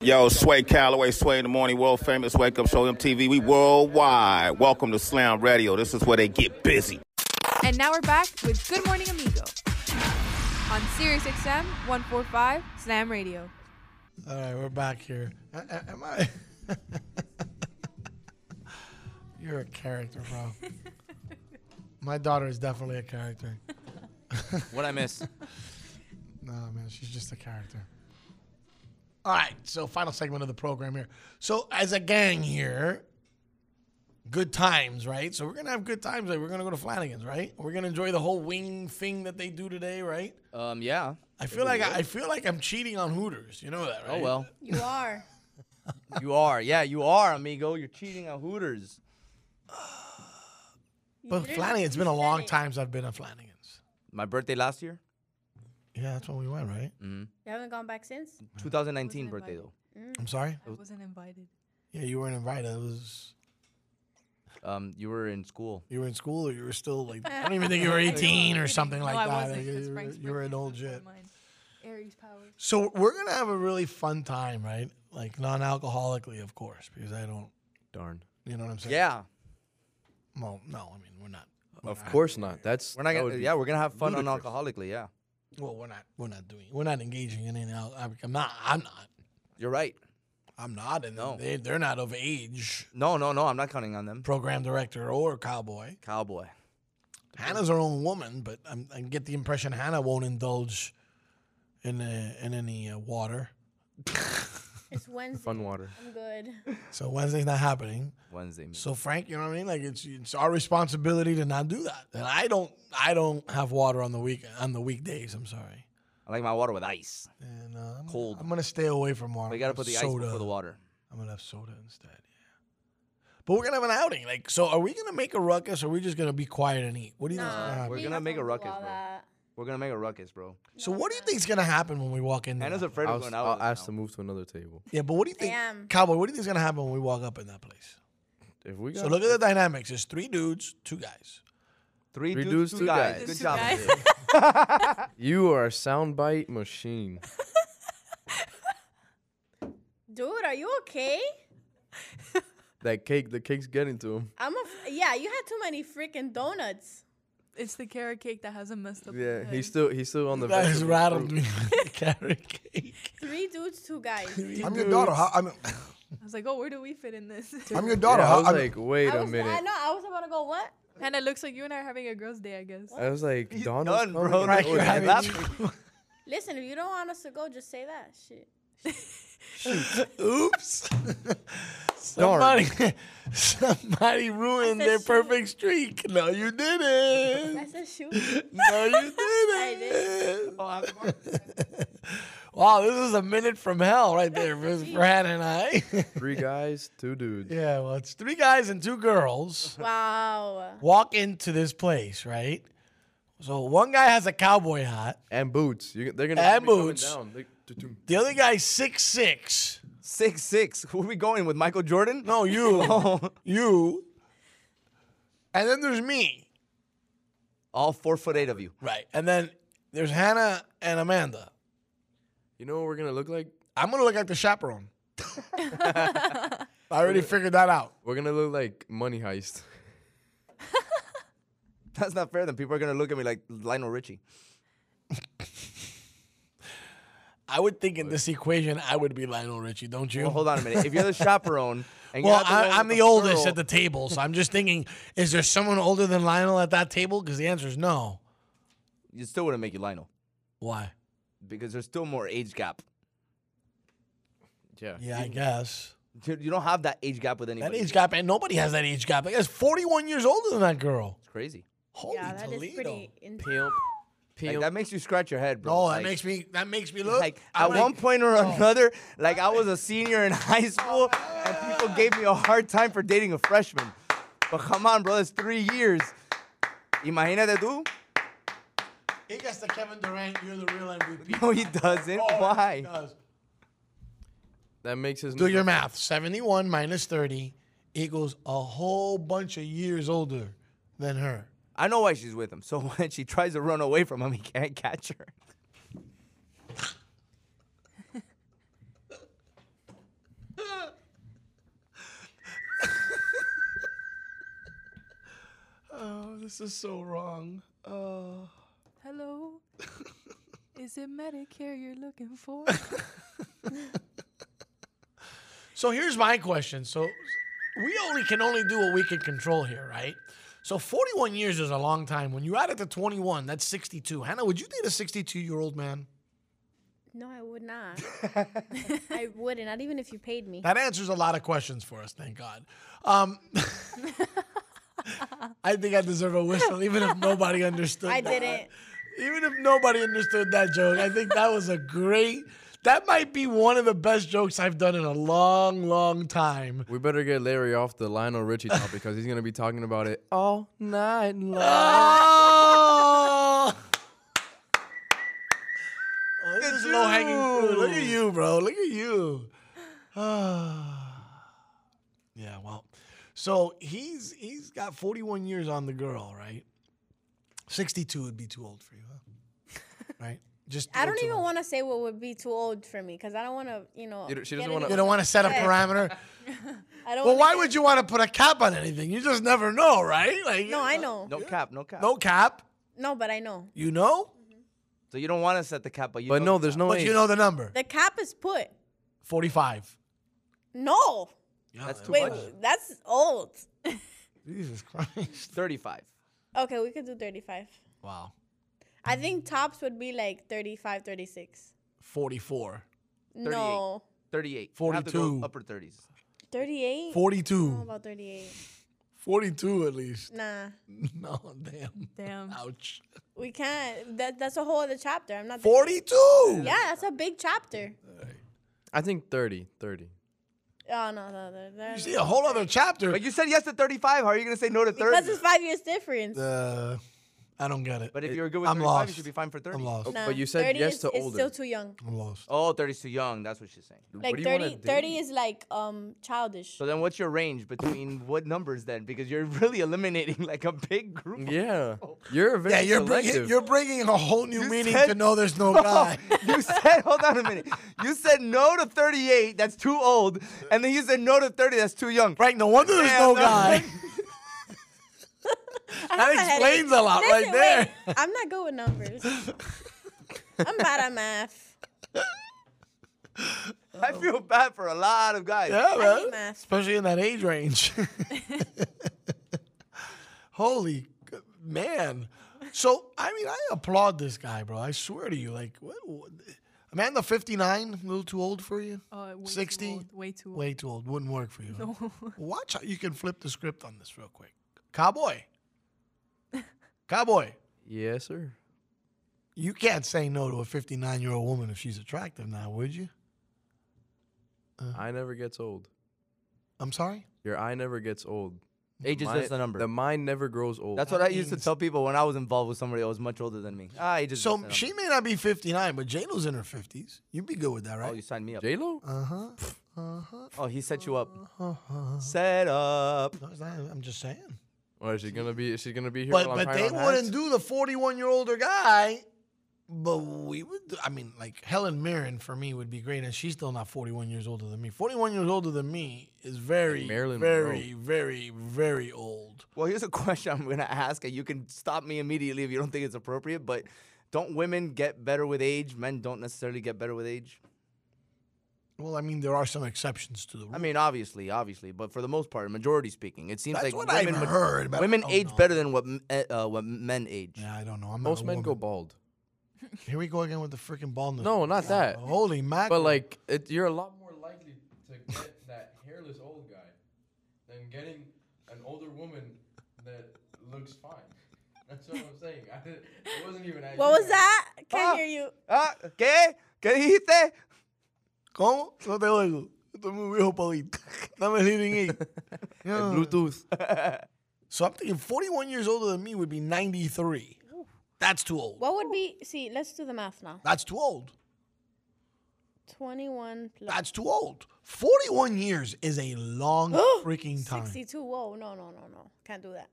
[SPEAKER 7] Yo, Sway Calloway, Sway in the Morning, world famous wake up show MTV. We worldwide. Welcome to Slam Radio. This is where they get busy.
[SPEAKER 1] And now we're back with Good Morning Amigo on Sirius XM 145 Slam Radio.
[SPEAKER 2] All right, we're back here. A- a- am I? You're a character, bro. My daughter is definitely a character.
[SPEAKER 3] What I miss?
[SPEAKER 2] No, man, she's just a character. All right, so final segment of the program here. So as a gang here, good times, right? So we're gonna have good times. Like we're gonna go to Flanagan's, right? We're gonna enjoy the whole wing thing that they do today, right?
[SPEAKER 3] Um, yeah.
[SPEAKER 2] I feel like I, I feel like I'm cheating on Hooters. You know that, right?
[SPEAKER 3] Oh well,
[SPEAKER 6] You are.
[SPEAKER 3] you are. Yeah, you are, amigo. You're cheating on Hooters.
[SPEAKER 2] But Flanagan's been a long time since I've been at Flanagan's.
[SPEAKER 3] My birthday last year,
[SPEAKER 2] Yeah, that's when we went, right?
[SPEAKER 3] mm-hmm.
[SPEAKER 6] You haven't gone back since.
[SPEAKER 3] 2019 birthday though.
[SPEAKER 6] Mm.
[SPEAKER 2] I'm sorry.
[SPEAKER 5] I wasn't invited.
[SPEAKER 2] Yeah, you weren't invited. It was
[SPEAKER 3] Um, you were in school.
[SPEAKER 2] you were in school, or you were still like I don't even think you were 18 or something
[SPEAKER 5] No,
[SPEAKER 2] like
[SPEAKER 5] I
[SPEAKER 2] that.
[SPEAKER 5] wasn't,
[SPEAKER 2] Like,
[SPEAKER 5] 'cause
[SPEAKER 2] you, were,
[SPEAKER 5] Frank's
[SPEAKER 2] you were an old jit.
[SPEAKER 5] Aries power.
[SPEAKER 2] So we're gonna have a really fun time, right? Like non-alcoholically, of course, because I don't.
[SPEAKER 12] Darn.
[SPEAKER 2] You know what I'm saying?
[SPEAKER 3] Yeah.
[SPEAKER 2] Well, no, I mean we're not.
[SPEAKER 12] Of course not. That's
[SPEAKER 3] We're not
[SPEAKER 12] that
[SPEAKER 3] gonna.
[SPEAKER 12] would be
[SPEAKER 3] yeah, we're gonna have fun
[SPEAKER 12] ludicrous.
[SPEAKER 3] non-alcoholically. Yeah,
[SPEAKER 2] Well, we're not. We're not doing. We're not engaging in anything. else. I'm not. I'm not.
[SPEAKER 3] you're right.
[SPEAKER 2] I'm not. And
[SPEAKER 3] No.
[SPEAKER 2] they, they're not of age.
[SPEAKER 3] No, no, no. I'm not counting on them.
[SPEAKER 2] Program director or cowboy.
[SPEAKER 3] Cowboy.
[SPEAKER 2] Hannah's her own woman, but I'm, I get the impression Hannah won't indulge in uh, in any uh, water.
[SPEAKER 6] It's Wednesday.
[SPEAKER 12] fun water.
[SPEAKER 6] I'm good.
[SPEAKER 2] So Wednesday's not happening.
[SPEAKER 3] Wednesday.
[SPEAKER 2] So Frank, you know what I mean? Like it's it's our responsibility to not do that. And I don't I don't have water on the week on the weekdays. I'm sorry.
[SPEAKER 3] I like my water with ice.
[SPEAKER 2] And, uh, I'm-
[SPEAKER 3] Cold.
[SPEAKER 2] I'm gonna stay away from water.
[SPEAKER 3] But you gotta
[SPEAKER 2] I'm
[SPEAKER 3] put the ice
[SPEAKER 2] soda.
[SPEAKER 3] before the water.
[SPEAKER 2] I'm gonna have soda instead. Yeah. But we're gonna have an outing. Like, so are we gonna make a ruckus? Or are we just gonna be quiet and eat? What do you think's gonna happen?
[SPEAKER 3] We're gonna make a ruckus, bro. We're gonna make a ruckus, bro.
[SPEAKER 2] So what do you think's gonna happen when we walk in? there?
[SPEAKER 3] Anna's afraid
[SPEAKER 12] I'll,
[SPEAKER 3] of going out.
[SPEAKER 12] I'll ask to move to another table.
[SPEAKER 2] Yeah, but what do you think, Cowboy? What do you think's gonna happen when we walk up in that place?
[SPEAKER 12] If we got
[SPEAKER 2] So look at the dynamics. There's three dudes, two guys.
[SPEAKER 3] Three,
[SPEAKER 12] Three dudes, dudes, two two guys. guys. Good Two job, guys. you are a soundbite machine.
[SPEAKER 6] Dude, are you okay?
[SPEAKER 12] That cake, the cake's getting to him.
[SPEAKER 6] I'm a. F- yeah, you had too many freaking donuts.
[SPEAKER 5] It's the carrot cake that hasn't messed up.
[SPEAKER 12] Yeah, he's still he's still on the.
[SPEAKER 2] That has
[SPEAKER 12] vegetable
[SPEAKER 2] rattled
[SPEAKER 12] fruit.
[SPEAKER 2] me. Carrot cake.
[SPEAKER 6] Three dudes, two guys.
[SPEAKER 2] I'm your daughter. How, I'm,
[SPEAKER 5] I was like, oh, where do we fit in this?
[SPEAKER 2] I'm your daughter.
[SPEAKER 12] Yeah, I
[SPEAKER 2] how,
[SPEAKER 12] was
[SPEAKER 2] I'm-
[SPEAKER 12] like, wait
[SPEAKER 6] I
[SPEAKER 12] a
[SPEAKER 6] was, I
[SPEAKER 12] minute.
[SPEAKER 6] know. I was about to go. What?
[SPEAKER 5] And it looks like you and I are having a girls' day, I guess.
[SPEAKER 12] I was like, Donald,
[SPEAKER 3] done, bro.
[SPEAKER 12] coming?
[SPEAKER 3] Right,
[SPEAKER 12] Oh,
[SPEAKER 3] you're
[SPEAKER 12] that
[SPEAKER 3] having
[SPEAKER 12] happened?
[SPEAKER 6] Listen, if you don't want us to go, just say that shit.
[SPEAKER 2] Oops. somebody, somebody ruined their perfect streak. No, you didn't.
[SPEAKER 6] That's a shoot.
[SPEAKER 2] No, you didn't.
[SPEAKER 6] I did.
[SPEAKER 2] Wow, this is a minute from hell right there for, for Hannah and I.
[SPEAKER 12] Three guys, two dudes.
[SPEAKER 2] yeah, well, it's three guys and two girls
[SPEAKER 6] Wow.
[SPEAKER 2] walk into this place, right? So one guy has a cowboy hat.
[SPEAKER 12] And boots. You, they're gonna
[SPEAKER 2] And
[SPEAKER 12] be coming
[SPEAKER 2] boots.
[SPEAKER 12] down. They- tu- tu-
[SPEAKER 2] The other guy's six six.
[SPEAKER 3] Six six. Who are we going with? Michael Jordan?
[SPEAKER 2] No, you. you. And then there's me.
[SPEAKER 3] All four foot eight of you.
[SPEAKER 2] Right. And then there's Hannah and Amanda.
[SPEAKER 12] You know what we're gonna look like?
[SPEAKER 2] I'm gonna look like the chaperone. I already figured that out.
[SPEAKER 12] We're gonna look like money heist.
[SPEAKER 3] That's not fair. Then people are gonna look at me like Lionel Richie.
[SPEAKER 2] I would think in this equation I would be Lionel Richie, don't you?
[SPEAKER 3] Well, hold on a minute. If you're the chaperone, and you're
[SPEAKER 2] well,
[SPEAKER 3] not the
[SPEAKER 2] I,
[SPEAKER 3] one with
[SPEAKER 2] I'm the
[SPEAKER 3] the
[SPEAKER 2] oldest
[SPEAKER 3] pearl-
[SPEAKER 2] at the table, so I'm just thinking: Is there someone older than Lionel at that table? Because the answer is no.
[SPEAKER 3] you still wouldn't make you Lionel
[SPEAKER 2] Why?
[SPEAKER 3] because there's still more age gap.
[SPEAKER 12] Yeah.
[SPEAKER 2] Yeah, I guess
[SPEAKER 3] You you don't have that age gap with anybody.
[SPEAKER 2] that age gap, and nobody has that age gap. I guess 41 years older than that girl.
[SPEAKER 3] It's crazy.
[SPEAKER 2] Holy
[SPEAKER 6] yeah, that is
[SPEAKER 2] Toledo!
[SPEAKER 6] pretty. In-
[SPEAKER 12] Pimp.
[SPEAKER 3] Like,
[SPEAKER 12] Pimp.
[SPEAKER 3] that makes you scratch your head, bro.
[SPEAKER 2] No, Oh, that
[SPEAKER 3] Like,
[SPEAKER 2] makes me that makes me look
[SPEAKER 3] like
[SPEAKER 2] I'm
[SPEAKER 3] at
[SPEAKER 2] like- oh.
[SPEAKER 3] one point or another, like I was a senior in high school, and people gave me a hard time for dating a freshman. But come on, bro, it's three years. Imagínate tú.
[SPEAKER 2] He gets the Kevin Durant. You're the real MVP.
[SPEAKER 3] No, he doesn't.
[SPEAKER 2] Oh,
[SPEAKER 3] Why?
[SPEAKER 2] he does.
[SPEAKER 12] That makes his.
[SPEAKER 2] Do your math. 71 minus 30 equals a whole bunch of years older than her.
[SPEAKER 3] I know why she's with him. So when she tries to run away from him, he can't catch her.
[SPEAKER 2] Oh, this is so wrong. Oh.
[SPEAKER 5] Hello. Is it Medicare you're looking for?
[SPEAKER 2] So here's my question. So we only can only do what we can control here, right? So 41 years is a long time. When you add it to 21, that's 62. Hannah, would you date a 62 year old man?
[SPEAKER 6] no, I would not. I wouldn't. Not even if you paid me.
[SPEAKER 2] That answers a lot of questions for us, thank God. Um, I think I deserve a whistle, even if nobody understood.
[SPEAKER 6] I
[SPEAKER 2] that.
[SPEAKER 6] didn't.
[SPEAKER 2] Even if nobody understood that joke, I think that was a great. That might be one of the best jokes I've done in a long, long time.
[SPEAKER 12] We better get Larry off the Lionel Richie topic because he's gonna be talking about it all night long.
[SPEAKER 2] Oh! Oh, this is low hanging fruit. Look at you, bro. Look at you. yeah, well. So he's he's got 41 years on the girl, right? 62 would be too old for you, huh? right? Just
[SPEAKER 6] I don't even want to say what would be too old for me because I don't want to, you know.
[SPEAKER 12] You don't- she
[SPEAKER 6] get
[SPEAKER 12] doesn't
[SPEAKER 6] into
[SPEAKER 12] wanna-
[SPEAKER 2] You don't want to set a
[SPEAKER 6] Yeah.
[SPEAKER 2] parameter.
[SPEAKER 6] I don't.
[SPEAKER 2] Well,
[SPEAKER 6] wanna
[SPEAKER 2] why would you want to put a cap on anything? You just never know, right? Like
[SPEAKER 6] get- No, I know.
[SPEAKER 3] No cap, no cap.
[SPEAKER 2] no cap.
[SPEAKER 6] No, but I know.
[SPEAKER 2] You know,
[SPEAKER 3] So you don't want to set the cap, but you.
[SPEAKER 12] But
[SPEAKER 3] know
[SPEAKER 12] no,
[SPEAKER 3] the
[SPEAKER 12] there's
[SPEAKER 3] cap.
[SPEAKER 12] no.
[SPEAKER 2] but
[SPEAKER 12] age.
[SPEAKER 2] you know the number.
[SPEAKER 6] The cap is put.
[SPEAKER 2] 45.
[SPEAKER 6] No.
[SPEAKER 3] That's too
[SPEAKER 6] Wait,
[SPEAKER 3] much.
[SPEAKER 6] that's old.
[SPEAKER 2] Jesus Christ.
[SPEAKER 3] Thirty-five.
[SPEAKER 6] Okay, we could do 35.
[SPEAKER 2] Wow.
[SPEAKER 6] I think tops would be like 35, 36.
[SPEAKER 2] 44.
[SPEAKER 3] 38.
[SPEAKER 6] No.
[SPEAKER 3] 38. You have to go
[SPEAKER 2] 42.
[SPEAKER 3] upper 30s.
[SPEAKER 6] 38?
[SPEAKER 2] 42.
[SPEAKER 6] I don't know about 38.
[SPEAKER 2] 42 at least.
[SPEAKER 6] Nah,
[SPEAKER 2] No, damn.
[SPEAKER 6] Damn.
[SPEAKER 2] Ouch.
[SPEAKER 6] we can't. That that's a whole other chapter. I'm not.
[SPEAKER 2] 42?
[SPEAKER 6] Yeah, that's a big chapter.
[SPEAKER 12] I think 30, 30.
[SPEAKER 6] Oh no, no, no, no.
[SPEAKER 2] whole other chapter.
[SPEAKER 3] But you said yes to 35. How are you going to say no to 30?
[SPEAKER 6] Because it's five years difference.
[SPEAKER 2] Uh, I don't get it.
[SPEAKER 3] But if you're good with
[SPEAKER 2] I'm
[SPEAKER 3] 35, you
[SPEAKER 2] lost.
[SPEAKER 3] should be fine for 30.
[SPEAKER 2] I'm lost.
[SPEAKER 6] Nah,
[SPEAKER 3] but you said
[SPEAKER 6] 30
[SPEAKER 3] yes
[SPEAKER 6] Um,
[SPEAKER 3] to
[SPEAKER 6] is, is
[SPEAKER 3] older.
[SPEAKER 6] still too young.
[SPEAKER 2] I'm lost.
[SPEAKER 3] Oh, 30's too young. That's what she's saying.
[SPEAKER 6] Like 30, 30 is like um childish.
[SPEAKER 3] So then what's your range between what numbers then? Because you're really eliminating like a big group.
[SPEAKER 12] Yeah. You're very
[SPEAKER 2] Yeah, you're bringing,
[SPEAKER 12] selective.
[SPEAKER 2] you're bringing a whole new
[SPEAKER 3] You
[SPEAKER 2] meaning
[SPEAKER 3] said-
[SPEAKER 2] to know there's no
[SPEAKER 3] No.
[SPEAKER 2] guy.
[SPEAKER 3] Oh, you said, hold on a minute. You said no to 38. That's too old. And then you said no to 30. That's too young.
[SPEAKER 2] Right. No wonder there's no guy.
[SPEAKER 6] I have
[SPEAKER 2] that
[SPEAKER 6] headache.
[SPEAKER 2] explains a lot right
[SPEAKER 6] Listen,
[SPEAKER 2] there.
[SPEAKER 6] wait, I'm not good with numbers. I'm bad at math.
[SPEAKER 3] I feel bad for a lot of guys.
[SPEAKER 2] Yeah, man.
[SPEAKER 6] math.
[SPEAKER 2] Especially in that age range. Holy g- man. So, I mean, I applaud this guy, bro. I swear to you. Like, what, what, Amanda, 59, a little too old for you?
[SPEAKER 5] Oh, way
[SPEAKER 2] 60?
[SPEAKER 5] Too old, way too old.
[SPEAKER 2] Way too old. Wouldn't work for you.
[SPEAKER 5] No.
[SPEAKER 2] Watch how you can flip the script on this real quick. Cowboy. Cowboy.
[SPEAKER 12] Yes, sir.
[SPEAKER 2] You can't say no to a 59 year old woman if she's attractive now, would you?
[SPEAKER 12] I never gets old.
[SPEAKER 2] I'm sorry?
[SPEAKER 12] Your eye never gets old.
[SPEAKER 3] Age is
[SPEAKER 12] Mind-
[SPEAKER 3] just a number.
[SPEAKER 12] The mind never grows old.
[SPEAKER 3] That's what I used to tell people when I was involved with somebody that was much older than me. Ah, he just
[SPEAKER 2] So
[SPEAKER 3] messed it up.
[SPEAKER 2] she may not be 59, but J-Lo's in her 50s. You'd be good with that, right?
[SPEAKER 3] Oh, you signed me up.
[SPEAKER 12] J Lo?
[SPEAKER 2] Uh
[SPEAKER 3] Uh-huh,
[SPEAKER 2] huh. Uh huh.
[SPEAKER 3] Oh, he set you up. uh-huh.
[SPEAKER 2] Set
[SPEAKER 3] up.
[SPEAKER 2] I'm just saying.
[SPEAKER 12] Or is she gonna be? Is she gonna be here?
[SPEAKER 2] But
[SPEAKER 12] while I'm
[SPEAKER 2] but they
[SPEAKER 12] trying on
[SPEAKER 2] wouldn't
[SPEAKER 12] hats?
[SPEAKER 2] do the 41 year older guy. But we would. Do, I mean, like Helen Mirren for me would be great, and she's still not 41 years older than me. 41 years older than me is very,
[SPEAKER 12] Marilyn
[SPEAKER 2] very, very, very old.
[SPEAKER 3] Well, here's a question I'm gonna ask, and you can stop me immediately if you don't think it's appropriate. But don't women get better with age? Men don't necessarily get better with age.
[SPEAKER 2] Well, I mean, there are some exceptions to the rule.
[SPEAKER 3] I mean, obviously, obviously, but for the most part, majority speaking, it seems
[SPEAKER 2] That's
[SPEAKER 3] like
[SPEAKER 2] what I've
[SPEAKER 3] women ma-
[SPEAKER 2] heard, but I
[SPEAKER 3] women
[SPEAKER 2] don't
[SPEAKER 3] age better than what m- eh, uh, what men age.
[SPEAKER 2] Yeah, I don't know. I'm
[SPEAKER 12] Most
[SPEAKER 2] not a
[SPEAKER 12] men
[SPEAKER 2] woman.
[SPEAKER 12] go bald.
[SPEAKER 2] Here we go again with the freaking baldness.
[SPEAKER 12] No, not that.
[SPEAKER 2] Holy mackerel!
[SPEAKER 12] But like, it, you're a lot more likely to get that hairless old guy than getting an older woman that looks fine. That's what I'm saying. I didn't, it wasn't even. at
[SPEAKER 6] What
[SPEAKER 12] you
[SPEAKER 6] was
[SPEAKER 12] guys.
[SPEAKER 6] that? Can't
[SPEAKER 3] Ah.
[SPEAKER 6] hear you.
[SPEAKER 3] Ah, ¿qué? ¿Qué dijiste?
[SPEAKER 2] ¿Cómo? No te oigo. Estoy muy viejo para oír. Dame el hearing aid. Yeah.
[SPEAKER 12] Bluetooth.
[SPEAKER 2] So I'm thinking 41 years older than me would be 93. That's too old.
[SPEAKER 6] What would be? See, let's do the math now.
[SPEAKER 2] That's too old.
[SPEAKER 6] 21 plus
[SPEAKER 2] That's too old. 41 years is a long freaking time.
[SPEAKER 6] 62. Whoa, no, no, no, no. Can't do that.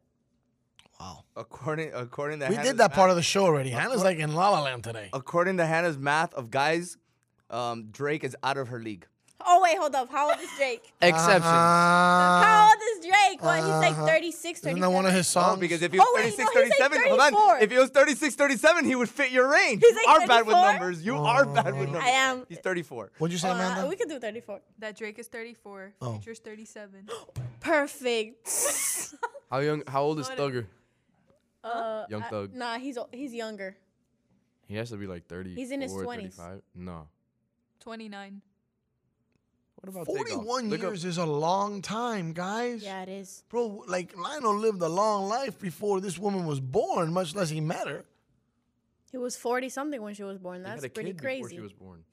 [SPEAKER 2] Wow.
[SPEAKER 3] According according to
[SPEAKER 2] We
[SPEAKER 3] Hannah's
[SPEAKER 2] did that part
[SPEAKER 3] math-
[SPEAKER 2] of the show already. Hannah's like in La La Land today.
[SPEAKER 3] According to Hannah's math of guys, um, Drake is out of her league.
[SPEAKER 6] Oh, wait, hold up. How old is Drake?
[SPEAKER 3] Exceptions.
[SPEAKER 6] How old is Drake? What? He's
[SPEAKER 2] Uh-huh.
[SPEAKER 6] like 36,
[SPEAKER 2] Uh,
[SPEAKER 6] 37.
[SPEAKER 2] Isn't that one of his songs?
[SPEAKER 3] No, because if he was
[SPEAKER 6] Oh, wait, no,
[SPEAKER 3] 36,
[SPEAKER 6] he's like
[SPEAKER 3] 37, hold
[SPEAKER 6] 34.
[SPEAKER 3] on. If he was 36, 37, he would fit your range.
[SPEAKER 6] He's
[SPEAKER 3] you
[SPEAKER 6] like
[SPEAKER 3] are bad with
[SPEAKER 6] 34?
[SPEAKER 3] numbers. You are bad
[SPEAKER 2] Oh.
[SPEAKER 3] with numbers.
[SPEAKER 6] I am.
[SPEAKER 3] He's 34.
[SPEAKER 2] What'd you say,
[SPEAKER 6] Uh,
[SPEAKER 2] Amanda?
[SPEAKER 6] we could do 34.
[SPEAKER 5] That Drake is 34.
[SPEAKER 12] Oh.
[SPEAKER 5] Future's 37.
[SPEAKER 6] Perfect.
[SPEAKER 12] How young? How old is Thugger?
[SPEAKER 6] uh,
[SPEAKER 12] Young
[SPEAKER 6] I-
[SPEAKER 12] Thug.
[SPEAKER 6] nah, he's o- he's younger.
[SPEAKER 12] He has to be like 30.
[SPEAKER 6] He's in his 20s.
[SPEAKER 12] 35. No.
[SPEAKER 5] 29.
[SPEAKER 12] What about Takeoff?
[SPEAKER 2] 41
[SPEAKER 12] Look up-
[SPEAKER 2] years is a long time, guys.
[SPEAKER 6] Yeah, it is.
[SPEAKER 2] Bro, like Lionel lived a long life before this woman was born, much less he met her.
[SPEAKER 6] He was 40 something when she was born. That's pretty crazy.
[SPEAKER 12] born.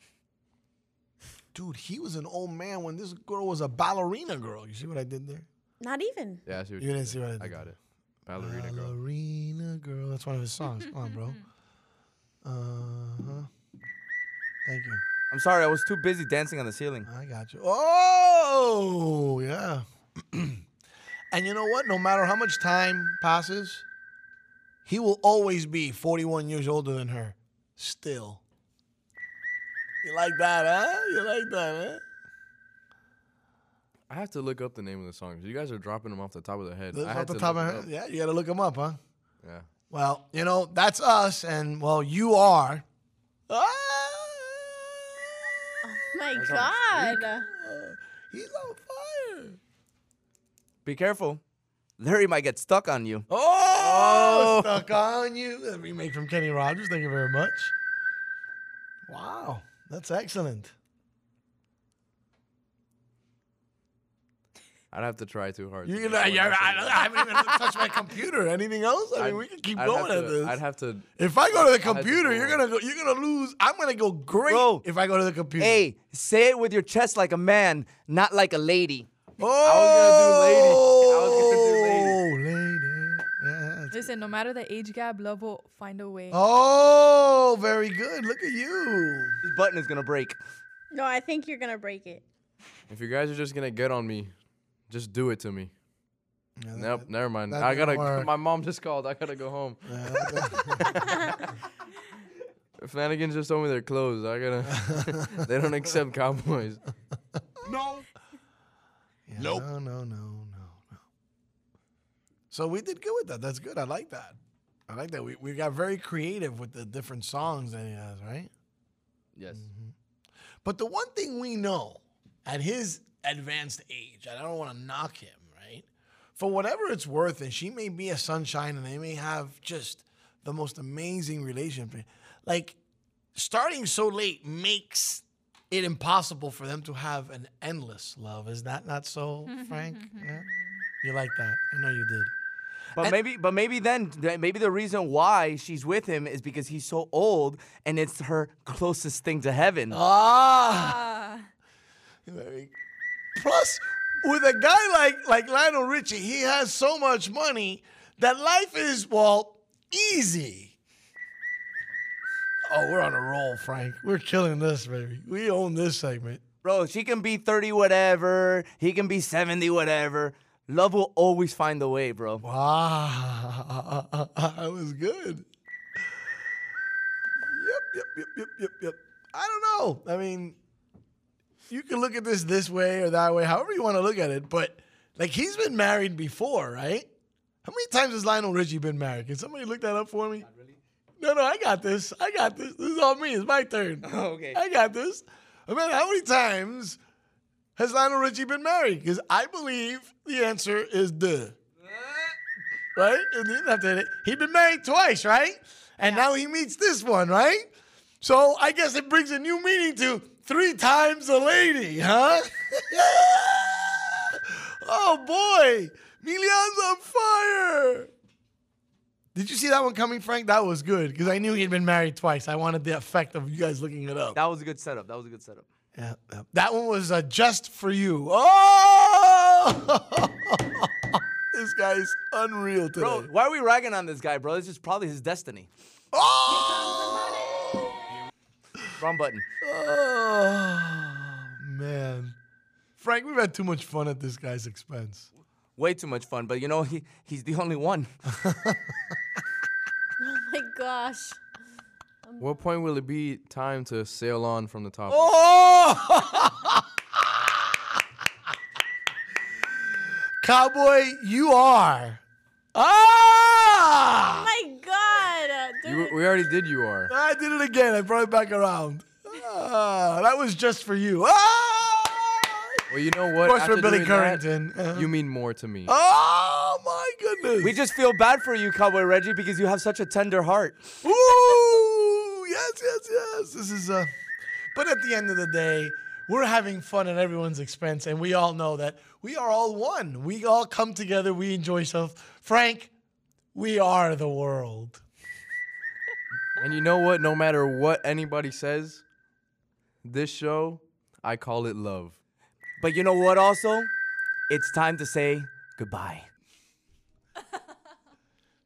[SPEAKER 2] Dude, he was an old man when this girl was a ballerina girl. You see what I did there?
[SPEAKER 6] Not even.
[SPEAKER 12] Yeah, I see what
[SPEAKER 2] You
[SPEAKER 12] you
[SPEAKER 2] didn't
[SPEAKER 12] did
[SPEAKER 2] see what I
[SPEAKER 12] there.
[SPEAKER 2] did. Uh,
[SPEAKER 12] I got it. Ballerina girl.
[SPEAKER 2] Ballerina girl. That's one of his songs. Come on, bro. Uh huh. Thank you.
[SPEAKER 3] I'm sorry, I was too busy dancing on the ceiling.
[SPEAKER 2] I got you. Oh, yeah. and you know what? No matter how much time passes, he will always be 41 years older than her. Still. You like that, huh? You like that, huh?
[SPEAKER 12] I have to look up the name of the songs. You guys are dropping them off the top of the head.
[SPEAKER 2] That's
[SPEAKER 12] I
[SPEAKER 2] off
[SPEAKER 12] had
[SPEAKER 2] the
[SPEAKER 12] to
[SPEAKER 2] top
[SPEAKER 12] look
[SPEAKER 2] of
[SPEAKER 12] it
[SPEAKER 2] her.
[SPEAKER 12] up.
[SPEAKER 2] Yeah, you got to look him up, huh?
[SPEAKER 12] Yeah.
[SPEAKER 2] Well, you know, that's us, and well, you are. Ah!
[SPEAKER 6] My
[SPEAKER 2] That's on
[SPEAKER 6] God.
[SPEAKER 2] He's on fire.
[SPEAKER 3] Be careful. Larry might get stuck on you.
[SPEAKER 2] Oh, stuck on you. A remake from Kenny Rogers. Thank you very much. Wow, that's excellent.
[SPEAKER 3] I'd have to try too hard.
[SPEAKER 2] You
[SPEAKER 3] to
[SPEAKER 2] can,
[SPEAKER 3] know
[SPEAKER 2] I,
[SPEAKER 3] what
[SPEAKER 2] I,
[SPEAKER 3] I'm saying.
[SPEAKER 2] I haven't even touched my computer. Anything else? I mean,
[SPEAKER 3] I'd-
[SPEAKER 2] we can keep
[SPEAKER 3] I'd
[SPEAKER 2] going
[SPEAKER 3] have
[SPEAKER 2] at
[SPEAKER 3] to-
[SPEAKER 2] this.
[SPEAKER 3] I'd have to.
[SPEAKER 2] If I go to the
[SPEAKER 3] I'd have to
[SPEAKER 2] computer,
[SPEAKER 3] go
[SPEAKER 2] you're gonna go. You're gonna lose. I'm gonna go great if I go to the computer.
[SPEAKER 3] Hey, say it with your chest like a man, not like a lady.
[SPEAKER 2] Oh, I was gonna do lady. I was gonna do Oh, lady.
[SPEAKER 5] Listen, no matter the age gap, love will find a way.
[SPEAKER 2] Oh, very good. Look at you.
[SPEAKER 3] This button is gonna break.
[SPEAKER 6] No, I think you're gonna break it.
[SPEAKER 12] If you guys are just gonna get on me, just do it to me. nope, never mind.
[SPEAKER 3] that
[SPEAKER 12] I
[SPEAKER 3] didn't
[SPEAKER 12] gotta.
[SPEAKER 3] work.
[SPEAKER 12] My mom just called. I gotta go home. Flanagan's just told me they're closed. I gotta. they don't accept cowboys.
[SPEAKER 2] No. nope. No, no, no, no, no. So we did good with that. That's good. I like that. I like that. We, we got very creative with the different songs that he has, right?
[SPEAKER 12] Yes.
[SPEAKER 2] But the one thing we know at his advanced age, and I don't want to knock him, right? For whatever it's worth, and she may be a sunshine and they may have just the most amazing relationship. Like, starting so late makes it impossible for them to have an endless love. Is that not so, Frank? Yeah? You like that. I know you did.
[SPEAKER 3] But maybe, but maybe then, th- maybe the reason why she's with him is because he's so old, and it's her closest thing to heaven.
[SPEAKER 12] Uh.
[SPEAKER 2] Ah. Very- Plus, with a guy like like Lionel Richie, he has so much money that life is well easy. Oh, we're on a roll, Frank. We're killing this, baby. We own this segment.
[SPEAKER 3] Bro, she can be 30 whatever, he can be 70 whatever. Love will always find a way, bro.
[SPEAKER 2] Wow. That was good. Yep, yep, yep, yep, yep, yep. I don't know. I mean, you can look at this this way or that way, however you want to look at it. But like, he's been married before, right? How many times has Lionel Richie been married? Can somebody look that up for me? No, no, I got this. I got this. This is all me. It's my turn. okay. I got this. I mean, how many times has Lionel Richie been married? Because I believe the answer is duh. Right? He didn't have to- He'd been married twice, right? And now he meets this one, right? So I guess it brings a new meaning to three times a lady, huh? oh boy, Milian's on fire. Did you see that one coming, Frank? That was good because I knew he'd been married twice. I wanted the effect of you guys looking it up.
[SPEAKER 3] That was a good setup. That was a good setup.
[SPEAKER 2] Yeah, yeah. That one was uh, just for you. Oh, this guy's unreal today.
[SPEAKER 3] Bro, why are we ragging on this guy, bro? This is probably his destiny. Wrong button.
[SPEAKER 2] oh man, Frank, we've had too much fun at this guy's expense.
[SPEAKER 3] Way too much fun, but you know, he, he's the only one.
[SPEAKER 6] Oh my gosh.
[SPEAKER 12] What point will it be time to sail on from the top?
[SPEAKER 2] Oh! Cowboy, you are. Ah!
[SPEAKER 6] my god.
[SPEAKER 12] You, we already did. You are.
[SPEAKER 2] I did it again. I brought it back around. Ah, that was just for you. Ah!
[SPEAKER 12] Well, you know what?
[SPEAKER 2] Of course,
[SPEAKER 12] After
[SPEAKER 2] we're Billy
[SPEAKER 12] doing that,
[SPEAKER 2] Currington. Uh-huh.
[SPEAKER 12] You mean more to me.
[SPEAKER 2] Oh my goodness.
[SPEAKER 3] We just feel bad for you, Cowboy Reggie, because you have such a tender heart.
[SPEAKER 2] Ooh, yes, yes, yes. This is uh But at the end of the day, we're having fun at everyone's expense, and we all know that we are all one. We all come together. We enjoy ourselves. Frank, we are the world.
[SPEAKER 12] And you know what? No matter what anybody says, this show, I call it love.
[SPEAKER 3] But you know what, also? It's time to say goodbye.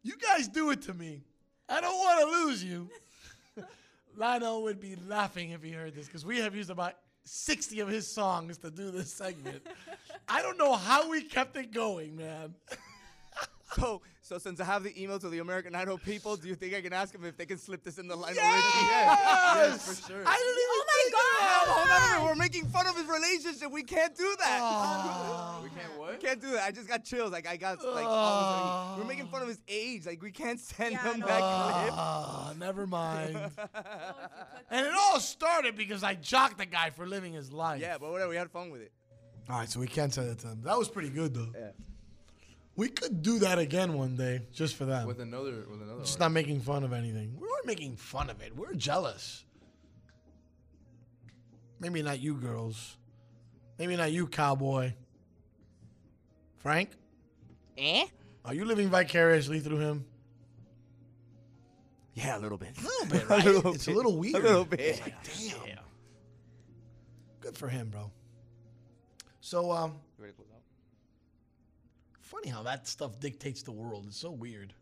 [SPEAKER 2] You guys do it to me. I don't want to lose you. Lionel would be laughing if he heard this because we have used about 60 of his songs to do this segment. I don't know how we kept it going, man.
[SPEAKER 3] So, Oh, so since I have the email to the American Idol people, do you think I can ask them if they can slip this in the line?
[SPEAKER 2] Yes!
[SPEAKER 3] yes, for sure.
[SPEAKER 2] I didn't even
[SPEAKER 3] Oh
[SPEAKER 2] think of that.
[SPEAKER 3] We're making fun of his relationship. We can't do that.
[SPEAKER 2] Aw.
[SPEAKER 3] Uh-huh. we can't what? Can't do that. I just got chills. Like I got like. all of a sudden- We're making fun of his age. Like we can't send him back.
[SPEAKER 2] Ah, never mind. and it all started because I jocked the guy for living his life.
[SPEAKER 3] Yeah, but whatever. We had fun with it.
[SPEAKER 2] All right, so we can't say that to them. That was pretty good, though. Yeah. We could do that again one day just for that.
[SPEAKER 12] With another, with another.
[SPEAKER 2] Just not making fun of anything. We weren't making fun of it. We're jealous. Maybe not you girls. Maybe not you cowboy. Frank? Eh? Are you living vicariously through him?
[SPEAKER 3] Yeah, a little bit. A
[SPEAKER 2] little bit, right? it's a little weird.
[SPEAKER 3] A little bit.
[SPEAKER 2] It's like, damn. Good for him, bro. So, um,
[SPEAKER 3] You ready to close out?
[SPEAKER 2] funny how that stuff dictates the world. It's so weird.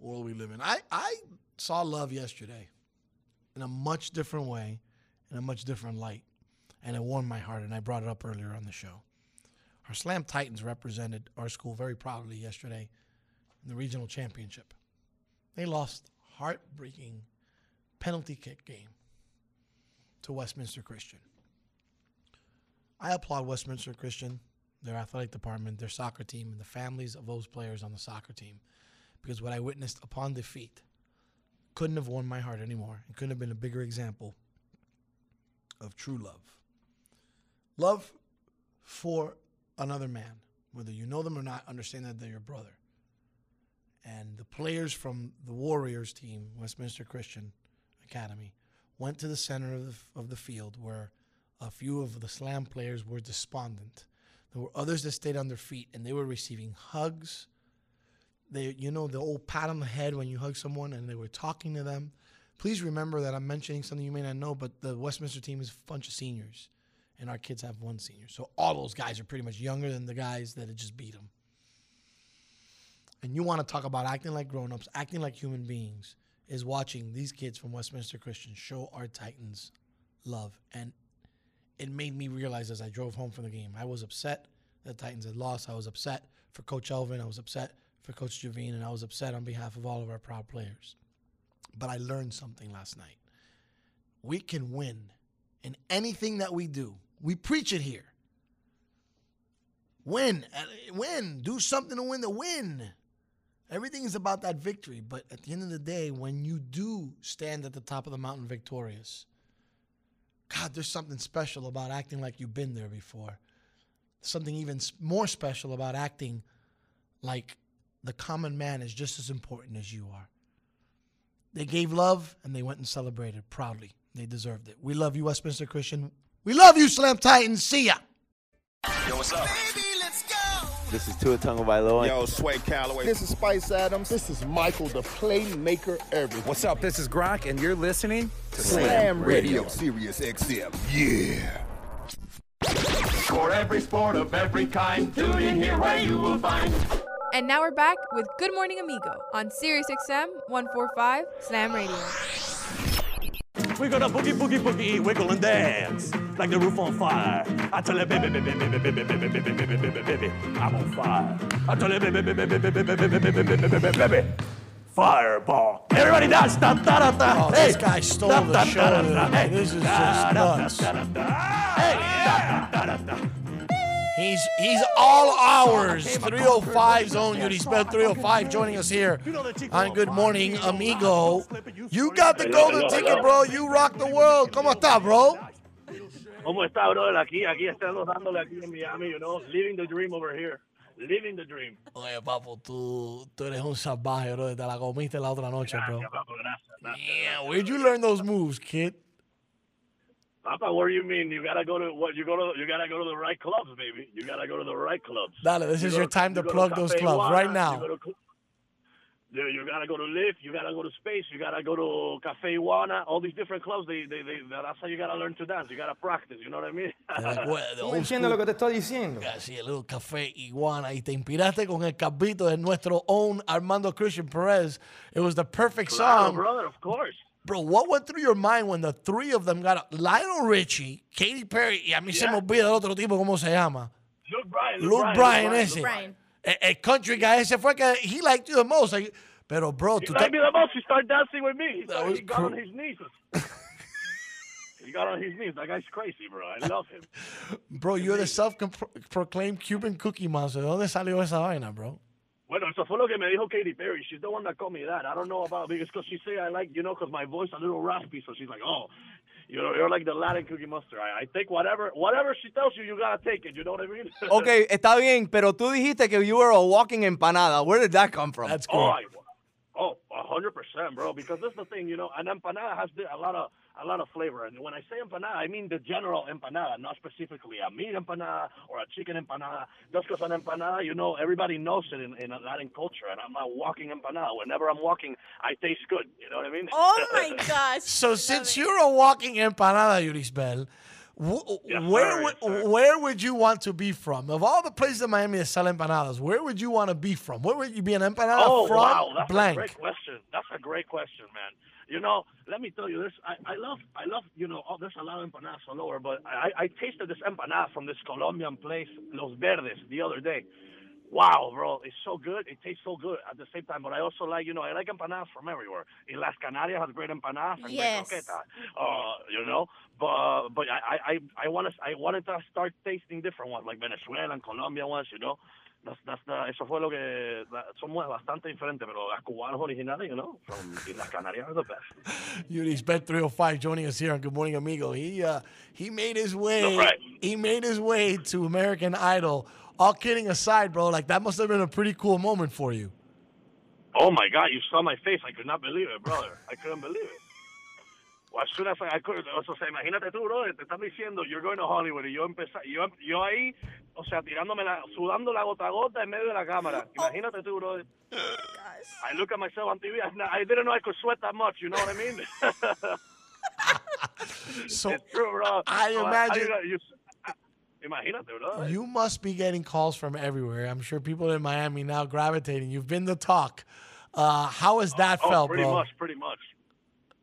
[SPEAKER 2] World we live in. I, I saw love yesterday in a much different way, in a much different light. And it warmed my heart, and I brought it up earlier on the show. Our Slam Titans represented our school very proudly yesterday in the regional championship. They lost heartbreaking penalty kick game to Westminster Christian. I applaud Westminster Christian, their athletic department, their soccer team, and the families of those players on the soccer team because what I witnessed upon defeat couldn't have won my heart anymore and couldn't have been a bigger example of true love. Love for another man, whether you know them or not, understand that they're your brother. And the players from the Warriors team, Westminster Christian Academy, went to the center of the, of the field where a few of the slam players were despondent. There were others that stayed on their feet and they were receiving hugs. They, you know, the old pat on the head when you hug someone and they were talking to them. Please remember that I'm mentioning something you may not know, but the Westminster team is a bunch of seniors and our kids have one senior. So all those guys are pretty much younger than the guys that had just beat them. And you want to talk about acting like grown-ups, acting like human beings, is watching these kids from Westminster Christian show our Titans love. And it made me realize as I drove home from the game, I was upset that Titans had lost. I was upset for Coach Elvin. I was upset for Coach Javine, and I was upset on behalf of all of our proud players. But I learned something last night. We can win in anything that we do. We preach it here. Win, uh, win, do something to win the win. Everything is about that victory, but at the end of the day, when you do stand at the top of the mountain victorious, God, there's something special about acting like you've been there before. Something even s- more special about acting like the common man is just as important as you are. They gave love and they went and celebrated proudly. They deserved it. We love you, Westminster Christian. We love you, Slam Titans. See ya.
[SPEAKER 15] Yo, what's up?
[SPEAKER 14] This is Tua Tonga Vailoa.
[SPEAKER 7] Yo, Sway Calloway.
[SPEAKER 14] This is Spice Adams. This is Michael, the playmaker everything.
[SPEAKER 16] What's up? This is Gronk, and you're listening to
[SPEAKER 14] Slam, Radio. Sirius XM. Yeah.
[SPEAKER 11] For every sport of every kind, tune in here where you will find.
[SPEAKER 1] And now we're back with Good Morning Amigo on Sirius XM 145 Slam Radio.
[SPEAKER 4] We're gonna boogie, boogie, boogie, wiggle and dance like the roof on fire. I tell her, baby, baby, baby, baby, baby, baby, baby, baby, baby, I'm on fire. I tell her, baby, baby, baby, baby, baby, baby, baby, baby, baby, baby, fireball. Everybody dance. Da, da, da, da.
[SPEAKER 2] Oh, this guy stole
[SPEAKER 4] da,
[SPEAKER 2] the
[SPEAKER 4] da,
[SPEAKER 2] show,
[SPEAKER 4] Da, da, da,
[SPEAKER 2] man.
[SPEAKER 4] hey.
[SPEAKER 2] This is
[SPEAKER 4] Da,
[SPEAKER 2] just
[SPEAKER 4] da,
[SPEAKER 2] nuts.
[SPEAKER 4] Da, da, da, da.
[SPEAKER 2] Ah, He's he's all ours. 305 Zone Duty Sped 305 joining us here on Good Morning Amigo. You got the golden ticket, bro. You rock the world. Come on, top, bro.
[SPEAKER 10] ¿Cómo está, brother? Aquí, aquí estamos dándole aquí en Miami, you know, living the dream over here. Living the dream.
[SPEAKER 2] Oye, papo, tú, tú eres un salvaje, bro. Te la comiste la otra noche, bro. Yeah, where'd you learn those moves, kid?
[SPEAKER 10] Papa, what do you mean? You gotta go to what? You go to you gotta go to the right clubs, baby. You gotta go to the right clubs.
[SPEAKER 2] Dale, this
[SPEAKER 10] You
[SPEAKER 2] is
[SPEAKER 10] go
[SPEAKER 2] your time to
[SPEAKER 10] you go
[SPEAKER 2] plug those
[SPEAKER 10] Cafe
[SPEAKER 2] clubs
[SPEAKER 10] Juana,
[SPEAKER 2] right now.
[SPEAKER 10] You, go to cl- you, you gotta go to Lift. You gotta go to Space. You gotta go to Cafe Juana. All these different clubs. They, they, they, that's how you gotta learn to dance. You gotta practice. You know what I mean?
[SPEAKER 2] ¿No entiendes lo que te estoy diciendo? Así, el little café iguana. Y te inspiraste con el capito de nuestro own Armando Christian Perez. It was the perfect
[SPEAKER 10] Claro,
[SPEAKER 2] song.
[SPEAKER 10] brother. Of course.
[SPEAKER 2] Bro, what went through your mind when the three of them got up? Lionel Richie, Katy Perry, y a mí se me olvida el otro tipo, ¿cómo se llama?
[SPEAKER 10] Luke Bryan.
[SPEAKER 2] Luke Bryan, ese. El, el country guy ese fue el que he liked you the most. Like, pero, bro,
[SPEAKER 10] He
[SPEAKER 2] tú
[SPEAKER 10] liked
[SPEAKER 2] te-
[SPEAKER 10] me the most. He started dancing with me. He, started-
[SPEAKER 2] was
[SPEAKER 10] he got
[SPEAKER 2] cru-
[SPEAKER 10] on his knees. he got on his knees. That guy's crazy, bro. I love him.
[SPEAKER 2] bro, you're the self-proclaimed Cuban cookie monster. ¿De dónde salió esa vaina, bro?
[SPEAKER 10] Bueno, eso fue lo que me dijo Katy Perry. She's the one that called me that. I don't know about because because she say I like you know because my voice a little raspy. So she's like, oh, you know, you're like the Latin cookie monster. I, I take whatever whatever she tells you, you gotta take it. You know what I mean?
[SPEAKER 3] Ok, está bien, pero tú dijiste que you were a walking empanada. Where did that come from?
[SPEAKER 2] That's
[SPEAKER 10] Oh, I, oh, a hundred percent. percent, bro. Because that's the thing, you know. An empanada has the- a lot of a lot of flavor, and when I say empanada, I mean the general empanada, not specifically a meat empanada or a chicken empanada. Just because an empanada, you know, everybody knows it in, in Latin culture, and I'm a walking empanada. Whenever I'm walking, I taste good. You know what I mean?
[SPEAKER 6] Oh my gosh.
[SPEAKER 2] So since you're a walking empanada, Yurisbel, wh- where would where would you want to be from? Of all the places in Miami that sell empanadas, where would you want to be from? Where would you be an empanada
[SPEAKER 10] oh,
[SPEAKER 2] from?
[SPEAKER 10] Wow, that's
[SPEAKER 2] Blank.
[SPEAKER 10] a great question. That's a great question, man. You know, let me tell you this. I, I love, I love, you know, oh, there's a lot of empanadas all over, but I, I tasted this empanada from this Colombian place, Los Verdes, the other day. Wow, bro, it's so good. It tastes so good at the same time. But I also like, you know, I like empanadas from everywhere. In Las Canarias has great empanadas and
[SPEAKER 6] Yes.
[SPEAKER 10] great croqueta. Uh, you know, but but I I I- I want to I wanted to start tasting different ones like Venezuela and Colombia ones. You know, that's that's the, eso fue lo que la- somos bastante diferentes, pero las cubanas originales, you know, from y Las Canarias are the best.
[SPEAKER 2] Yuri's Bet 305 joining us here on Good Morning Amigo. He uh, he made his way
[SPEAKER 10] right.
[SPEAKER 2] he made his way to American Idol. All kidding aside, bro, like that must have been a pretty cool moment for you.
[SPEAKER 10] Oh my God, you saw my face. I could not believe it, brother. I couldn't believe it. Well, as soon as I, I could, o sea, imagínate tú, bro, te están diciendo, you're going to Hollywood, y yo empecé, yo, yo ahí, o sea, tirándome la, sudando la gota a gota en medio de la cámara.
[SPEAKER 2] Oh.
[SPEAKER 10] Imagínate tú, bro. I look at myself on TV, I, I didn't know I could sweat that much, you know what I mean?
[SPEAKER 2] So
[SPEAKER 10] it's true, bro.
[SPEAKER 2] I
[SPEAKER 10] So
[SPEAKER 2] imagine-
[SPEAKER 10] I- you- I- imagínate, bro.
[SPEAKER 2] You must be getting calls from everywhere. I'm sure people in Miami now gravitating. You've been the talk. Uh, how has that
[SPEAKER 10] oh,
[SPEAKER 2] felt,
[SPEAKER 10] pretty
[SPEAKER 2] bro?
[SPEAKER 10] much, pretty much.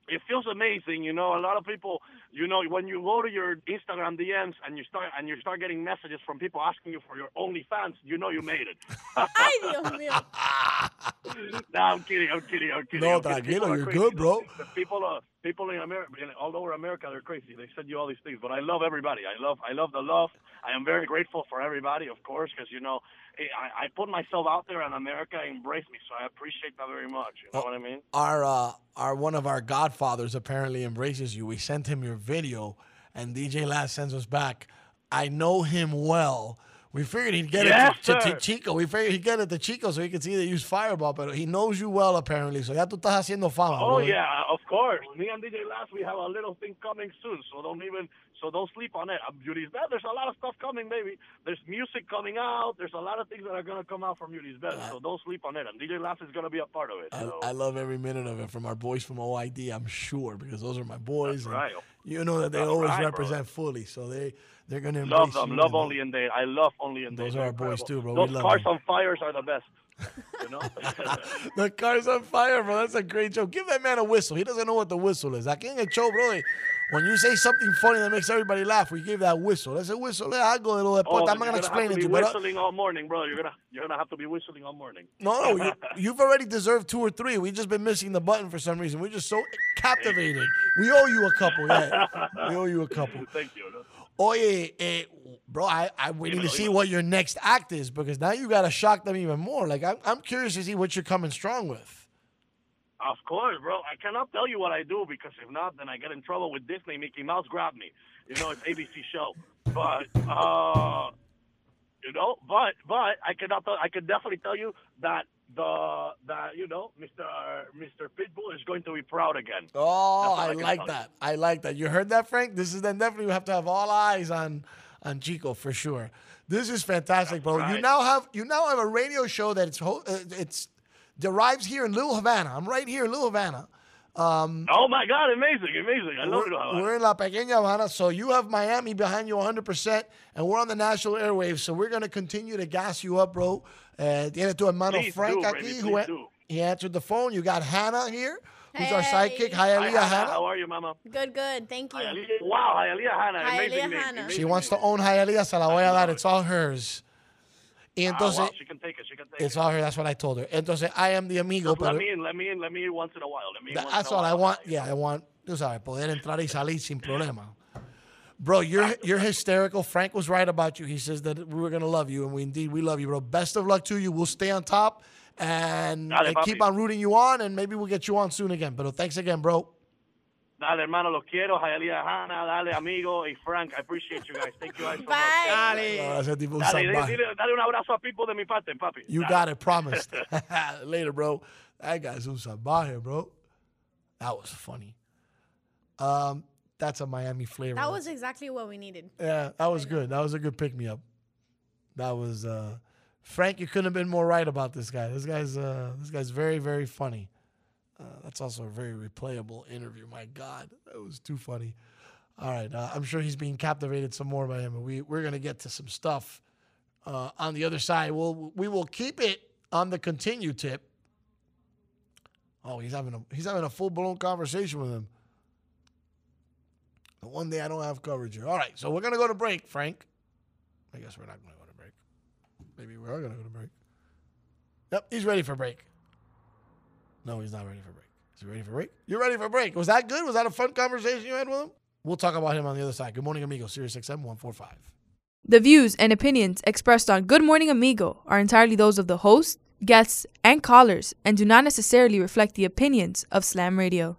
[SPEAKER 10] It feels amazing, you know. A lot of people, you know, when you go to your Instagram DMs and you start and you start getting messages from people asking you for your OnlyFans, you know you made it.
[SPEAKER 6] Ay, Dios mío.
[SPEAKER 10] no, I'm kidding. I'm kidding. I'm kidding.
[SPEAKER 2] No,
[SPEAKER 10] I'm kidding. People
[SPEAKER 2] tranquilo,
[SPEAKER 10] are
[SPEAKER 2] you're
[SPEAKER 10] crazy.
[SPEAKER 2] good, bro.
[SPEAKER 10] The people, uh, people in America, all over America, they're crazy. They send you all these things, but I love everybody. I love, I love the love. I am very grateful for everybody, of course, because you know, I, I put myself out there, and America embraced me, so I appreciate that very much. You
[SPEAKER 2] Oh.
[SPEAKER 10] know what I mean?
[SPEAKER 2] Our uh, our one of our godfathers apparently embraces you. We sent him your video, and DJ Last sends us back. I know him well. We figured he'd get
[SPEAKER 10] Yes,
[SPEAKER 2] it to, to- to
[SPEAKER 10] sir.
[SPEAKER 2] Chico. We figured he'd get it to Chico so he could see they use Fireball, but he knows you well apparently. So ya tú estás haciendo fama.
[SPEAKER 10] Oh
[SPEAKER 2] bro.
[SPEAKER 10] yeah, of course. Me and DJ Last, we have a little thing coming soon, so don't even, so don't sleep on it. I'm Beauty's Bed. There's a lot of stuff coming, baby. There's music coming out. There's a lot of things that are gonna come out from Beauty's Bed, so don't sleep on it. And DJ Last is gonna be a part of it.
[SPEAKER 2] I,
[SPEAKER 10] So.
[SPEAKER 2] I love every minute of it from our boys from OID, I'm sure, because those are my boys. and
[SPEAKER 10] right.
[SPEAKER 2] You know that they
[SPEAKER 10] That's
[SPEAKER 2] always
[SPEAKER 10] right, bro.
[SPEAKER 2] represent fully, so they they're gonna embrace
[SPEAKER 10] Love them.
[SPEAKER 2] you
[SPEAKER 10] Love
[SPEAKER 2] and-
[SPEAKER 10] only in day. I love only in day.
[SPEAKER 2] Those are our boys too, bro. We
[SPEAKER 10] Those
[SPEAKER 2] love
[SPEAKER 10] cars
[SPEAKER 2] them.
[SPEAKER 10] on fires are the best. You know.
[SPEAKER 2] the car's on fire, bro. That's a great joke. Give that man a whistle. He doesn't know what the whistle is. I can't get show, bro. eh, When you say something funny that makes everybody laugh, we give that whistle. That's a whistle. eh, I go little. eh, puta, I'm not
[SPEAKER 10] Oh, you're
[SPEAKER 2] gonna explain
[SPEAKER 10] have
[SPEAKER 2] it
[SPEAKER 10] to
[SPEAKER 2] to
[SPEAKER 10] be
[SPEAKER 2] you, but uh,
[SPEAKER 10] whistling all morning, bro. You're gonna you're gonna have to be whistling all morning.
[SPEAKER 2] no, no, you, you've already deserved two or three. We've just been missing the button for some reason. We're just so captivated. We owe you a couple. Yeah, we owe you a couple.
[SPEAKER 10] Thank you.
[SPEAKER 2] Oye, eh, bro, I, I'm waiting to see what your next act is because now you got to shock them even more. Like, I'm, I'm curious to see what you're coming strong with.
[SPEAKER 10] Of course, bro. I cannot tell you what I do because if not, then I get in trouble with Disney. Mickey Mouse grabbed me. You know, it's ABC show. But uh, you know, but but I cannot. Tell, I can definitely tell you that the that you know, Mr. Mr. Pitbull is going to be proud again.
[SPEAKER 2] Oh,
[SPEAKER 10] That's all
[SPEAKER 2] I
[SPEAKER 10] can
[SPEAKER 2] like
[SPEAKER 10] tell you.
[SPEAKER 2] that. I like that. You heard that, Frank? This is then definitely we have to have all eyes on on Chico for sure. This is fantastic, bro. You
[SPEAKER 10] right.
[SPEAKER 2] now have you now have a radio show that it's ho- uh, it's derives here in Little Havana. I'm right here in Little Havana. Um,
[SPEAKER 10] Oh my God! Amazing, amazing. I love
[SPEAKER 2] we're,
[SPEAKER 10] it. Havana.
[SPEAKER 2] we're in La Pequeña Havana, so you have Miami behind you 100%, and we're on the national airwaves, so we're going to continue to gas you up, bro. Uh, tiene tu hermano
[SPEAKER 10] Please
[SPEAKER 2] Frank
[SPEAKER 10] do,
[SPEAKER 2] aquí,
[SPEAKER 10] baby,
[SPEAKER 2] who
[SPEAKER 10] please
[SPEAKER 2] an-
[SPEAKER 10] do.
[SPEAKER 2] he answered the phone. You got Hannah here, who's our sidekick. Hi,
[SPEAKER 10] Hi,
[SPEAKER 2] Aliyah
[SPEAKER 10] Hannah.
[SPEAKER 2] Hannah.
[SPEAKER 10] How are you, Mama?
[SPEAKER 6] Good, good. Thank you.
[SPEAKER 10] Wow, Hialeah Hannah. Amazing
[SPEAKER 6] Hialeah
[SPEAKER 10] name.
[SPEAKER 6] Hannah.
[SPEAKER 2] She wants to own Hialeah, se la voy a dar. It's all hers. Y
[SPEAKER 10] Ah,
[SPEAKER 2] entonces,
[SPEAKER 10] wow, she can take it. She can take
[SPEAKER 2] it's all her. That's what I told her. Entonces, I am the amigo.
[SPEAKER 10] it. Let
[SPEAKER 2] pero-
[SPEAKER 10] me in. Let me in. Let me in once in a while. Let me in
[SPEAKER 2] Tha-
[SPEAKER 10] once
[SPEAKER 2] That's
[SPEAKER 10] in a
[SPEAKER 2] all
[SPEAKER 10] while.
[SPEAKER 2] I want. Yeah, I want. Tú sabes, poder entrar y salir sin problema. Bro, you're you're hysterical. Frank was right about you. He says that we were gonna love you, and we indeed we love you, bro. Best of luck to you. We'll stay on top and,
[SPEAKER 10] Dale,
[SPEAKER 2] and keep
[SPEAKER 10] papi.
[SPEAKER 2] on rooting you on, and maybe we'll get you on soon again. But thanks again, bro.
[SPEAKER 10] Dale, hermano, los quiero. Hialeah, Hannah, dale, amigo, y Frank. I appreciate you guys. Thank you guys so much.
[SPEAKER 2] No, ese tipo es un
[SPEAKER 10] Dale,
[SPEAKER 2] salvaje.
[SPEAKER 10] dile- dale un abrazo a Pipo de mi parte, papi.
[SPEAKER 2] You
[SPEAKER 10] Dale.
[SPEAKER 2] got it, promised. Later, bro. That guy's un salvaje, bro. That was funny. Um, that's a Miami flavor.
[SPEAKER 6] That was exactly what we needed.
[SPEAKER 2] yeah, that was good. That was a good pick me up. That was uh, Frank. You couldn't have been more right about this guy. This guy's uh, this guy's very very funny. Uh, that's also a very replayable interview. My God, that was too funny. All right, uh, I'm sure he's being captivated some more by him. and We we're gonna get to some stuff uh, on the other side. We'll we will keep it on the continue tip. Oh, he's having a he's having a full blown conversation with him. The one day I don't have coverage here. All right, so we're gonna go to break, Frank. I guess we're not gonna go to break. Maybe we are gonna go to break. Yep, he's ready for break. No, he's not ready for break. Is he ready for break? You're ready for break. Was that good? Was that a fun conversation you had with him? We'll talk about him on the other side. Good morning, amigo. Sirius XM 145.
[SPEAKER 1] The views and opinions expressed on Good Morning Amigo are entirely those of the host, guests, and callers and do not necessarily reflect the opinions of Slam Radio.